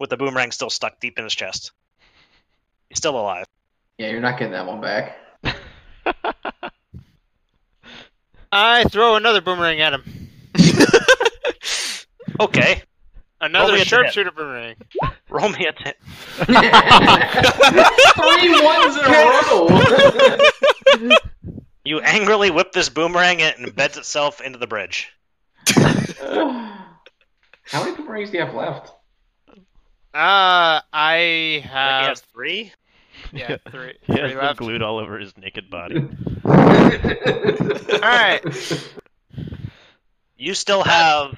B: With the boomerang still stuck deep in his chest. He's still alive.
C: Yeah, you're not getting that one back. [LAUGHS]
E: I throw another boomerang at him.
D: [LAUGHS]
B: Okay.
E: Another
B: Roll me a
E: sharpshooter boomerang.
B: Roll me a ten.
C: Three ones in a row.
B: You angrily whip this boomerang and it embeds itself into the bridge.
C: [SIGHS] How many boomerangs do you have left?
E: Uh, I
B: I think he
E: have
B: has three.
D: [LAUGHS]
E: yeah, three,
D: He has
E: three
D: them
E: left.
D: glued all over his naked body.
E: right.
B: You still have.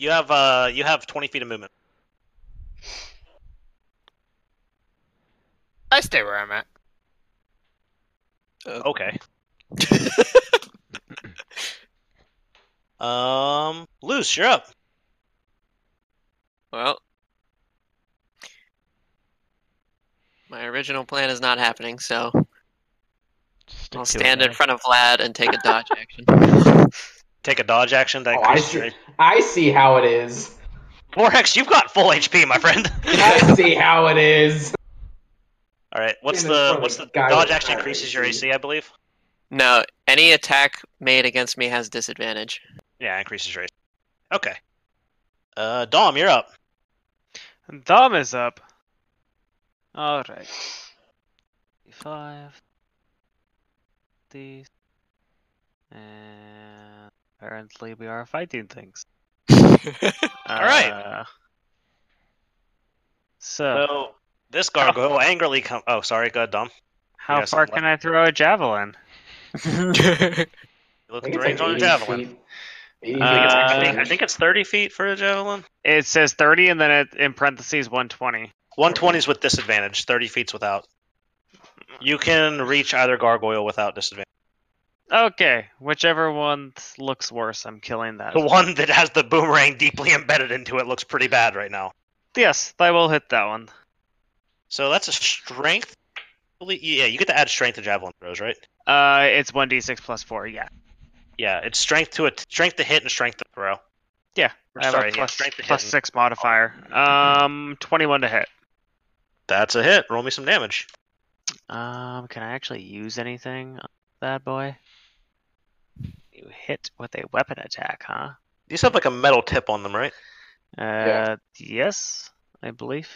B: You have uh, you have twenty feet of movement.
E: I stay where I'm at.
B: Okay. um, loose, you're up.
G: Well, my original plan is not happening, so
D: Just stick
G: I'll
D: to it,
G: stand in
D: man.
G: front of Vlad and take a dodge
B: [LAUGHS]
G: action.
B: Take a dodge action. That
C: Oh, I
B: increases
C: see.
B: your H-
C: [LAUGHS] I see how it is.
B: Vorax, you've got full HP, my
C: [LAUGHS]
B: friend. [LAUGHS]
C: I see how it is.
B: All right, what's
C: Even in front
B: the
C: of
B: what's
C: the
B: the
C: guy
B: dodge
C: with
B: action
C: high
B: increases your
C: AC?
B: AC, I believe.
G: No, any attack made against me has disadvantage.
B: Yeah, increases your AC. Okay. Uh, Dom, you're up.
F: Dom is up. Alright. Five. These. And apparently we are fighting things.
B: Alright.
F: Uh, So,
B: So this gargoyle angrily come. Oh, sorry, go ahead, Dom.
F: how
B: yes,
F: far
B: I'm
F: can I throw a javelin?
D: [LAUGHS]
E: [LAUGHS]
B: Look
C: I
B: at the
C: think it's
B: range
C: like
B: on a
C: 80
B: javelin.
C: feet. 80
B: I think it's- I,
F: Uh,
B: think, I think it's 30 feet for a javelin.
F: It says 30 and then it, in parentheses 120.
B: 120 is with disadvantage. 30 feet's without. You can reach either gargoyle without disadvantage.
F: Okay, whichever one looks worse, I'm killing that.
B: The one that has the boomerang deeply embedded into it looks pretty bad right now.
F: Yes, I will hit that one.
B: So that's a strength. Yeah, you get to add strength to javelin throws, right?
F: Uh, it's 1d6 plus 4, yeah.
B: Yeah, it's strength to a strength to hit and strength to throw.
F: Yeah,
B: Or
F: I have
B: sorry,
F: a
B: yeah,
F: plus,
B: strength to
F: plus
B: hit.
F: 6 modifier. Um, 21 to hit.
B: That's a hit. Roll me some damage.
F: Um, can I actually use anything on that boy? You hit with a weapon attack, huh?
B: These have like a metal tip on them, right?
F: Uh,
C: Yeah.
F: yes, I believe.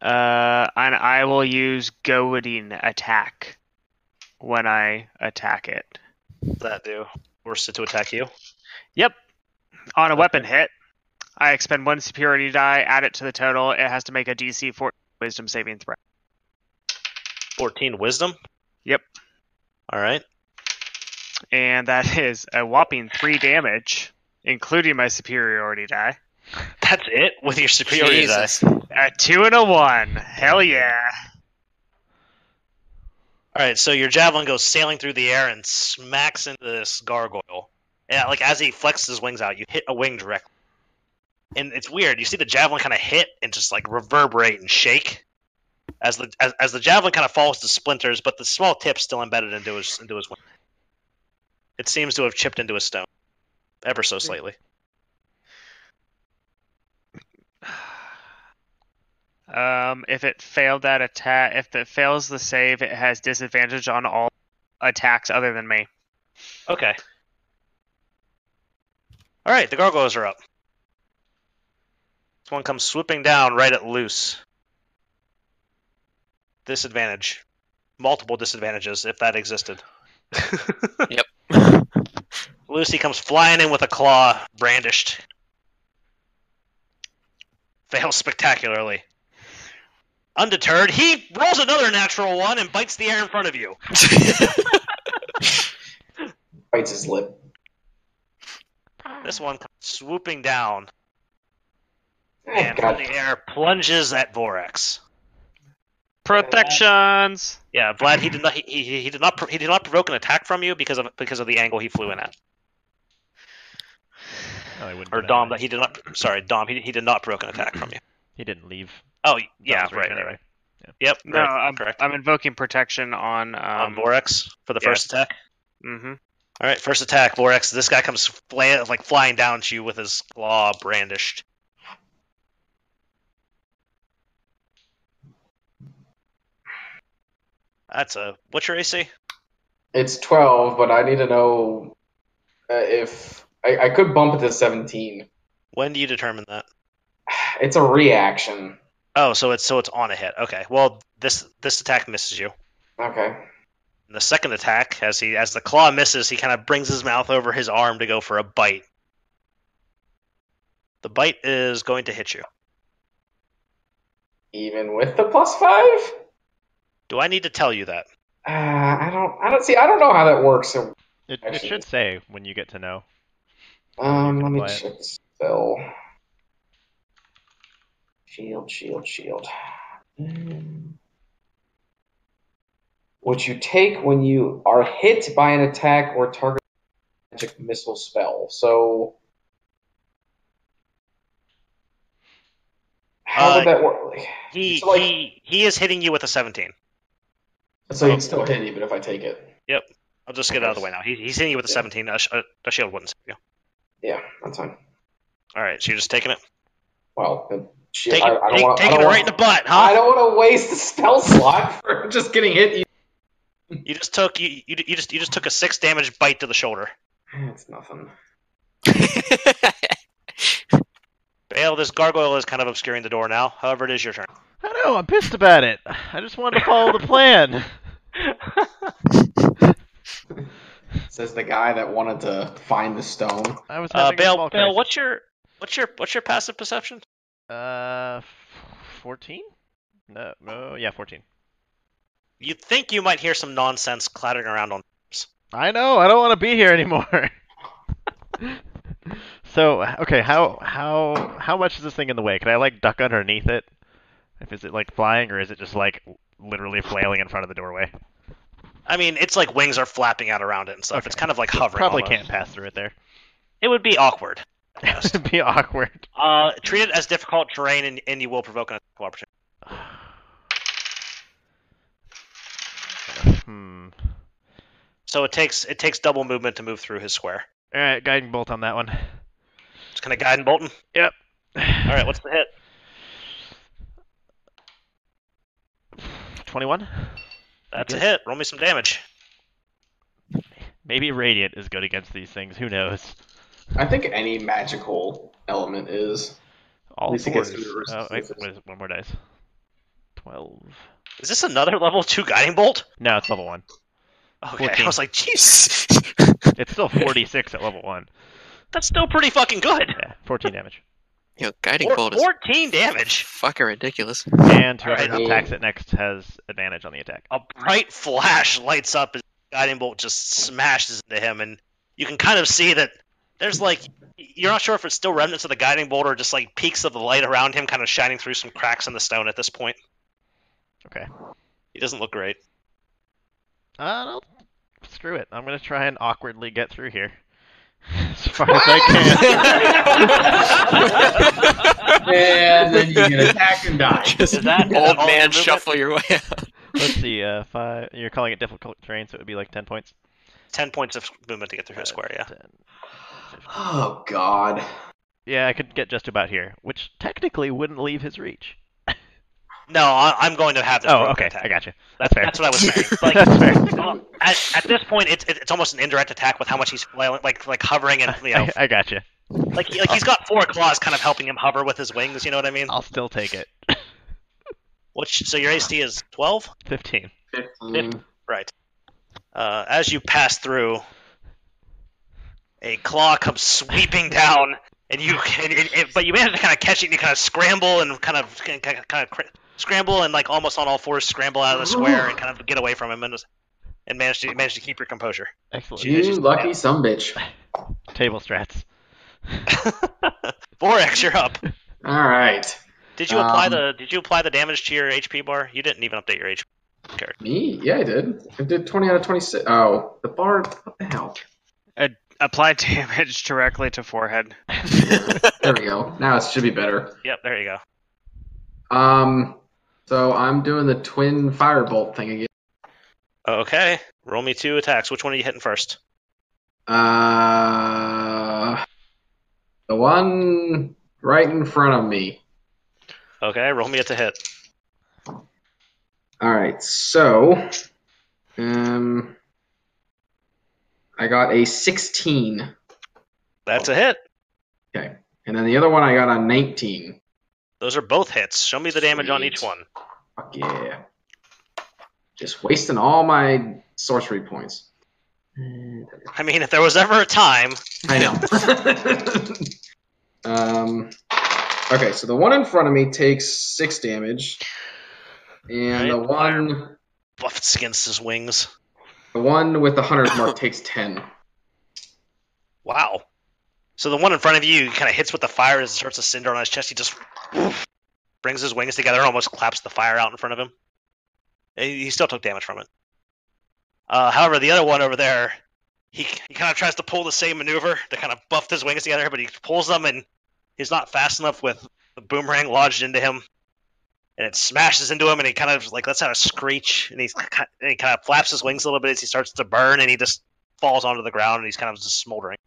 F: Uh, and I will use goading attack when I attack it.
B: What does that do? Force it to attack you.
F: Yep. On a weapon hit, I expend one superiority die, add it to the total. It has to make a DC 4 wisdom saving throw.
B: 14 wisdom.
F: Yep.
B: All right.
F: And that [LAUGHS] is a whopping 3 damage, including my superiority die.
B: That's it with your superiority
G: Jesus.
B: [LAUGHS]
F: A 2 and a 1. Hell yeah.
B: die. All right, so your javelin goes sailing through the air and smacks into this gargoyle. Yeah, like as he flexes his wings out, you hit a wing directly. And it's weird. You see the javelin kind of hit and just like reverberate and shake as the as, as the javelin kind of falls to splinters, but the small tip's still embedded into his into his wing. It seems to have chipped into a stone, ever so slightly.
F: Um, if it failed that attack, if it fails the save, it has disadvantage on all attacks other than me.
B: Okay. All right, the gargoyles are up. This one comes swooping down right at loose. Disadvantage. Multiple disadvantages, if that existed.
G: Yep.
B: Lucy comes flying in with a claw brandished. Fails spectacularly. Undeterred, he rolls another natural one and bites the air in front of you.
C: bites his lip.
B: This one comes swooping down
C: Oh,
B: and from
C: God.
B: the air plunges at Vorax.
F: Protections.
B: Yeah, Vlad, he did not he, he, he did not pro- he did not provoke an attack from you because of because of the angle he flew in at.
D: No, he wouldn't
B: Or
D: do that
B: Dom,
D: anyway.
B: that he did not sorry, Dom, he, he did not provoke an attack
D: [CLEARS THROAT]
B: from you.
D: He didn't leave.
B: Oh y-
D: That
B: yeah,
D: was
B: right, right,
D: anyway.
B: right. Yep,
F: No,
B: right,
F: I'm
B: correct.
F: I'm invoking protection on
B: Um,
F: um.
B: Vorax for the
F: yeah.
B: first attack.
F: hmm
B: All right, first attack, Vorax. This guy comes fly, like flying down to you with his claw brandished. That's a what's your AC?
C: It's 12, but I need to know uh, if I, I could bump it to 17.
B: When do you determine that?
C: It's a reaction.
B: Oh, so it's so it's on a hit. Okay. Well, this this attack misses you.
C: Okay.
B: And the second attack, as he as the claw misses, he kind of brings his mouth over his arm to go for a bite. The bite is going to hit you.
C: Even with the plus five?
B: Do I need to tell you that?
C: Uh, I don't. I don't see. I don't know how that works. So,
D: It, it
C: Actually-
D: should say when you get to know.
C: um, let me
D: Quiet.
C: check spell. Shield, shield, shield. Mm. What you take when you are hit by an attack or target magic missile spell. So. How
B: Uh,
C: would that work?
B: He
C: So, like-
B: he he is hitting you with a 17.
C: So
B: oh.
C: you'd still hit even if I take it.
B: I'll just get it out of the way now. He, he's hitting you with a
C: Yeah.
B: 17. A, sh- a, a shield wouldn't save you.
C: Yeah, that's fine.
B: All right, so you're just taking it,
C: Well, then, shit,
B: taking,
C: I, I don't
B: take-
C: want.
B: taking it right in the butt, huh?
C: I don't want to waste the spell [LAUGHS] slot for just getting hit.
B: You just took you, you you just you just took a six damage bite to the shoulder.
C: It's nothing.
B: Bale, this gargoyle is kind of obscuring the door now. However, it is your turn.
D: I know. I'm pissed about it. I just wanted to follow the plan.
C: Says the guy that wanted to find the stone.
D: I was
B: [LAUGHS] Uh,
D: having a
B: Bale,
D: small
B: Bale,
D: crisis.
B: what's your what's your what's your passive perception?
D: Uh, fourteen? No, no, yeah, fourteen.
B: You think you might hear some nonsense clattering around on.
D: I know. I don't want to be here anymore. [LAUGHS] so okay, how how how much is this thing in the way? Can I like duck underneath it? If is it like flying or is it just like literally flailing in front of the doorway?
B: I mean, it's like wings are flapping out around it and stuff.
D: Okay.
B: It's kind of like hovering.
D: Probably
B: almost.
D: can't pass through [LAUGHS] it there.
B: It would be awkward. Yes.
D: It'd be awkward.
B: uh, treat it as difficult terrain, and, and you will provoke an attack of opportunity.
D: Hmm.
B: So it takes it takes double movement to move through his square.
D: All right, guiding bolt on [SIGHS] that one.
B: It's kind of guide and Bolton. All right, what's the hit?
D: Twenty-one.
B: That's a hit. Roll me some damage.
D: Maybe radiant is good against these things. Who knows?
C: I think any magical element is.
D: All
C: least it
D: fours.
C: gets through the
D: Oh, wait,
C: resistance.
D: wait, one more dice. Twelve.
B: Is this another level two guiding bolt?
D: No, it's level one.
B: Okay, I
D: 14.
B: was like, jeez,
D: It's [LAUGHS] still 46 at level 1.
B: that's still pretty fucking good.
D: Yeah, [LAUGHS] 14 damage.
G: You know, guiding
B: Four-
G: bolt is
B: Fourteen damage.
G: fucking
B: [LAUGHS]
G: ridiculous.
D: And whoever
C: Alright.
D: attacks it next has advantage on the attack.
B: A bright flash lights up as the guiding bolt just smashes into him, and you can kind of see that there's like you're not sure if it's still remnants of the guiding bolt or just like peaks of the light around him, kind of shining through some cracks in the stone at this point.
D: Okay.
B: He doesn't look great.
D: Uh, no, screw it. I'm going to try and awkwardly get through here. [LAUGHS] As far as I can. [LAUGHS]
C: And then you get [LAUGHS] attacked and die.
G: Just
B: that- is that
G: [LAUGHS] old
B: all your
G: man
B: movement?
G: shuffle your way [LAUGHS] out.
D: Let's see. Uh, five. You're calling it difficult terrain, so it would be like 10 points.
B: Ten points of movement to get through his
D: Uh,
B: square. Yeah.
D: 10.
C: [LAUGHS] Oh God.
D: Yeah, I could get just about here, which technically wouldn't leave his reach.
B: No, I, I'm going to have this.
D: Oh,
B: provoke
D: okay.
B: attack.
D: I got you.
B: That's,
D: fair.
B: that's what I was saying. Like,
D: [LAUGHS] That's fair.
B: Uh, at, at this point, it's it's almost an indirect attack with how much he's flailing, like like hovering and you know,
D: [LAUGHS] I, I got you.
B: like, he- like he's got four claws kind of helping him hover with his wings. You know what I mean?
D: I'll still take it.
B: Which so your AC is twelve,
D: 15.
C: Fifteen.
B: right? Uh, as you pass through, a claw comes sweeping down, and you and, and, and- but you manage to kind of catch it, and you kind of scramble and kind of kind of, kind of cr- scramble and like almost on all fours scramble out of the square and kind of get away from him and was- and manage to manage to keep your composure.
D: Excellent.
C: You lucky some bitch.
D: Table strats.
B: Vorax, you're up.
C: All right.
B: Did you apply
C: Um,
B: the Did you apply the damage to your HP bar? You didn't even update your HP.
C: Me? Yeah, I did. I did 20 out of 26. Oh, the bar. What the hell?
I: Apply damage directly to forehead.
C: There we go. Now it should be better.
B: Yep, there you go.
C: Um, so I'm doing the twin firebolt thing again.
B: Okay, roll me two attacks. Which one are you hitting first?
C: Uh, the one right in front of me.
B: Okay, roll me at the hit.
C: All right. So, um, I got a 16,
B: That's a hit.
C: and then the other one I got a 19.
B: Those are both hits. Show me the damage on each
C: Sweet.
B: one.
C: Fuck yeah. Just wasting all my sorcery points.
B: I mean, if there was ever a time,
C: I know. [LAUGHS] um, okay, so the one in front of me takes six damage, and the one
B: buffs against his wings.
C: the one with the hunter's [COUGHS] mark takes ten.
B: Wow. So the one in front of you kind of hits with the fire as it starts to cinder on his chest. He just brings his wings together and almost claps the fire out in front of him. And He still took damage from it. Uh, however, the other one over there, he, he kind of tries to pull the same maneuver to kind of buff his wings together, but he pulls them and he's not fast enough with the boomerang lodged into him. And it smashes into him, and he kind of like lets out a screech, and he's and he kind of flaps his wings a little bit as he starts to burn, and he just falls onto the ground, and he's kind of just smoldering.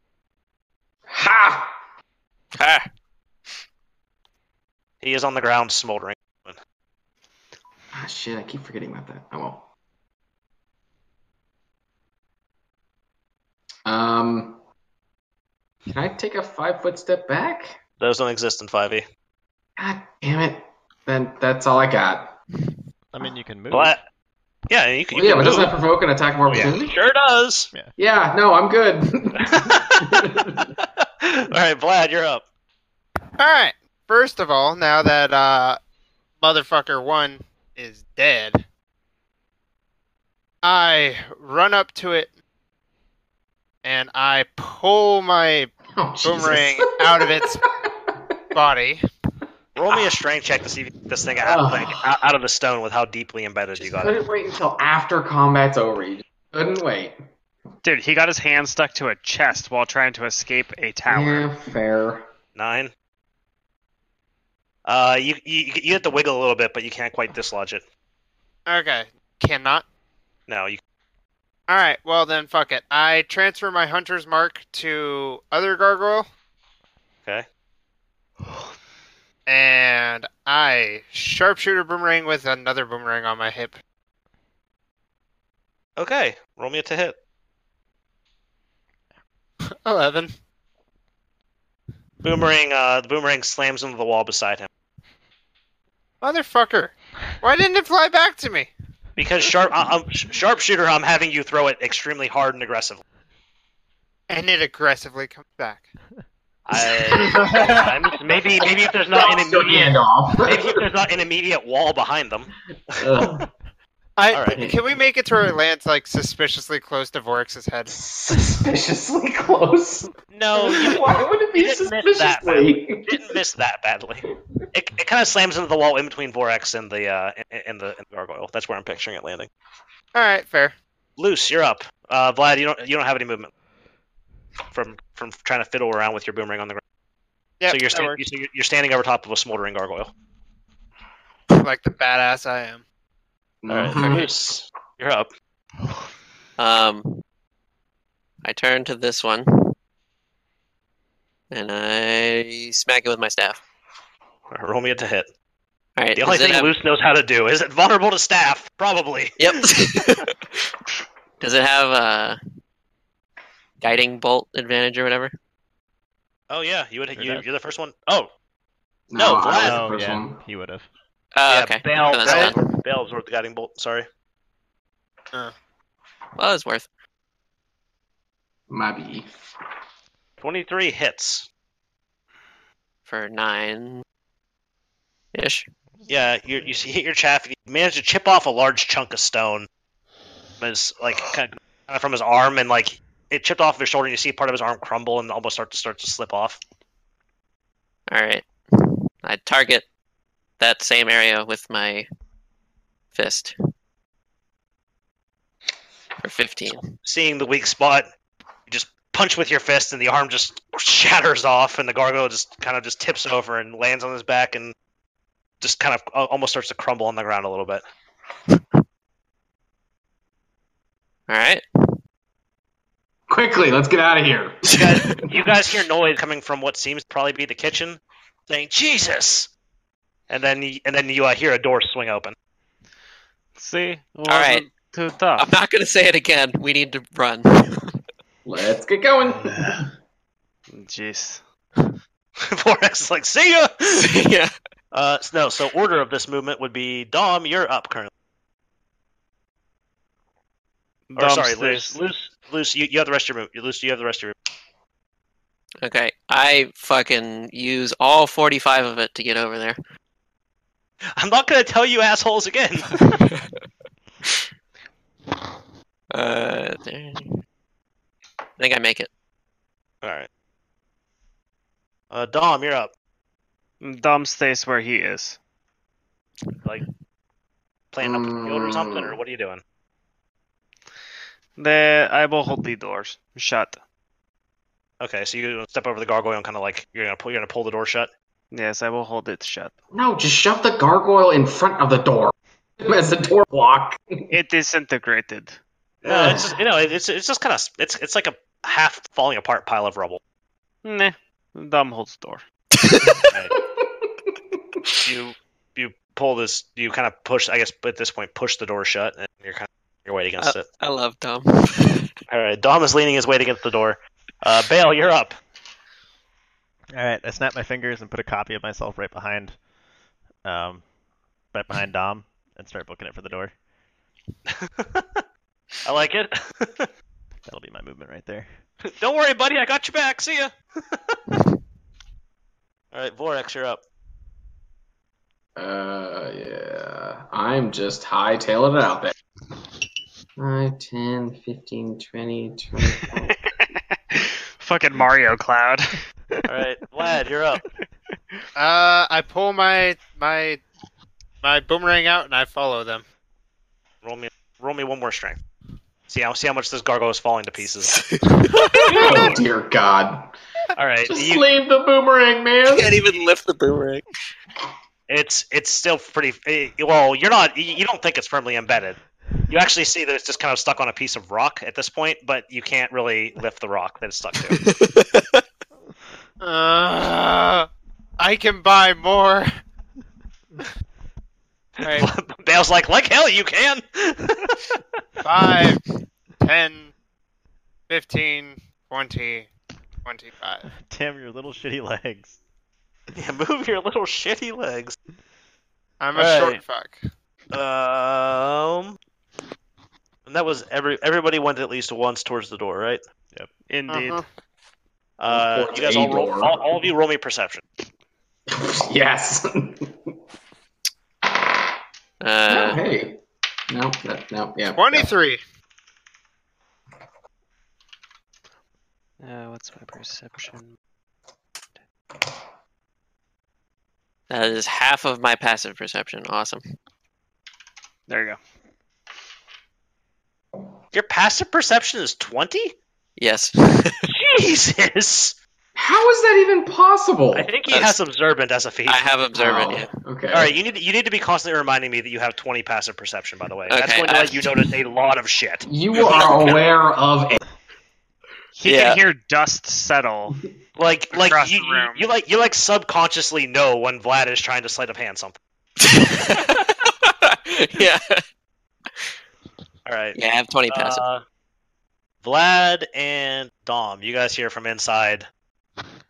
C: Ha!
G: Ha!
B: He is on the ground smoldering.
C: Ah, shit, I keep forgetting about that. I won't. Um, can I take a five foot step back?
B: Those don't exist in E. 5e.
C: God damn it! Then that's all I got.
D: I mean, you can move.
B: But Yeah, and you can.
C: Well,
B: You
C: yeah,
B: can
C: but doesn't
B: move.
C: that provoke an attack of opportunity?
B: Sure
C: [LAUGHS]
B: does.
C: Yeah, no, I'm
B: [LAUGHS]
C: good.
B: All
C: [LAUGHS]
B: right, Vlad, you're up.
E: All right. First of all, now that uh, motherfucker one is dead, I run up to it and I pull my
C: oh, Jesus.
E: boomerang out of its body.
B: Roll
C: Ah.
B: me a strength check to see if you get this thing out,
C: Ugh.
B: like, out out of the stone with how deeply embedded [LAUGHS] you
C: Just
B: got it.
C: couldn't wait until after combat's over. You just couldn't wait.
I: Dude, he got his hand stuck to a chest while trying to escape a tower.
C: Yeah, fair.
B: Nine. Uh, you, you you have to wiggle a little bit, but you can't quite dislodge it.
E: Okay, cannot.
B: No, you.
E: All right, well then, fuck it. I transfer my hunter's mark to other gargoyle.
B: Okay.
E: And I sharpshooter boomerang with another boomerang on my hip.
B: Okay, roll me a to hit.
E: Eleven.
B: Boomerang. Uh, the boomerang slams into the wall beside him
E: Motherfucker. Why didn't it fly back to me?
B: because sharp I, I'm, sh- sharpshooter. I'm having you throw it extremely hard and aggressively.
E: And it aggressively comes back.
B: I, I'm just- maybe maybe if there's not an
C: Don't shoot the
B: immediate
C: end off.
B: maybe if there's not an immediate wall behind them. [LAUGHS]
C: Ugh.
E: I
B: All right.
E: can we make it to where it lands like suspiciously close to Vorex's head?
C: [LAUGHS] Suspiciously close.
B: No, Oh, you
C: [LAUGHS] Why would it
B: you
C: be
B: didn't miss that
C: suspiciously?
B: didn't miss that badly. It, it kind of slams into the wall in between Vorax and the uh, and, and the and the gargoyle. That's where I'm picturing it landing.
E: [LAUGHS] All right, fair.
B: Loose, you're up. Uh, Vlad, you don't you don't have any movement from from trying to fiddle around with your boomerang on the ground.
E: Yeah,
B: so you're, sta- you're- so you're you're standing over top of a smoldering gargoyle.
E: like the badass I am.
B: All right,
C: Mhm.
B: Loose, you're up.
G: Um, I turn to this one, and I smack it with my staff.
B: Roll me a to hit.
G: All right.
B: The only
G: does it
B: thing
G: have-
B: Loose knows how to do is it vulnerable to staff, probably.
G: Yep. [LAUGHS] does it have a guiding bolt advantage or whatever?
B: Oh yeah, you would.
D: Sure
B: You,
D: does.
B: you're the first one. Oh, No,
C: No, I was
B: Vlad.
C: the
D: Oh
C: first
D: yeah,
C: one.
D: he would have.
G: Oh,
B: yeah,
G: okay.
B: Bale,
G: So that's
B: Bale's, Bale's worth the guiding bolt. Sorry.
G: Well, it's worth.
C: My B.
B: Twenty-three hits.
G: for nine ish.
B: Yeah, you you see- hit your chaff. You manage to chip off a large chunk of stone. It's like kind of, kind of from his arm, and like it chipped off of his shoulder. And you see part of his arm crumble and almost start to start to slip off.
G: All right. I target that same area with my fist for 15.
B: Seeing the weak spot, you just punch with your fist, and the arm just shatters off, and the gargoyle just kind of just tips over and lands on his back, and just kind of al- almost starts to crumble on the ground a little bit.
G: All right.
C: Quickly, let's get out of [LAUGHS] here.
B: You guys, you guys hear noise coming from what seems to probably be the kitchen, saying "Jesus," and then y- and then you uh, hear a door swing open. [LAUGHS]
F: See, it wasn't
G: right.
F: too
G: I'm
F: tough.
G: not going to say it again. We need to run. [LAUGHS]
C: Let's get going.
F: Jeez.
B: Vorax is like, see ya.
G: yeah.
B: Uh, s- no, so order of this movement would be Dom, you're up currently. Or
F: Dumb
B: sorry,
F: stays.
B: Luce, Luce, Luce, you, you have the rest of your move. Luce, you have the rest of your.
G: Okay. I fucking use all 45 of it to get over there.
B: [LAUGHS] I'm not gonna tell you assholes again.
G: Uh, there. I think I make it.
B: All right. Uh, Dom, you're up.
F: Dom stays where he is.
B: Playing up the field or something, or what are you doing?
F: The I will hold the doors shut.
B: Okay, so you step over the gargoyle and kind of like you're gonna pull, you're gonna pull the door shut.
F: Yes, I will hold it shut.
C: No, just shove the gargoyle in front of the door. [LAUGHS] As the door block.
F: It disintegrated.
B: No, it's just, you know, it's it's just kind of it's it's like a half falling apart pile of rubble.
F: Nah. Dom holds door.
B: You you pull this, you kind of push. I guess at this point, push the door shut, and you're kind of your weight against it.
G: I love Uh, Tom.
B: All right, Dom is leaning his weight against the door. Uh, Bale, you're up.
D: All right, I snap my fingers and put a copy of myself right behind, um, right behind Dom, and start booking it for the door.
B: I like it. [LAUGHS]
D: That'll be my movement right there.
B: Don't worry, buddy. I got your back. See ya. [LAUGHS] All right, Vorax, you're up.
C: Uh, yeah. I'm just hightailing it out there.
G: 5, 10, 15, 20,
C: [LAUGHS]
G: 25.
I: Fucking Mario Cloud.
B: All right, Vlad, you're up.
E: Uh, I pull my my my boomerang out and I follow them.
B: Roll me, roll me one more strength. See how see how much this gargoyle is falling to pieces.
C: oh dear God!
B: [LAUGHS] All right,
C: Just
B: you-
C: leave the boomerang, man.
G: Can't even lift the boomerang.
B: it's it's still pretty. eh, Well, you're not. You you don't think it's firmly embedded. You actually see that it's just kind of stuck on a piece of rock at this point, but you can't really lift the rock that it's stuck to. [LAUGHS]
E: Uh, I can buy more. [LAUGHS]
B: [LAUGHS]
E: Alright,
B: Bale's like, like hell, you can. [LAUGHS]
E: 5, 10, 15, 20, 25.
D: Damn your little shitty legs.
B: yeah, move your little shitty legs.
E: I'm a
B: Alright.
E: short fuck.
B: Um, and that was every everybody went at least once towards the door, right?
I: Indeed.
E: Uh-huh.
B: Uh,
C: Towards
B: you guys
C: a
B: all roll.
C: door.
B: All, all of you roll me perception.
C: [LAUGHS] yes. Oh,
G: Uh,
C: hey. No, no, no, yeah.
E: 23.
F: Uh, what's my perception?
G: that is half of my passive perception. Awesome.
F: There you go.
B: Your passive perception is twenty.
G: Yes.
B: [LAUGHS] Jesus!
C: How is that even possible?
B: I think he
G: That's-
B: has observant as a feat.
G: [LAUGHS] I have observant.
C: Oh,
G: yeah.
C: Okay.
B: All right, you need you need to be constantly reminding me that you have twenty passive perception. By the way, that's
G: Okay,
B: going to
G: I-
B: let you notice a lot of shit.
C: You
B: [LAUGHS]
C: are aware of it.
I: He
G: Yeah.
I: can hear dust settle.
B: Like like
I: Across
B: you,
I: the
B: you-
I: room.
B: you like you like subconsciously know when Vlad is trying to sleight of hand something.
G: [LAUGHS] yeah.
B: All right.
G: Yeah, I have 20 passive.
B: Uh, Vlad and Dom, you guys hear from inside.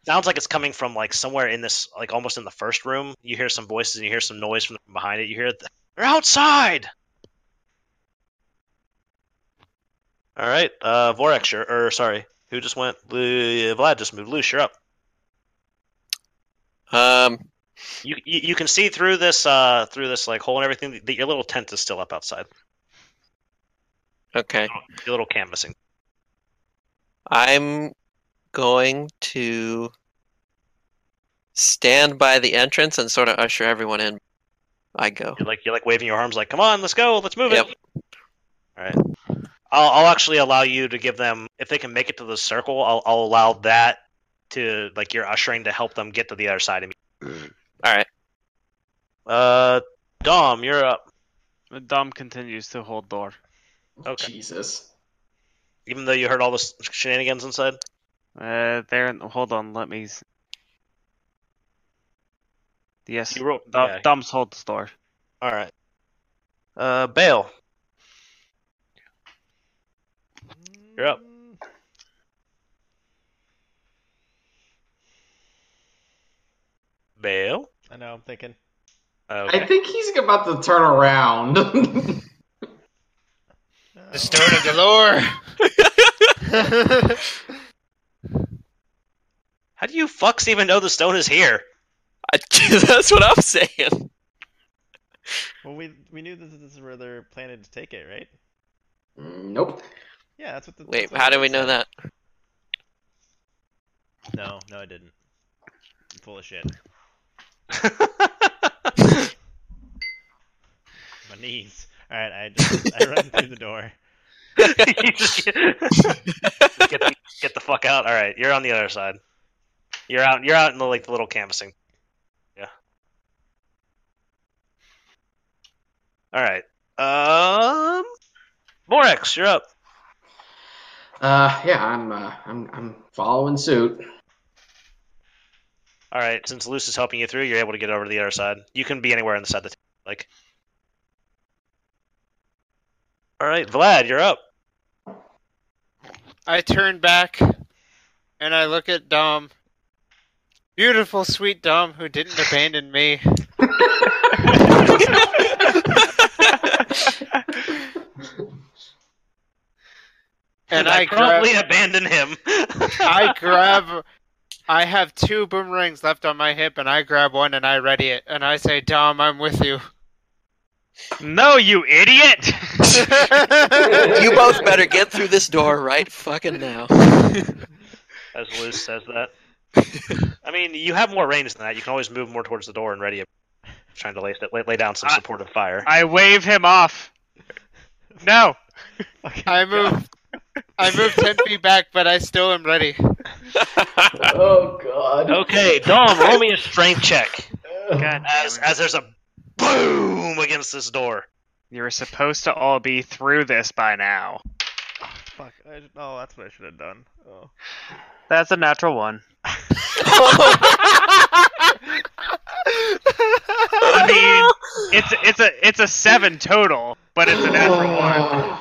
B: Sounds like it's coming from like somewhere in this, like almost in the first room. You hear some voices and you hear some noise from behind it. You hear th- they're outside. All right, uh, Vorax, you're, or sorry, who just went? Lu- Vlad just moved. Luce, you're up.
G: Um,
B: You, you you can see through this uh through this like hole and everything that your little tent is still up outside.
G: okay.
B: Your little canvassing.
G: I'm going to stand by the entrance and sort of usher everyone in. I go. [LAUGHS]
B: You're like you're like waving your arms, like come on, let's go, let's move it.
G: Yep.
B: I'll, I'll actually allow you to give them if they can make it to the circle. I'll, I'll allow that to like your ushering to help them get to the other side of me.
G: All right.
B: Uh, Dom, you're up.
F: The Dom continues to hold door.
B: Okay.
C: Jesus.
B: Even though you heard all the s- shenanigans inside.
F: Uh, there. Hold on. Let me. s- Yes.
B: You roll. uh,
F: Dom,
B: yeah.
F: Dom's holds door.
B: All right. Uh, Bale. You're up. Bale.
D: I know. I'm thinking.
B: Okay.
C: I think he's about to turn [LAUGHS] around.
D: Uh,
E: The stone of Galore.
B: How do you fucks even know the stone is here?
G: I, that's what I'm saying.
D: Well, we we knew this, this is where they're planning to take it, right?
C: nope.
D: Yeah, that's what. The,
G: Wait,
D: that's what
G: how do
D: it
G: we know
D: said.
G: that?
D: No, no, I didn't. I'm full of shit. My knees. All right, I just I run through the door.
B: You just- [LAUGHS] get, the, get the fuck out. All right, you're on the other side. You're out. You're out in the like the little canvassing. Yeah. All right. Um, Morex, you're up.
C: Uh, yeah, I'm, uh, I'm, I'm
B: [LAUGHS]
C: following suit.
B: All right. Since Luce is helping you through, you're able to get over to the other side. You can be anywhere on the side of the t- like. All right, Vlad, you're up.
E: I turn back and I look at Dom. Beautiful, sweet Dom, who didn't abandon me. and I grab,
B: promptly abandon him. [LAUGHS]
E: I grab. I have two boomerangs left on my hip, and I grab one and I ready it, and I say, "Dom, I'm with you."
I: No, you idiot!
G: You both better get through this door right fucking now.
B: [LAUGHS]
G: [LAUGHS]
B: as Liz says that. I mean, you have more range than that. You can always move more towards the door and ready. it. Trying to lay, lay, lay down some
I: I-
B: supportive fire.
I: I wave him
D: [LAUGHS]
I: off. No.
E: I move. I move ten feet back, but I still am ready.
C: Oh god.
B: okay, Dom, roll me a strength check.
C: Ugh.
I: God
B: As as there's a boom against this door.
I: you were supposed to all be through this by now.
D: Fuck. I, oh, that's what I should have done. Oh.
F: That's a natural one.
I: I mean, it's it's a it's a seven total, but
C: [SIGHS]
I: it's a natural one.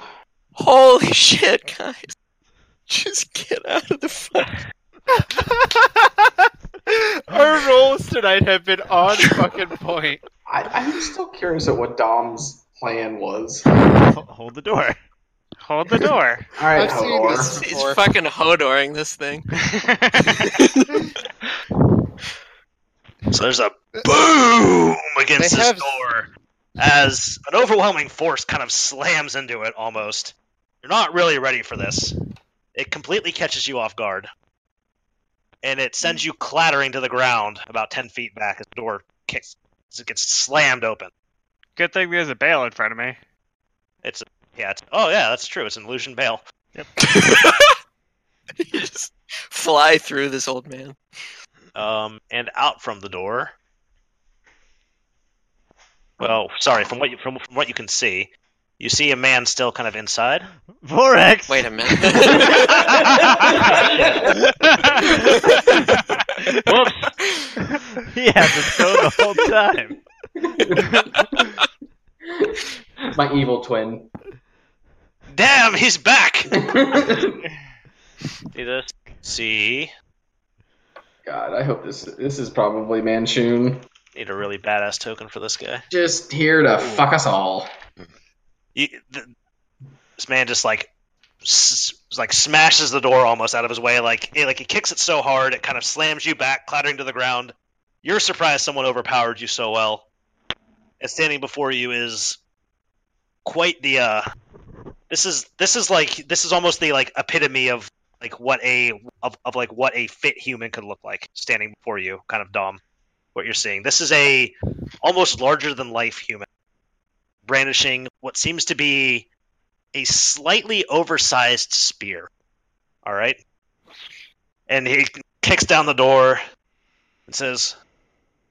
G: Holy shit, guys. Just get out of the fuck.
E: [LAUGHS] Our rolls tonight have been on fucking point.
C: I, I'm still curious at what Dom's plan was.
D: Ho- Hold the door. [LAUGHS]
I: Hold the door.
C: All right,
E: I've seen
C: Hodor.
E: this.
G: He's fucking hodoring this thing.
B: So there's a boom against
E: They
B: this
E: have-
B: door as an overwhelming force kind of slams into it almost. You're not really ready for this. It completely catches you off guard. And it sends you clattering to the ground about 10 feet back as the door kicks, as it gets slammed open.
I: Good thing there's a bail in front of
D: [LAUGHS]
I: me.
B: Yeah, it's, oh yeah, that's true. It's an illusion veil.
G: [LAUGHS] You just fly through this old man.
B: Um, and out from the door. Well, sorry, from what you from, from what you can see, you see a man still kind of inside.
D: Vorex.
G: Wait a minute.
D: he had the stone the whole time.
C: [LAUGHS] My evil twin. [LAUGHS]
B: Damn, he's back.
C: god,
B: See this? See,
C: I hope this this is probably Manchun.
B: need a really badass token for this guy.
C: Just here to fuck us all.
B: You, th this man just like, s- like smashes the door almost out of his way. Like, it, like he kicks it so hard it kind of slams you back, clattering to the ground. You're surprised someone overpowered you so well. And standing before you is quite the. uh This is this is like this is almost the like epitome of like what a of, of like what a fit human could look like standing before you, kind of dumb. What you're seeing. This is a almost larger than life human brandishing what seems to be a slightly oversized spear. All right. And he kicks down the door and says,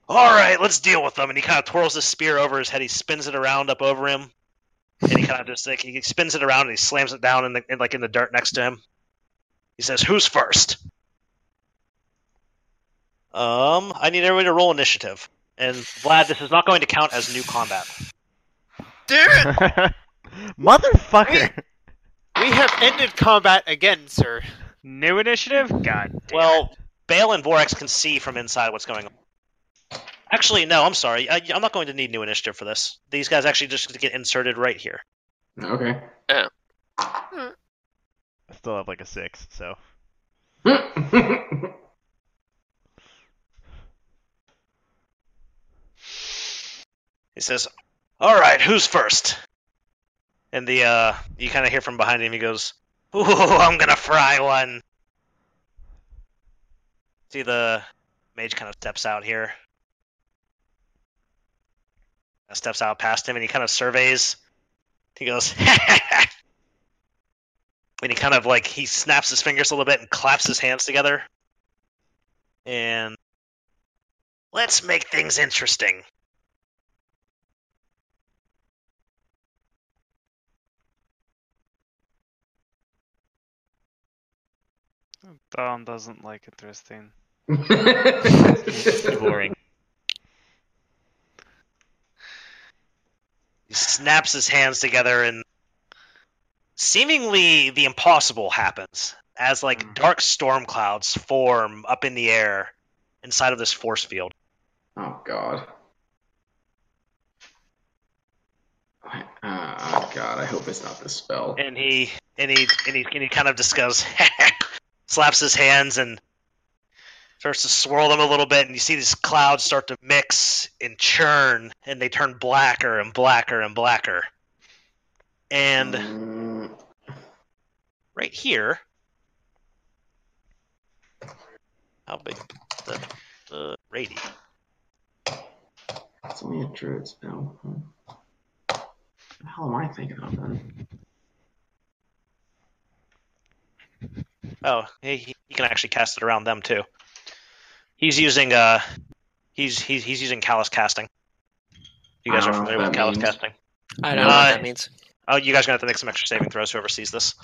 B: All right, let's deal with them. And he kind of twirls the spear over his head. He spins it around up over him. And he kind of just like, he spins it around and he slams it down in the, in, like in the dirt next to him. He says, Who's first? Um, I need everybody to roll initiative. And Vlad, this is not going to count as new combat.
E: Dude,
D: Motherfucker.
E: we have ended combat again, sir.
I: New initiative? God. damn
B: Well, Bale and Vorax can see from inside what's going on. Actually, no, I'm sorry. I, I'm not going to need new initiative for this. These guys actually just get inserted right here.
C: Okay.
D: I still have like a six, so.
C: All
B: He says, "All right, who's first? And the uh, you kind of hear from behind him. He goes, "Ooh, I'm gonna fry one." See the mage kind of steps out here, steps out past him, and he kind of surveys. He goes, [LAUGHS] and he kind of like he snaps his fingers a little bit and claps his hands together, and let's make things interesting.
F: Dom doesn't like interesting.
C: [LAUGHS]
D: Boring.
B: He snaps his hands together and seemingly the impossible happens as like
F: Hmm.
B: dark storm clouds form up in the air inside of this force field.
C: oh god. Ah, God, I hope it's not this spell.
B: and he and he and he, and he kind of discovers, [LAUGHS] slaps his hands and starts to swirl them a little bit, and you see these clouds start to mix and churn, and they turn blacker and blacker and blacker. And
C: Mm,
B: right here,
G: How big?
B: uh, Rady,
C: it's only a druid spell. Hmm. The hell am I thinking of then?
B: Oh, he, he- he can actually cast it around them too. He's using uh, he's he's he's using callus casting. You guys
C: I
B: are
C: don't know
B: familiar
C: what
B: with
C: that
B: callus
C: means.
B: casting.
G: I don't know what
B: Uh,
G: that means.
B: Oh, you guys are gonna have to make some extra saving throws. Whoever sees this.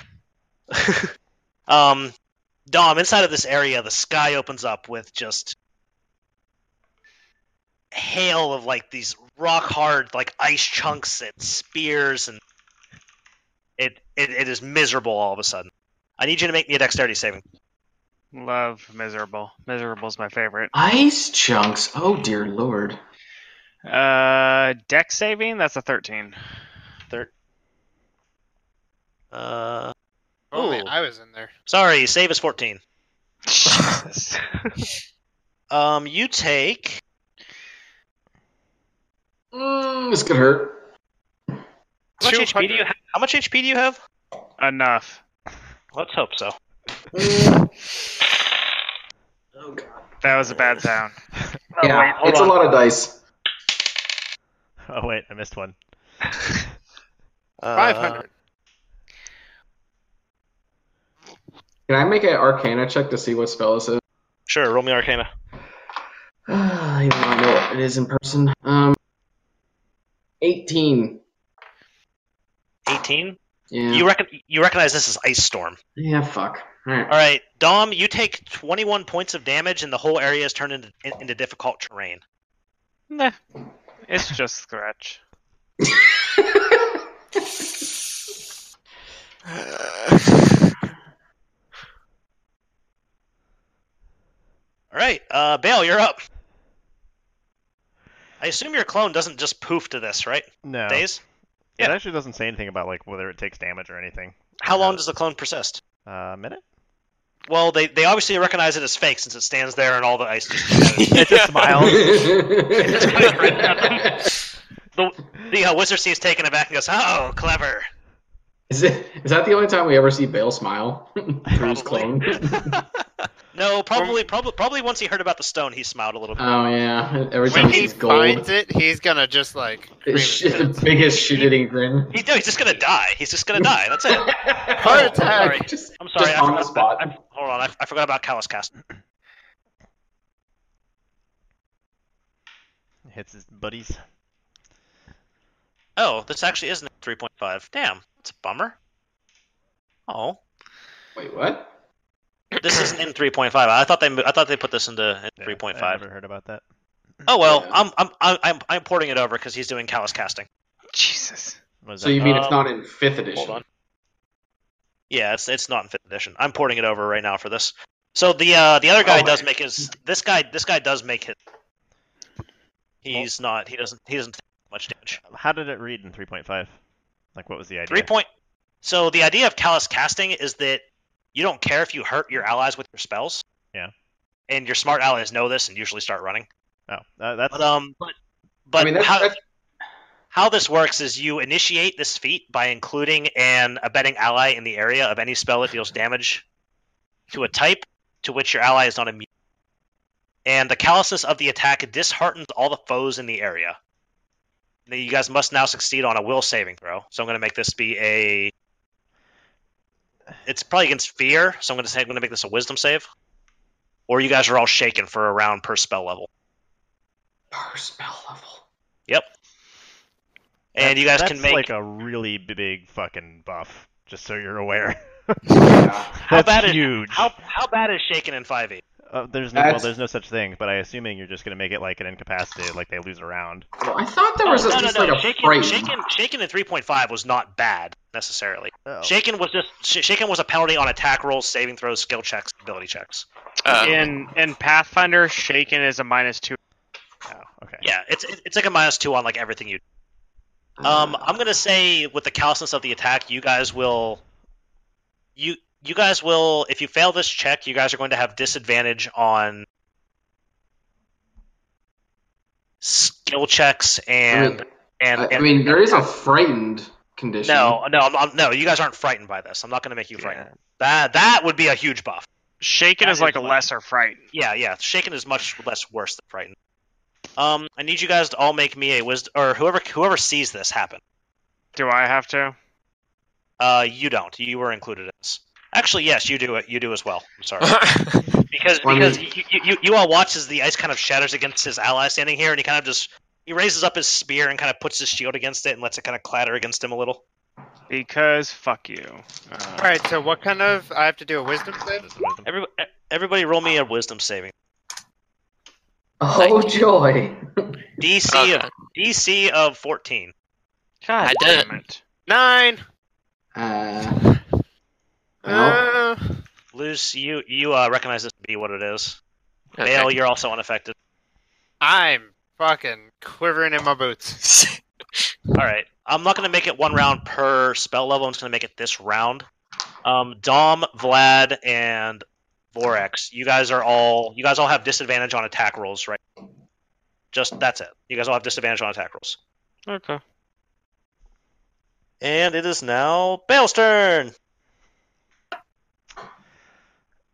B: [LAUGHS] um, Dom, inside of this area, the sky opens up with just hail of like these rock hard like ice chunks and spears, and it it, it is miserable all of a sudden. I need you to make me a dexterity saving.
F: Love miserable. Miserable's my favorite.
C: Ice chunks. Oh dear lord.
F: Uh, deck saving. That's a thirteen.
B: Uh.
E: If Only
B: Ooh.
E: Oh, I was in there.
B: Sorry, save is 14.
F: Jesus.
B: Um, you take.
C: Mm, this could hurt.
B: How much, HP do you have? how much HP do you have?
F: Enough.
B: Let's hope so.
C: Mm. Oh god.
F: That was a bad sound.
C: Yeah,
B: Oh, hold
C: it's
B: on.
C: a lot of dice.
D: Oh wait, I missed one.
B: Uh,
E: Five hundred.
C: Can I make an Arcana check to see what spell this is? [SIGHS]
B: Sure, roll me Arcana.
C: even though I know what it is in person. Um, eighteen.
B: 18?
C: Yeah.
B: You, reckon, you recognize this as Ice Storm.
C: yeah. Fuck. All right.
B: Alright, Dom, you take 21 points of damage, and the whole area is turned into, in- into difficult terrain.
F: Nah, it's just scratch.
B: Alright, uh, Bale, you're up. I assume your clone doesn't just poof to this, right?
D: No,
B: Days?
D: it
B: yeah.
D: actually doesn't say anything about like whether it takes damage or anything.
B: How long does the clone persist?
D: Uh, a minute?
B: Well, they, they obviously recognize it as fake since it stands there and all the ice just
C: [LAUGHS]
D: It just smiles.
B: The uh, wizard seems taken aback and goes, "Oh, clever!"
C: is, it, is that the only time we ever see Bale smile? [LAUGHS] Through his
B: Probably.
C: clone.
B: [LAUGHS]
C: [LAUGHS]
B: No, probably, probably, probably once he heard about the stone, he smiled a little bit.
C: oh yeah. Every time
E: When
C: he
E: he
C: sees gold,
E: finds it, he's gonna just like scream
C: it's
E: his
C: sh- the
E: head.
C: biggest shit-eating grin.
B: He, no, he's just gonna die. He's just gonna die. That's
C: [LAUGHS]
B: it.
C: Heart [LAUGHS]
E: attack.
C: Just,
B: I'm sorry.
C: just
B: I
C: on
B: forgot
C: the
B: about,
C: spot.
B: I, hold on, I, I forgot about Callus Cast.
D: Hits his buddies.
B: Oh, this actually isn't 3.5. Damn, that's a bummer. Oh,
C: Wait, what?
B: this isn't in 3.5. I thought they, mo- I thought they put this into in
D: Yeah,
B: 3.5.
D: I never heard about that.
B: Oh well,
C: Yeah.
B: I'm, I'm, I'm, I'm, I'm porting it over because he's doing Callus Casting.
F: Jesus.
D: What is
C: So
D: that?
C: you mean it's
B: Um,
C: not in fifth edition?
B: Hold on. Yeah, it's it's not in fifth edition. I'm porting it over right now for this. So the uh, the other guy
C: Oh.
B: does make his. This guy this guy does make his.
D: Oh.
B: He's not. He doesn't. He doesn't take much damage.
D: How did it read in 3.5? Like, what was the idea?
B: Three point. So the idea of callous casting is that you don't care if you hurt your allies with your spells.
D: Yeah.
B: And your smart allies know this and usually start running.
D: Oh, uh, that's
B: But um, but but
C: I mean, that's,
B: how
C: that's
B: how this works is you initiate this feat by including an abetting ally in the area of any spell that deals damage to a type to which your ally is not immune. And the callousness of the attack disheartens all the foes in the area. Now, You guys must now succeed on a will saving throw. So I'm going to make this be a. It's probably against fear, so I'm going to say I'm going to make this a wisdom save. Or you guys are all shaken for a round per spell level,
C: per spell level.
B: and you guys
D: that's
B: can make.
D: like a really big fucking buff. Just so you're aware. [LAUGHS]
C: Yeah.
D: that's
B: bad is-
D: huge.
B: How how bad is shaken in five e?
D: Uh, there's no well,
C: That's-
D: there's no such thing, but I assuming you're just gonna make it like an incapacitated, like they lose a round.
C: Well, I thought there was
B: Oh, no,
C: at
B: no,
C: least
B: no.
C: like a
B: Shaken,
C: frame.
B: shaken, shaken in 3.5 was not bad necessarily.
D: Oh.
B: Shaken was just sh- shaken was a penalty on attack rolls, saving throws, skill checks, ability checks.
G: Uh,
F: in in Pathfinder, shaken is a minus two.
D: Oh, okay.
B: Yeah, it's it's like a minus two on like everything you.
C: Mm.
B: Um, I'm gonna say with the callousness of the attack, you guys will, you you guys will. If you fail this check, you guys are going to have disadvantage on skill checks and and.
C: I, I
B: and-
C: mean, there is a frightened condition.
B: no, no, I'm, I'm, no. You guys aren't frightened by this. I'm not gonna make you frightened. That that would be a huge buff.
I: Shaken
B: That
I: is like a
B: is fun.
I: lesser fright.
B: Yeah, yeah. Shaken is much less worse than frightened. Um, I need you guys to all make me a wisdom, or whoever whoever sees this happen.
I: Do I have to?
B: Uh, you don't. You were included in this. Actually, yes, you do. You do as well. I'm
C: [LAUGHS]
B: sorry. because
C: Well, I
B: because
C: mean-
B: you, you, you all watch as the ice kind of shatters against his ally standing here, and he kind of just he raises up his spear and kind of puts his shield against it and lets it kind of clatter against him a little.
F: Because fuck you. Uh,
E: All right. So what kind of? I have to do a wisdom save.
B: Every, everybody, roll me a wisdom saving.
C: Oh joy!
B: DC
G: Oh, Okay.
B: of DC of 14.
F: God
G: I did it.
F: damn it.
E: Nine.
C: [LAUGHS] Uh, well,
E: Uh,
B: Luce, you you uh, recognize this to be what it is.
G: Okay.
B: Bale, you're also unaffected.
E: I'm fucking quivering in my boots.
B: All right. I'm not going to make it one round per spell level. I'm just going to make it this round. Um, Dom, Vlad, and Vorax, you guys are all you guys all have disadvantage on attack rolls, right? Just that's it. You guys all have disadvantage on attack rolls.
F: Okay.
B: And it is now Bale's turn.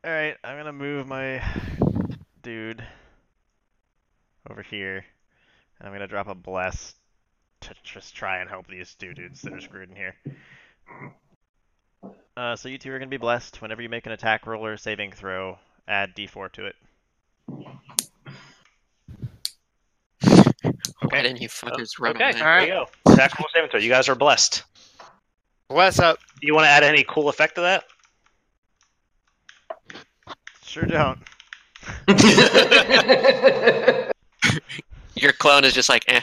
D: All right, I'm gonna move my dude over here, and I'm gonna drop a bless to just try and help these two dudes that are screwed in here. Uh, so you two are gonna be blessed. Whenever you make an attack roll or saving throw, add D4 to it.
G: [LAUGHS] Why didn't you fuckers run
B: okay,
G: away?
E: All right.
B: There you go. Attack roll saving throw. You guys are blessed.
E: Bless up.
B: Do you want to add any cool effect to that?
D: Sure don't.
G: Your clone is just like, eh.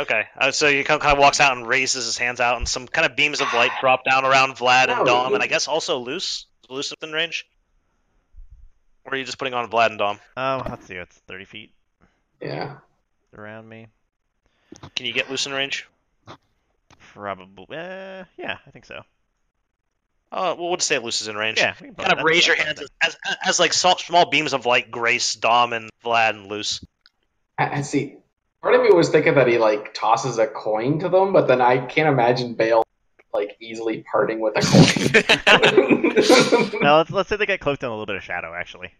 B: Okay, uh, so he kind of walks out and raises his hands out, and some kind of beams of light drop down around Vlad and
C: No,
B: Dom, and I
C: you-
B: guess also Luce. Is Luce within range? Or are you just putting on Vlad and Dom?
D: Um, let's see, it's 30 feet
C: yeah.
D: around me.
B: Can you get Luce in range?
D: Probably. Uh, yeah, I think so.
B: Uh, well, we'll just say Luce is in range.
D: Yeah. we can
B: Kind of
D: bump-
B: raise
D: that's-
B: your
D: that's
B: hands
D: fine.
B: as, as, as like sol- small beams of light grace Dom and Vlad and Luce.
C: I, I see. Part of me was thinking that he like tosses a coin to them, but then I can't imagine Bale like easily parting with a
B: [LAUGHS]
C: [LAUGHS] coin.
D: Now let's let's say they get cloaked in a little bit of shadow actually.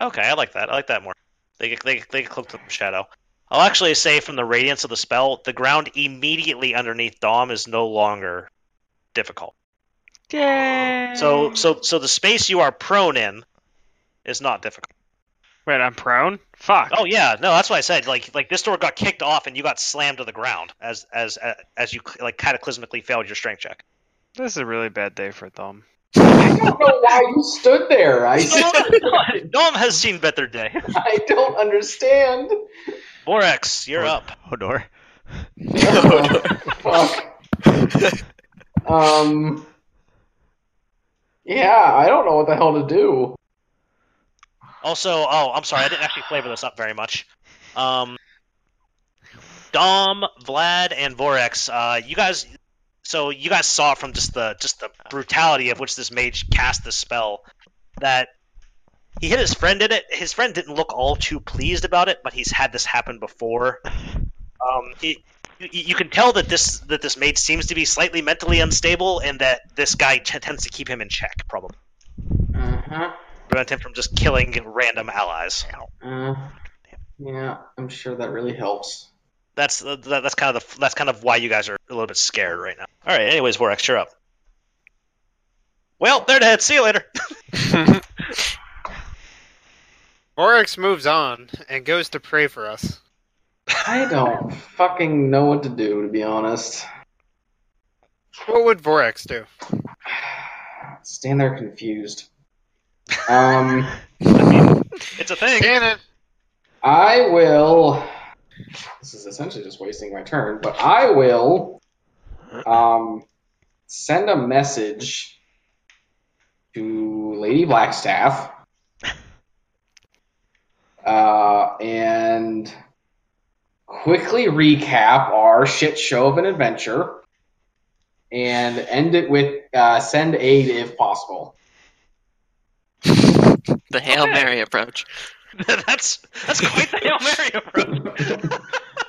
B: Okay, I like that. I like that more. They get, they get, they get cloaked in shadow. I'll actually say from the radiance of the spell, the ground immediately underneath Dom is no longer difficult.
F: Yay!
B: So so so the space you are prone in is not difficult.
F: Wait, I'm prone? Fuck.
B: Oh yeah, no, that's what I said. Like like this door got kicked off and you got slammed to the ground as as uh, as you like cataclysmically failed your strength check.
F: This is a really bad day for Thumb.
C: I don't know why you stood
B: [LAUGHS]
C: there. I,
B: Dom has seen better day.
C: I don't understand.
B: Borax, you're up.
D: Hodor.
C: Fuck. [LAUGHS] Um. Yeah, I don't know what the hell to do.
B: Also, oh, I'm sorry, I didn't actually flavor this up very much. Um, Dom, Vlad, and Vorex, uh, you guys, so you guys saw from just the just the brutality of which this mage cast this spell that he hit his friend in it. His friend didn't look all too pleased about it, but he's had this happen before. Um, he. You, you can tell that this that this mage seems to be slightly mentally unstable, and that this guy t- tends to keep him in check, probably
C: Uh-huh.
B: prevent him from just killing random allies.
C: Uh, yeah, I'm sure that really helps.
B: that's that, that's kind of the that's kind of why you guys are a little bit scared right now. All right. Anyways, Vorax, you're up. Well, there it is. See you later. [LAUGHS]
E: Oryx moves on and goes to pray for us.
C: I don't fucking know what to do, to be honest.
E: What would Vorax do?
C: Stand there confused. Um,
B: It's a
E: [LAUGHS]
B: thing. [LAUGHS]
E: Shannon.
C: I will. This is essentially just wasting my turn, but I will um, send a message to Lady Blackstaff. Uh, and quickly recap our shit show of an adventure and end it with uh, send aid if possible.
G: The Hail Mary approach.
B: that's that's quite the hail mary approach.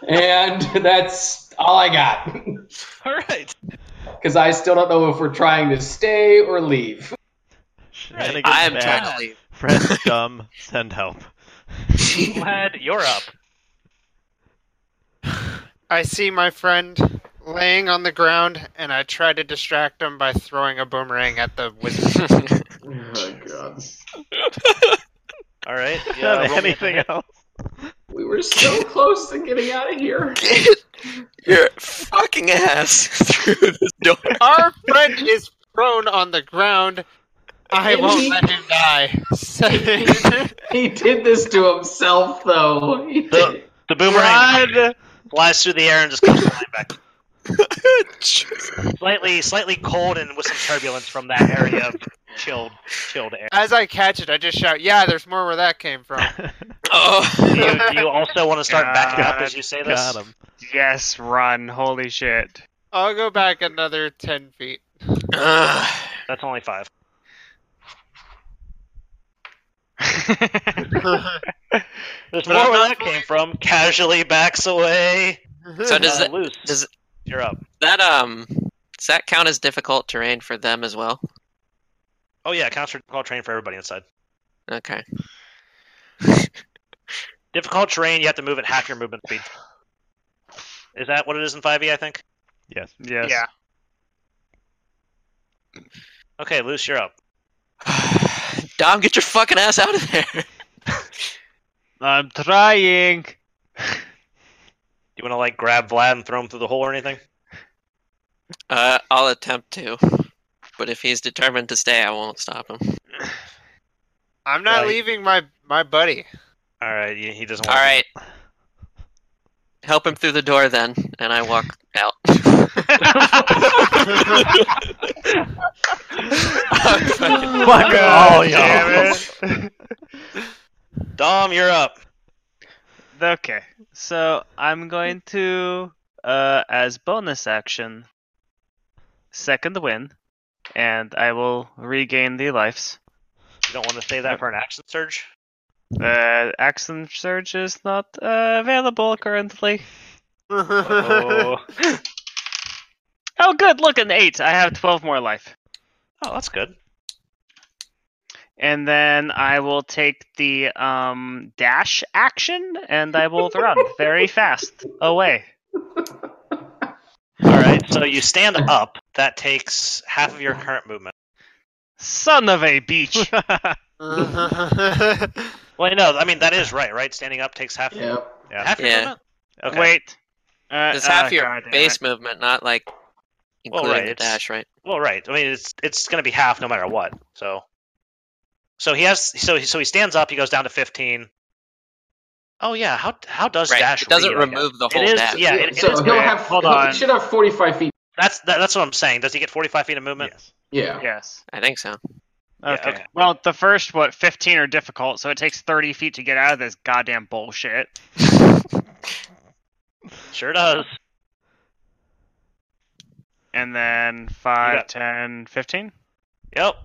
C: And that's all I got.
B: All right.
C: Because I still don't know if we're trying to stay or leave.
D: Shenanigans
G: I am
D: bad.
G: trying to leave.
D: Friends [LAUGHS] dumb. Send help.
B: Vlad, you're up.
E: I see my friend laying on the ground, and I try to distract him by throwing a boomerang at the
F: [LAUGHS]
E: wizard.
C: Oh, my God.
B: All right.
D: Not
B: Yeah, roll me a
D: anything
B: hit.
D: else?
C: We were so close to getting out of here.
G: Get your fucking ass [LAUGHS] through this door.
E: Our friend is prone on the ground. I won't let him die.
C: He did this to himself, though. He did.
B: The boomerang flies through the air and just comes flying back. Slightly, slightly cold and with some turbulence from that area of chilled, chilled air.
E: [LAUGHS] As I catch it, I just shout, "Yeah, there's more where that came
F: [LAUGHS]
E: from."
G: Oh,
B: Do you, do you also want to start backing up as you say this?
D: Got him.
F: Yes, run. Holy shit.
E: I'll go back another ten feet.
G: [LAUGHS] Ugh.
B: That's only five. There's more where that came from. Casually backs away.
E: [LAUGHS]
G: So does
B: Uh,
G: it-
B: Luce,
G: does-
B: you're up.
G: that um does that count as difficult terrain for them as well?
B: Oh yeah, concert call train for everybody inside.
G: Okay. [SIGHS]
B: Difficult terrain, you have to move at half your movement speed. Is that what it is in 5e, I think?
D: Yes.
F: yes.
E: Yeah.
B: Okay, Luce, you're up.
G: Dom, get your fucking ass out of there. [LAUGHS]
F: I'm trying.
B: Do you want to, like, grab Vlad and throw him through the hole or anything?
G: Uh, I'll attempt to, but if he's determined to stay, I won't stop him.
E: I'm not
B: Right.
E: leaving my my
G: [LAUGHS]
E: buddy. [LAUGHS]
B: All right, he he doesn't
G: All
B: want
G: right. Help him through the door then, and I walk
B: [LAUGHS]
G: out.
E: Oh,
D: Fuck all y'all.
F: Damn it.
B: Dom, you're up.
F: Okay, so I'm going to, uh, as bonus action, second win, and I will regain the lives.
B: You don't want to say that for an action surge?
F: Uh, action surge is not uh, available currently.
B: Oh,
F: Oh, good, look, an eight. I have 12 more life.
B: oh that's good.
F: And then I will take the um, dash action, and I will run very fast away.
B: All right, so you stand up. That takes half of your current movement.
F: Son of a
G: [LAUGHS]
F: beach!
B: Well, no, I mean, that is right, right? Standing up takes half,
C: Yeah.
B: half your
G: Yeah.
B: movement? Okay.
F: Wait. Uh,
G: It's half
F: oh,
G: your
F: God damn it.
G: base movement, not like
B: Well,
G: including
B: right,
G: the
B: it's-
G: dash, right?
B: Well, right. I mean, it's it's going to be half no matter what. So, so he has. So he so he stands up. He goes down to fifteen. Oh yeah. How how does
G: Right.
B: dash?
G: it doesn't
B: read, I guess?
G: remove the
B: It
G: whole
B: is.
G: dash.
B: Yeah. It, it
C: so
B: is-
C: he'll
F: okay,
C: have.
F: hold
C: he'll-
F: on.
C: He should have forty-five feet.
B: That's that, that's what I'm saying. Does he get forty five feet of movement?
D: Yes.
C: Yeah.
F: Yes.
G: I think so.
B: Yeah,
F: Okay.
B: okay.
F: Well, the first what fifteen are difficult, so it takes thirty feet to get out of this goddamn bullshit.
B: Sure does.
F: And then
B: You
F: 5,
B: got-
F: 10, 15?
B: Yep.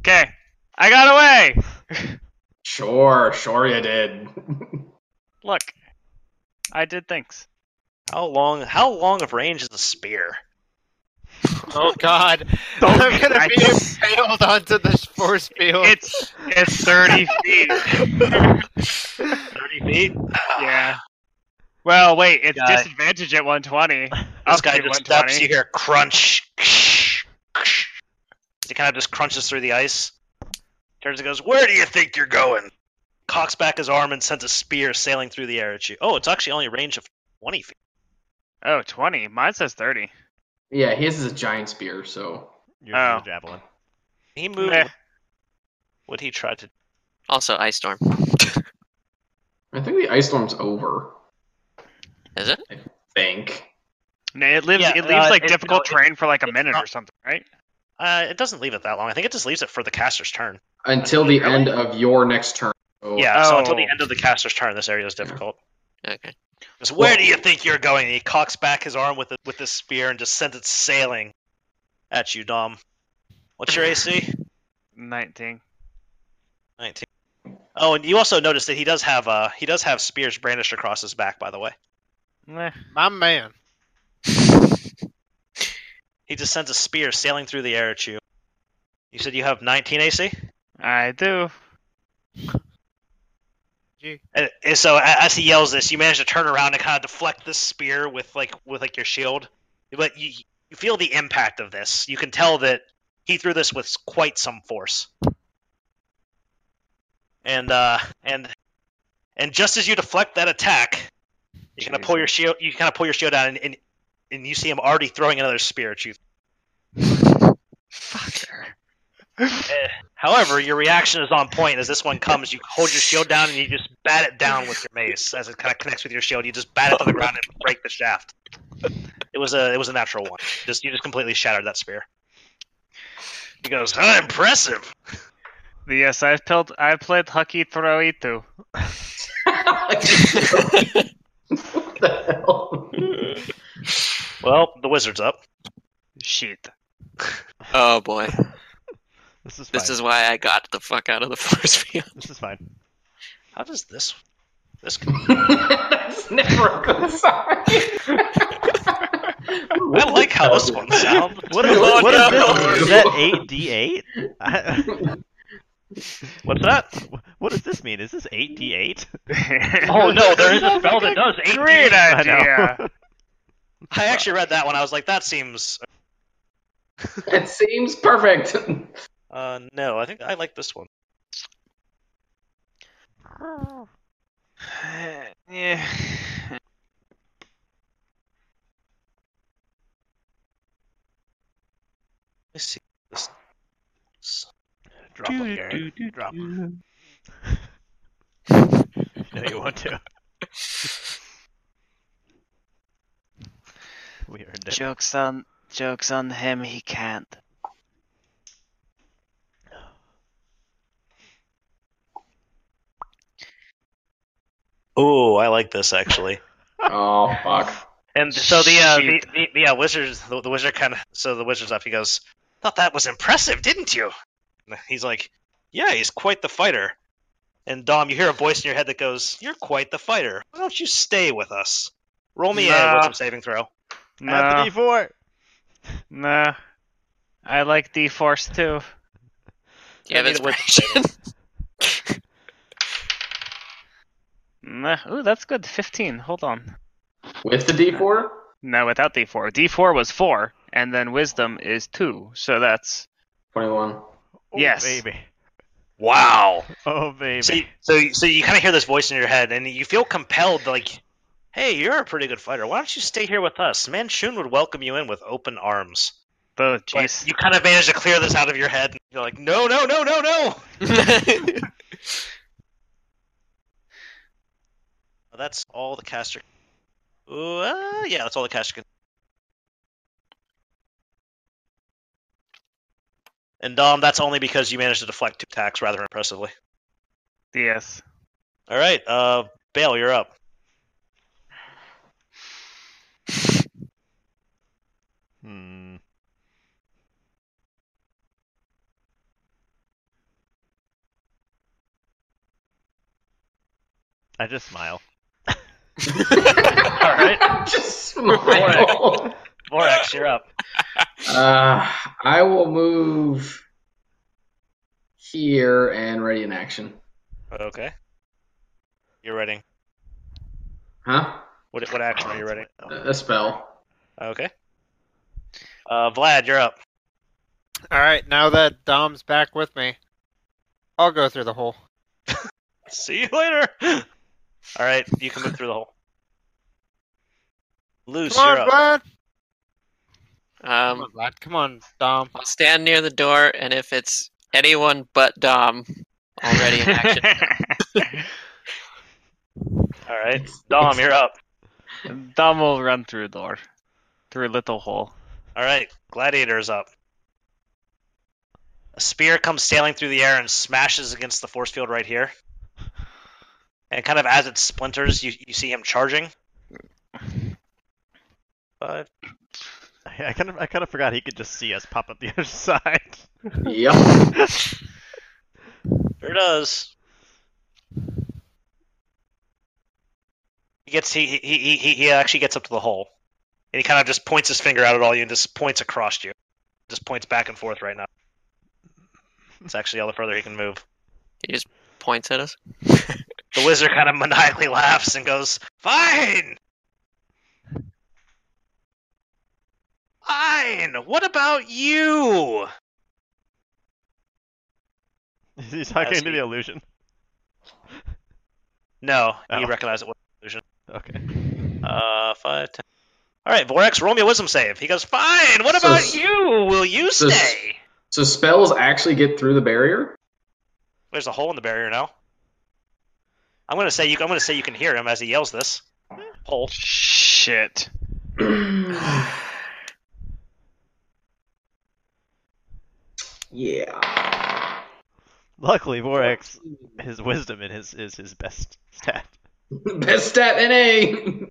F: Okay. I got away.
C: Sure. Sure, you did.
F: Look, I
B: [LAUGHS]
F: did things.
B: How long? How long of range is a spear?
E: oh God!
F: Don't-
E: I'm gonna
F: I
E: be
F: just-
E: impaled onto this force field.
F: It's it's thirty feet.
B: [LAUGHS] Thirty [SIGHS] feet.
F: yeah. Well, wait, it's
B: Guy.
F: disadvantage at one twenty.
B: This
F: Up
B: guy
F: to
B: just
F: 120.
B: steps. You hear crunch. He kind of just crunches through the ice. Turns and goes, "Where do you think you're going?" Cocks back his arm and sends a spear sailing through the air at you. Oh, it's actually only a range of twenty feet.
F: Oh, 20. Mine says thirty.
C: Yeah, his is a giant spear, so.
D: You're
F: Oh.
D: the javelin.
B: He moved.
F: Meh.
B: What he tried to.
G: Also, ice storm.
C: I think the ice storm's over.
G: Is it?
C: Think.
F: No, it lives.
B: Yeah,
F: it leaves
B: uh,
F: like
B: it-
F: difficult
B: no, it-
F: terrain for like a
B: it's
F: minute or
B: not-
F: something, right?
B: Uh, it doesn't leave it that long. I think it just leaves it for the caster's turn.
C: Until the end of your next turn. So-
B: Yeah. So until the
F: Oh.
B: end of the caster's turn, this area is difficult.
G: Okay.
B: Just where do you think you're going? And he cocks back his arm with the, with this spear and just sends it sailing at you, Dom. What's your AC?
F: 19.
B: 19. Oh, and you also notice that he does have uh he does have spears brandished across his back. By the way,
F: Meh.
E: My man.
B: he just sends a spear sailing through the air at you. You said you have 19 AC.
F: I do.
B: And, and so a- as he yells this, you manage to turn around and kind of deflect this spear with like with like your shield. But you you feel the impact of this. You can tell that he threw this with quite some force. And uh and and just as you deflect that attack, you kind of pull your shield. You kind of pull your shield out, and, and and you see him already throwing another spear at you.
I: Fucker.
B: Eh, However, your reaction is on point as this one comes. You hold your shield down and you just bat it down with your mace as it kind of connects with your shield. You just bat it to the ground and break the shaft. It was a it was a natural one. Just you just completely shattered that spear. He goes, "Huh, impressive.
F: But Yes, I've played, I've played Haki Throitu.
C: what the hell?
B: Well, the wizard's up.
F: Shit.
G: Oh boy.
D: This is fine.
G: [LAUGHS] This is why I got the fuck out of the [LAUGHS] force field.
D: This is fine.
B: How does this this?
C: That's never a good sign.
B: I like how this one sounds.
D: What is,
G: Oh,
D: what is
G: no.
D: this? Is that eight d eight? [LAUGHS]
B: What's that?
D: What does this mean? Is this eight d eight?
B: Oh no, there is a spell that does eight.
F: [LAUGHS] Great idea! [SIGHS]
B: I actually read that one. I was like, that seems.
C: It seems perfect.
B: Uh, no, I think I like this one.
F: yeah.
B: Let me see. This. this-
D: Drop him, Gary. Drop him.
F: [LAUGHS]
D: no, you want
F: [LAUGHS]
D: to. we are dead.
F: Jokes on jokes on him. He can't.
B: Ooh, I like this actually.
C: oh fuck.
B: [LAUGHS] And so the uh, the,
F: Shoot.
B: the, the uh, wizards the, the wizard kind of so the wizard's up. He goes, "Thought that was impressive, didn't you?" And he's like, "Yeah, he's quite the fighter." And Dom, you hear a voice in your head that goes, "You're quite the fighter. Why don't you stay with us? Roll me a
F: Nah.
B: wisdom saving throw."
D: Add
F: No,
D: the d4.
F: no. I like D Force too.
G: You have
B: I need a wisdom
G: inspiration.
F: Nah. Ooh, that's good. Fifteen. Hold on.
C: With the D4?
F: No, without D four. D four was four, and then Wisdom is two. So that's
C: 21.
D: Oh,
F: Yes.
D: baby.
B: Wow.
D: Oh, baby.
B: So, so, so you kind of hear this voice in your head, and you feel compelled, to, like, "Hey, you're a pretty good fighter. Why don't you stay here with us? Manchun would welcome you in with open arms."
F: the
B: But
F: jeez.
B: you kind of manage to clear this out of your head. And you're like, "No, no, no, no, no!" [LAUGHS] Well, That's all the caster. Ooh, uh, yeah, that's all the caster can. And Dom, that's only because you managed to deflect two attacks rather impressively.
F: Yes.
B: All right, uh, Bale, you're up.
D: Hmm. I just smile.
B: All right,
C: [LAUGHS] Just smile.
B: Vorax, you're up.
C: Uh, I will move here and ready in action.
B: Okay. You're ready.
C: Huh?
B: What what action are you ready?
C: A a spell.
B: Okay. Uh, Vlad, you're up.
E: All right, now that Dom's back with me, I'll go through the hole.
B: See you later. [LAUGHS] All right, you can move through the hole. Luce,
E: Come on,
B: you're up.
E: Vlad. Come
G: [LAUGHS] um,
E: on, Vlad. Come on, Dom.
G: I'll stand near the door, and if it's anyone but Dom already in action,
B: [LAUGHS] All right, Dom, you're up.
F: [LAUGHS] Dom will run through door, through little hole.
B: All right, Gladiator is up. A spear comes sailing through the air and smashes against the force field right here. And kind of as it splinters, you, you see him charging. Five.
D: I kind of I kind of forgot he could just see us pop up the [LAUGHS] other side.
C: Yep.
B: Sure does. He gets he he he he- he actually gets up to the hole, and he kind of just points his finger out at all you and just points across you, just points back and forth right now. It's actually all the further he can move.
G: He just points at us.
B: The wizard kind of maniacally laughs and goes, "Fine, fine. What about you?"
D: Is he talking
B: As
D: to
B: he-
D: the illusion?
B: No, he
D: Oh.
B: recognized it. was-
D: Okay.
B: Uh, five, ten. All right, Vorax, roll me a wisdom save. He goes, "Fine. What
C: So
B: about
C: s-
B: you? Will you
C: so s-
B: stay?"
C: So spells actually get through the barrier.
B: There's a hole in the barrier now. I'm gonna say you. I'm gonna say you can hear him as he yells this.
D: [LAUGHS]
B: Hole.
I: Shit.
C: [CLEARS THROAT] Yeah.
D: Luckily, Vorax, his wisdom in his is his best stat.
C: Best stat NA.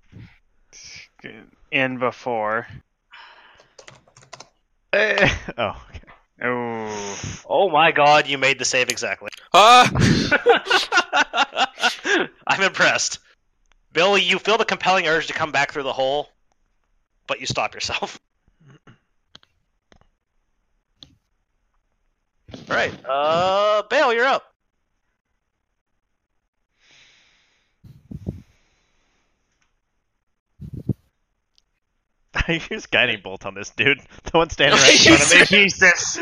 I: In before.
D: Eh, oh, okay.
I: Oh.
B: Oh my God! You made the save exactly.
G: Ah!
B: [LAUGHS] I'm impressed, Bill. You feel the compelling urge to come back through the hole, but you stop yourself. [LAUGHS] All right, uh, Bale, you're up.
D: [LAUGHS] I used guiding bolt on this dude. The
I: [LAUGHS]
D: one standing right in front of me.
I: Jesus.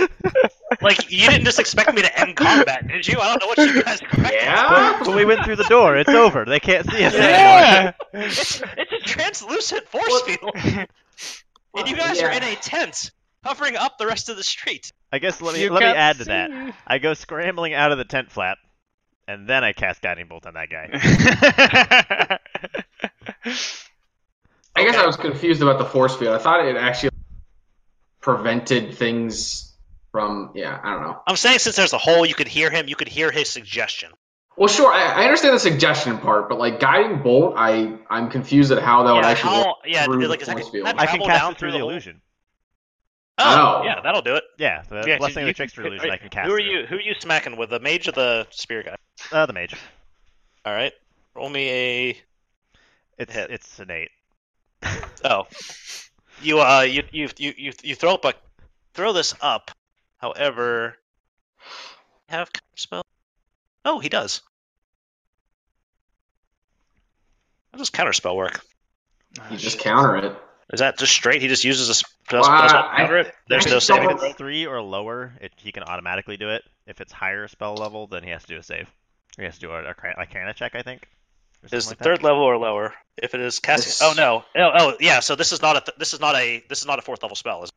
B: Like you didn't just expect me to end combat, did you? I don't know what you guys expected.
C: Yeah.
D: But we went through the door. It's over. They can't see us anymore.
I: Yeah.
B: It's, it's a translucent force field. And you
C: Well,
B: guys are
C: yeah.
B: in a tent, covering up the rest of the street.
D: I guess let me
F: You
D: let me
F: can't
D: add to
F: see
D: that.
F: me.
D: I go scrambling out of the tent flap, and then I cast guiding bolt on
B: [LAUGHS]
D: that guy. [LAUGHS]
C: I guess I was confused about the force field. I thought it actually prevented things from. Yeah, I don't know.
B: I'm saying since there's a hole, you could hear him. You could hear his suggestion.
C: Well, sure, I, I understand the suggestion part, but like guiding bolt, I I'm confused at how that would
B: yeah,
C: actually work.
B: how, yeah,
C: through
B: like
C: the
B: is that-
C: force
B: can
C: field.
B: that
D: I can
B: travel
D: cast
B: down
D: it through the
B: hole?
D: illusion.
B: Oh,
C: Oh.
B: yeah, that'll do it.
D: Yeah, the
F: Yeah, so
D: blessing of the
F: you can
D: trickster
F: pick-
D: illusion. I can cast.
B: Who are
D: through.
B: you? Who are you smacking with? The mage or the spear guy?
D: Uh, the mage.
B: All right, roll me a.
D: It's
B: Hit.
D: it's an eight.
B: Oh, you uh, you you you you, you throw up a, throw this up. However, have spell. Oh, he does. How does counter spell work?
C: You just counter it.
B: Is that just straight? He just uses a sp- spell.
C: Well,
B: spell
C: I-
B: slot to
C: I-
B: counter it? There's
C: I
B: no
C: just
B: saving.
C: don't-
D: If it's three or lower, it, he can automatically do it. If it's higher spell level, then he has to do a save. He has to do a, a cra- Arcana check, I think. or
B: Is the
D: something like that.
B: third level or lower? If it is casting,
C: This-
B: oh no, oh, oh yeah. So this is not a th- this is not a this is not a fourth level spell. Is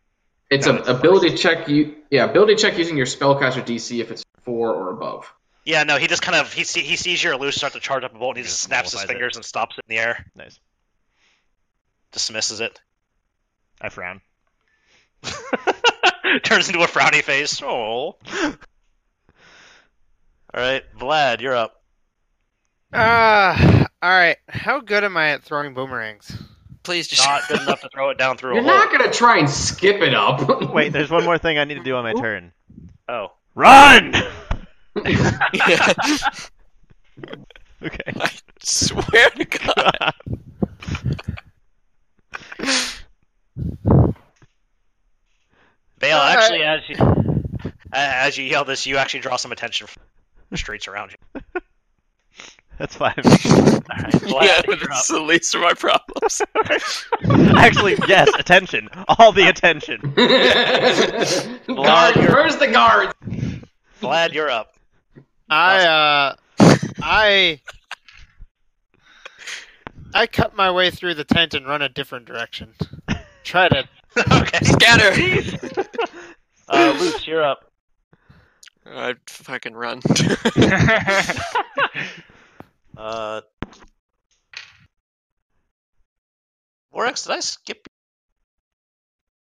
C: It's
B: No,
C: an
B: it's
C: ability check. You yeah, ability check using your spellcaster DC if it's four or above.
B: it? Yeah, no. He just kind of he see, he sees your illusion start to charge up a bolt, and he
D: He
B: just
D: just
B: snaps his
D: nullifies it.
B: fingers and stops it in the air,
D: Nice.
B: dismisses it, [LAUGHS]
D: I frown.
B: turns into a frowny face. Oh. All right, Vlad, you're up.
E: Uh, all right. How good am I at throwing boomerangs?
G: Please just.
B: Not good enough to throw it down through
C: You're
B: a hole.
C: not gonna try and skip it up. [LAUGHS]
D: Wait, there's one more thing I need to do on my turn.
B: Oh,
D: Run!
G: Yeah,
D: okay.
G: I swear to God.
B: Bale,
E: Alright.
B: actually, as you as you yell this, you actually draw some attention from the streets around you.
D: That's five.
B: Vlad,
G: yeah,
B: you're up.
G: that's the least of my problems.
D: [LAUGHS] Actually, yes, attention. All the
F: [LAUGHS]
D: attention.
C: Guard,
B: you're-
C: where's the guard?
B: Vlad, you're up. [LAUGHS]
E: I uh, I I cut my way through the tent and run a different direction. Try to.
B: okay.
G: Scatter!
B: Uh, Luce, you're up.
G: I'd fucking run. [LAUGHS]
B: Uh, Borax, did I skip?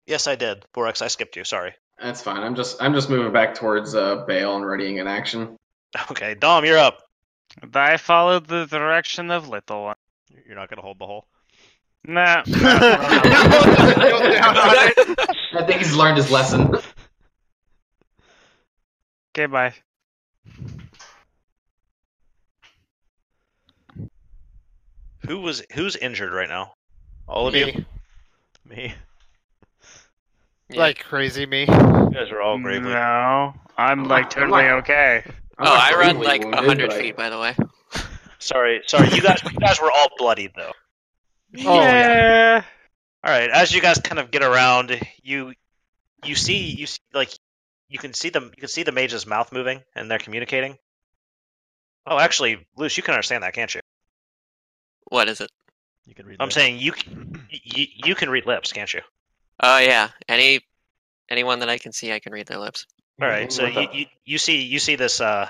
B: you? Yes, I did. Borax, I skipped you. Sorry. [LAUGHS]
C: That's fine. I'm just I'm just moving back towards uh, Bale and readying an action.
B: Okay, Dom, you're up.
F: I followed the direction of Little One.
D: You're not gonna hold the hole.
F: Nah.
D: [LAUGHS]
C: I think he's learned his lesson.
G: Oh,
F: Okay, bye.
B: Who was who's injured right now? All of you.
E: Me,
D: Me.
G: Yeah.
E: like crazy me.
B: You guys
D: Oh,
B: are all gravely.
F: No, I'm like
C: I'm
F: totally
C: not-
F: okay.
C: [LAUGHS] I'm
G: Oh,
C: not
G: I run
C: completely
G: like
C: wounded,
G: hundred
C: but I-
G: feet, by the way.
B: Sorry, sorry. You guys, you guys were all bloodied though.
E: Oh,
F: yeah.
B: All right. As you guys kind of get around, you you see you see, like you can see them. You can see the mage's mouth moving, and they're communicating. Oh, actually, Luce, you can understand that, can't you?
G: What is it?
D: You can read.
B: I'm
D: lips.
B: saying you can you, you can read lips, can't you?
G: Oh yeah. Any anyone that I can see, I can read their lips.
B: All right. So
C: What
B: you,
C: the-
B: you you see you see this uh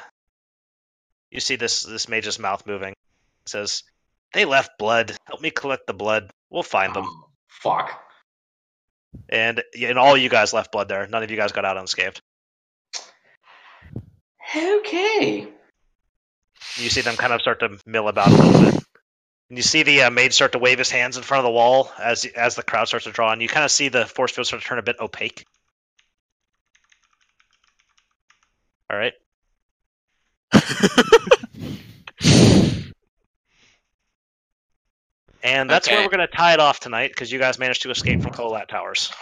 B: you see this this mage's mouth moving. It says they left blood. Help me collect the blood. We'll find them.
C: Oh, fuck.
B: And and all you guys left blood there. None of you guys got out unscathed.
C: Okay.
B: You see them kind of start to mill about a little bit. And you see the uh, mage start to wave his hands in front of the wall as as the crowd starts to draw, and you kind of see the force field start to turn a bit opaque. All right. and that's where
G: Okay.
B: we're going to tie it off tonight because you guys managed to escape from Colat Towers.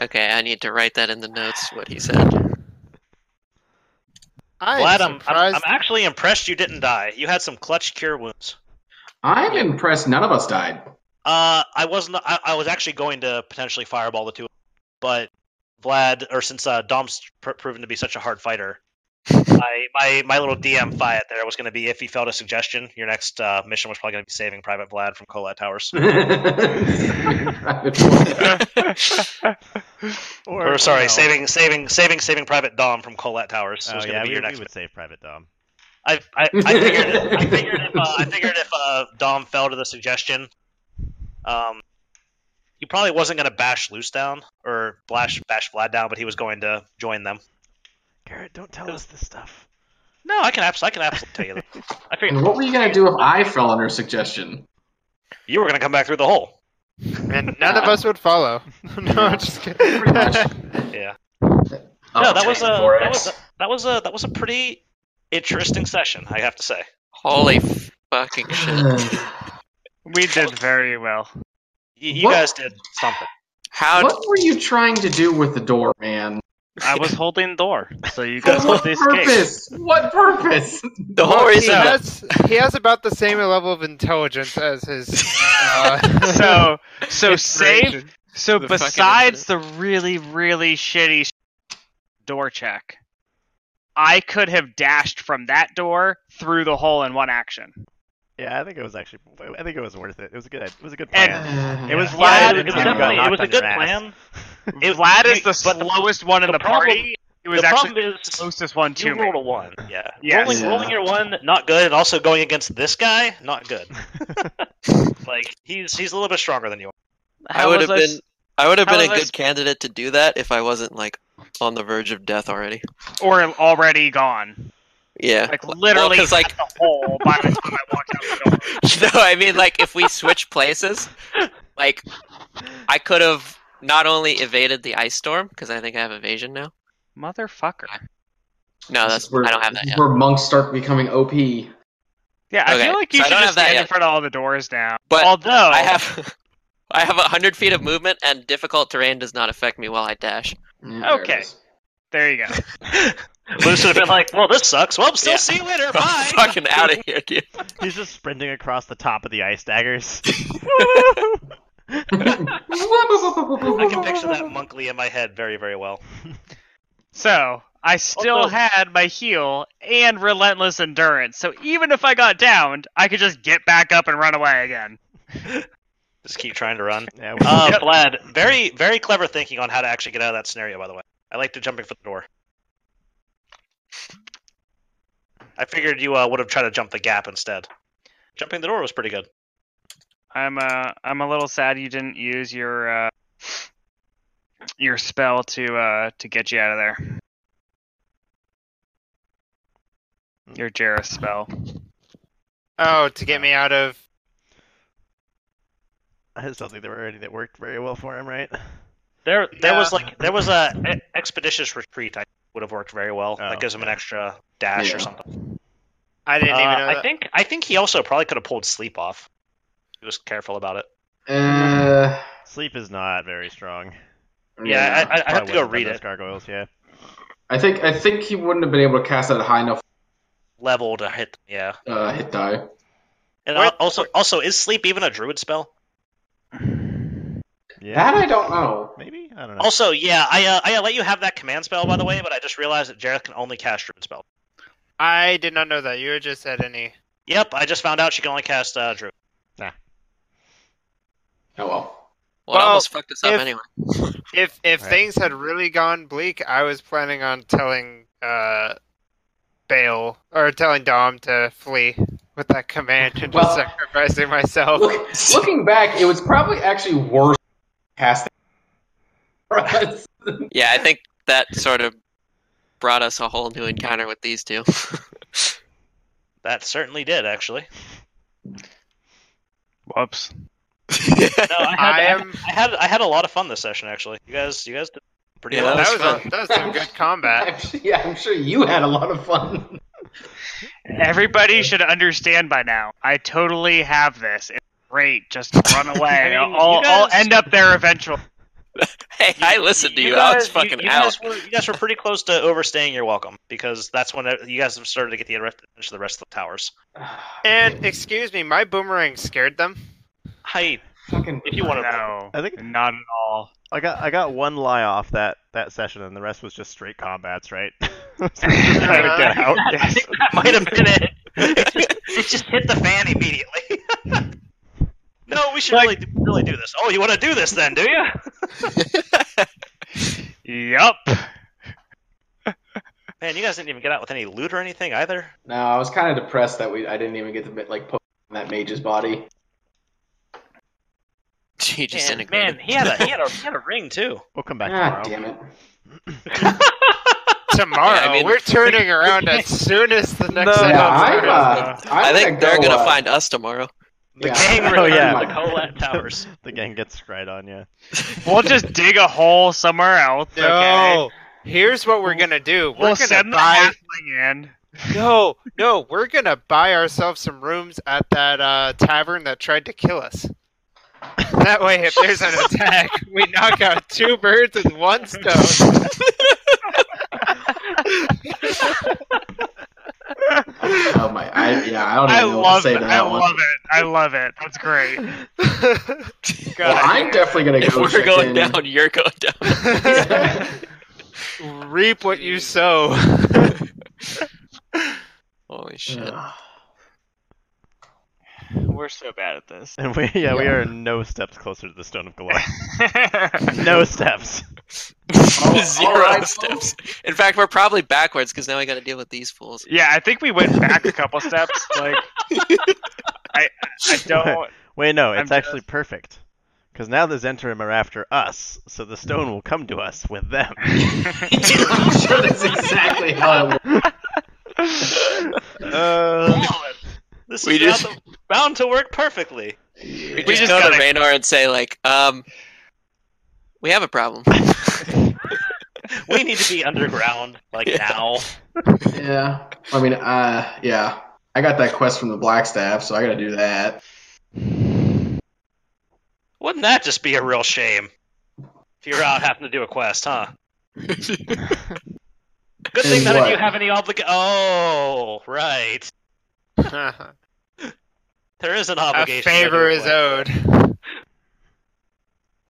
G: Okay, I need to write that in the notes what he said.
E: I'm
B: Glad I'm, I'm,
E: surprised.
B: I'm actually impressed you didn't die. You had some clutch cure wounds.
C: I'm impressed none of
B: [LAUGHS]
C: us died. [LAUGHS]
B: Uh, I wasn't. I, I was actually going to potentially fireball the two, but Vlad, or since uh, Dom's pr- proven to be such a hard fighter, my my my little DM fight there was going to be if he felt a suggestion, your next uh, mission was probably going to be saving Private Vlad from Colat Towers, or, sorry,
D: no.
B: saving saving saving saving Private Dom from Colat Towers
D: Oh
B: was going
D: yeah,
B: to be
D: we,
B: your
D: we
B: next.
D: would save Private Dom.
B: I, I, I figured I figured if uh, I figured if uh, Dom fell to the suggestion, um, he probably wasn't going to bash Luce down or bash bash Vlad down, but he was going to join them.
D: Garrett, don't tell us this stuff.
B: No, I can absolutely I can absolutely tell you that. I figured
C: and what were you gonna do if I fell under suggestion?
B: [LAUGHS] you were going to come back through the hole.
E: and none of us would follow. [LAUGHS] no, I'm just kidding.
C: Pretty much.
B: Yeah.
C: Oh,
B: no, that was a that
C: dang, 4X.
B: was a, that was a that was a pretty interesting session, I have to say.
G: Holy [LAUGHS] fucking shit.
F: We did very well.
B: You, you
C: What?
B: guys did something.
G: How
C: what were you trying to do with the door, man?
F: I
B: [LAUGHS]
F: was holding door,
C: [LAUGHS]
F: so you
C: For
F: guys
C: what
F: hold the escape.
C: purpose? What [LAUGHS] purpose?
G: the
E: Well,
G: horror
E: Oh, he,
G: is out.
E: has, he has about the same level of intelligence as his. Uh,
F: [LAUGHS] So, so save.
E: inspiration.
F: So
G: The fucking
F: besides the really, really shitty sh- door check, I could have dashed from that door through the hole in one action.
D: Yeah, I think it was actually. I think it was worth it. It was a good. It was a good
F: And-
D: plan.
C: Uh,
D: it was
F: Yeah,
D: Vlad.
F: it
D: and
F: was
D: Tom got
F: definitely-
B: it
D: knocked
B: was a
D: on your
B: good
D: ass.
B: plan. It-
F: Vlad
B: you-
F: is the
B: but the-
F: slowest one in
B: the
F: the,
B: problem-
F: party. He was
B: the
F: actually
B: problem is
F: the closest one to
B: you
F: me.
B: rolled a one. Yeah.
F: Yes.
B: Rolling,
C: Yeah.
B: rolling your one, not good, and also going against this guy, not
D: [LAUGHS]
B: good. [LAUGHS] like he's he's a little bit stronger than you are.
G: I would have
F: was
G: been I would have
F: how
G: been a
F: was I
G: good
F: sp-
G: candidate to do that if I wasn't like on the verge of death already.
F: s- or already gone.
G: Yeah.
F: Like literally
G: 'cause, like-
F: at the hole by the time I walked out the door.
G: [LAUGHS] no, I mean like if we switch places, like [LAUGHS] I could have not only evaded the ice storm because I think I have evasion now.
F: Motherfucker.
G: No,
C: this
G: that's
C: is where-
G: I don't have
C: this
G: that
C: is
G: yet.
C: Where monks start becoming OP.
F: Yeah, I
G: Okay,
F: feel like you
G: so I
F: should
G: don't
F: just
G: have that
F: stand in
G: yet.
F: front of all the doors now.
G: But
F: Although
G: I have [LAUGHS] I have hundred feet of movement and difficult terrain does not affect me while I dash.
C: Yeah, there it [LAUGHS]
F: Okay.
C: is.
F: there you go.
B: Luce would have been like, "Well, this sucks. Well, still
G: Yeah.
B: see you later.
G: I'm
B: Bye."
G: [LAUGHS] fucking out of here, dude.
D: He's just sprinting across the top of the ice daggers. [LAUGHS]
B: I can picture that monkly in my head very, very well.
F: So I still
B: Also-
F: had my heal and relentless endurance. So even if I got downed, I could just get back up and run away again.
B: Just keep trying to run.
D: [LAUGHS] yeah, we-
B: Uh, Vlad, very, very clever thinking on how to actually get out of that scenario. By the way, I liked the jumping for the door. I figured you uh, would have tried to jump the gap instead. Jumping the door was pretty good.
F: I'm uh I'm a little sad you didn't use your uh your spell to uh to get you out of there. Your Jarrus spell.
E: oh, to get me out of
D: I just don't think there were any that worked very well for him, right?
B: There, there was
E: Yeah.
B: like there was a e- expeditious retreat. I would have worked very well.
D: Oh,
B: that gives him an extra dash
C: Yeah.
B: or something.
E: I didn't
B: Uh,
E: even know
B: I
E: that.
B: think I think he also probably could have pulled sleep off. He was careful about it.
C: Uh,
D: Sleep is not very strong.
B: Yeah, I, I, I have
D: Probably
B: to go
D: wouldn't
B: read
D: done
B: it.
D: those Gargoyles, yeah.
C: I think I think he wouldn't have been able to cast that high enough
B: Level to hit. Yeah.
C: uh, hit die.
B: And
E: Where-
B: also, also, is sleep even a druid spell?
D: Yeah,
C: That I don't know.
D: maybe I don't know.
B: Also, yeah, I uh, I let you have that command spell by the way, but I just realized that Jareth can only cast druid spell.
E: I did not know that. You just said any.
B: Yep, I just found out she can only cast uh, druid.
C: Oh well.
G: Well, it
E: Well,
G: almost fucked us up
E: if-
G: anyway.
E: If if
D: Right.
E: things had really gone bleak, I was planning on telling uh, Bale or telling Dom to flee with that command and just
C: Well-
E: sacrificing myself.
C: Look, looking back, it was probably actually worse casting. [LAUGHS] For us.
G: Yeah, I think that sort of brought us a whole new encounter with these two. [LAUGHS]
B: That certainly did actually.
F: Whoops.
B: No, I had,
E: I
B: I,
E: am.
B: had I had a lot of fun this session actually. You guys, you guys did pretty
G: Yeah,
B: well.
E: That
G: That
E: was,
G: was
E: a, that was some good combat.
C: I'm sure- yeah, I'm sure you had a lot of fun.
I: Everybody should understand by now. I totally have this. It's great. Just run away.
F: I mean,
I: I'll,
F: you guys-
I: I'll end up there eventually.
G: hey, I listened to you. I was fucking
B: you, you
G: out.
B: Guys
G: [LAUGHS]
B: were, you guys were pretty close to overstaying your welcome because that's when you guys have started to get the rest of the rest of the towers.
E: And excuse me, my boomerang scared them.
B: Hi,
C: Fucking.
B: if you want [LAUGHS] to.
F: No,
D: I think-
F: not at all.
D: I got I got one lie off that that session, and the rest was just straight combats, right? [LAUGHS]
F: Trying
E: to
D: get out.
B: That might have been it. It just, it just hit the fan immediately. [LAUGHS] no, we should really really do this. Oh, you want to do this then, do you?
F: Yup.
B: Man, you guys didn't even get out with any loot or anything either.
C: No, I was kind of depressed that we I didn't even get to like poke that mage's body.
G: He just
B: Man,
G: integrated.
B: man, he had a he had a he had a ring too.
D: We'll come back
C: ah,
D: tomorrow.
C: damn it.
E: Tomorrow,
G: Yeah, I mean-
E: we're turning around as soon as the next.
F: No.
C: Yeah,
E: episode
C: I'm,
E: starts.
C: uh, I'm
G: I think they're
C: go,
G: gonna
C: uh,
G: find us tomorrow.
B: The
C: yeah. [LAUGHS]
B: gang
D: [LAUGHS] Oh,
B: returned
D: yeah.
B: to the Colat
G: [LAUGHS]
B: Towers.
D: The gang gets scryed on you.
I: We'll just dig a hole somewhere else. Okay.
E: No. Here's what we're gonna do. We're
I: We'll
E: gonna
I: send the
E: buy
I: halfling in.
E: [LAUGHS] no, no. We're gonna buy ourselves some rooms at that uh, tavern that tried to kill us. [LAUGHS] That way, if there's an attack, [LAUGHS] we knock out two birds with one
G: [LAUGHS]
E: stone.
C: Oh my! I, yeah, I don't even
I: I
C: know what to
I: love
C: say
I: it.
C: to
I: I
C: that one.
I: love it. I love it. That's great. [LAUGHS]
C: Well, I'm definitely gonna
G: [LAUGHS] If
C: go.
G: we're
C: check
G: going
C: in.
G: down, you're going down.
C: [LAUGHS]
E: [LAUGHS] Reap what you sow. [LAUGHS]
G: Holy shit.
C: Yeah.
F: We're so bad at this.
D: And we yeah, we are no steps closer to the Stone of Galore. [LAUGHS] no steps.
G: [LAUGHS] Zero
C: alright,
G: steps. In fact, we're probably backwards because now we got to deal with these fools.
F: Yeah, I think we went back a couple steps. Like, I,
C: [LAUGHS]
F: I don't.
D: Wait, no, it's
F: I'm
D: actually perfect. Because now the Zentarim are after us, so the stone will come to us with [LAUGHS] them.
C: [LAUGHS] I'm sure that's exactly how it works.
B: This
G: We
B: is
G: just-
B: bound to- bound to work perfectly.
G: We just go to Raynor and say, like, um, we have a problem.
B: We need
E: [LAUGHS]
B: to be underground like
G: Yeah.
B: now.
C: Yeah. I mean, uh, yeah. I got that quest from the Black Staff, so I gotta do that.
B: Wouldn't that just be a real shame? If you're out having to do a quest,
C: [LAUGHS]
B: huh? Good
C: And
B: thing none
C: what?
B: of you have any obligation. Oh, right. There is an
E: a
B: obligation.
E: favor
B: to do
E: is
B: a quest.
E: owed.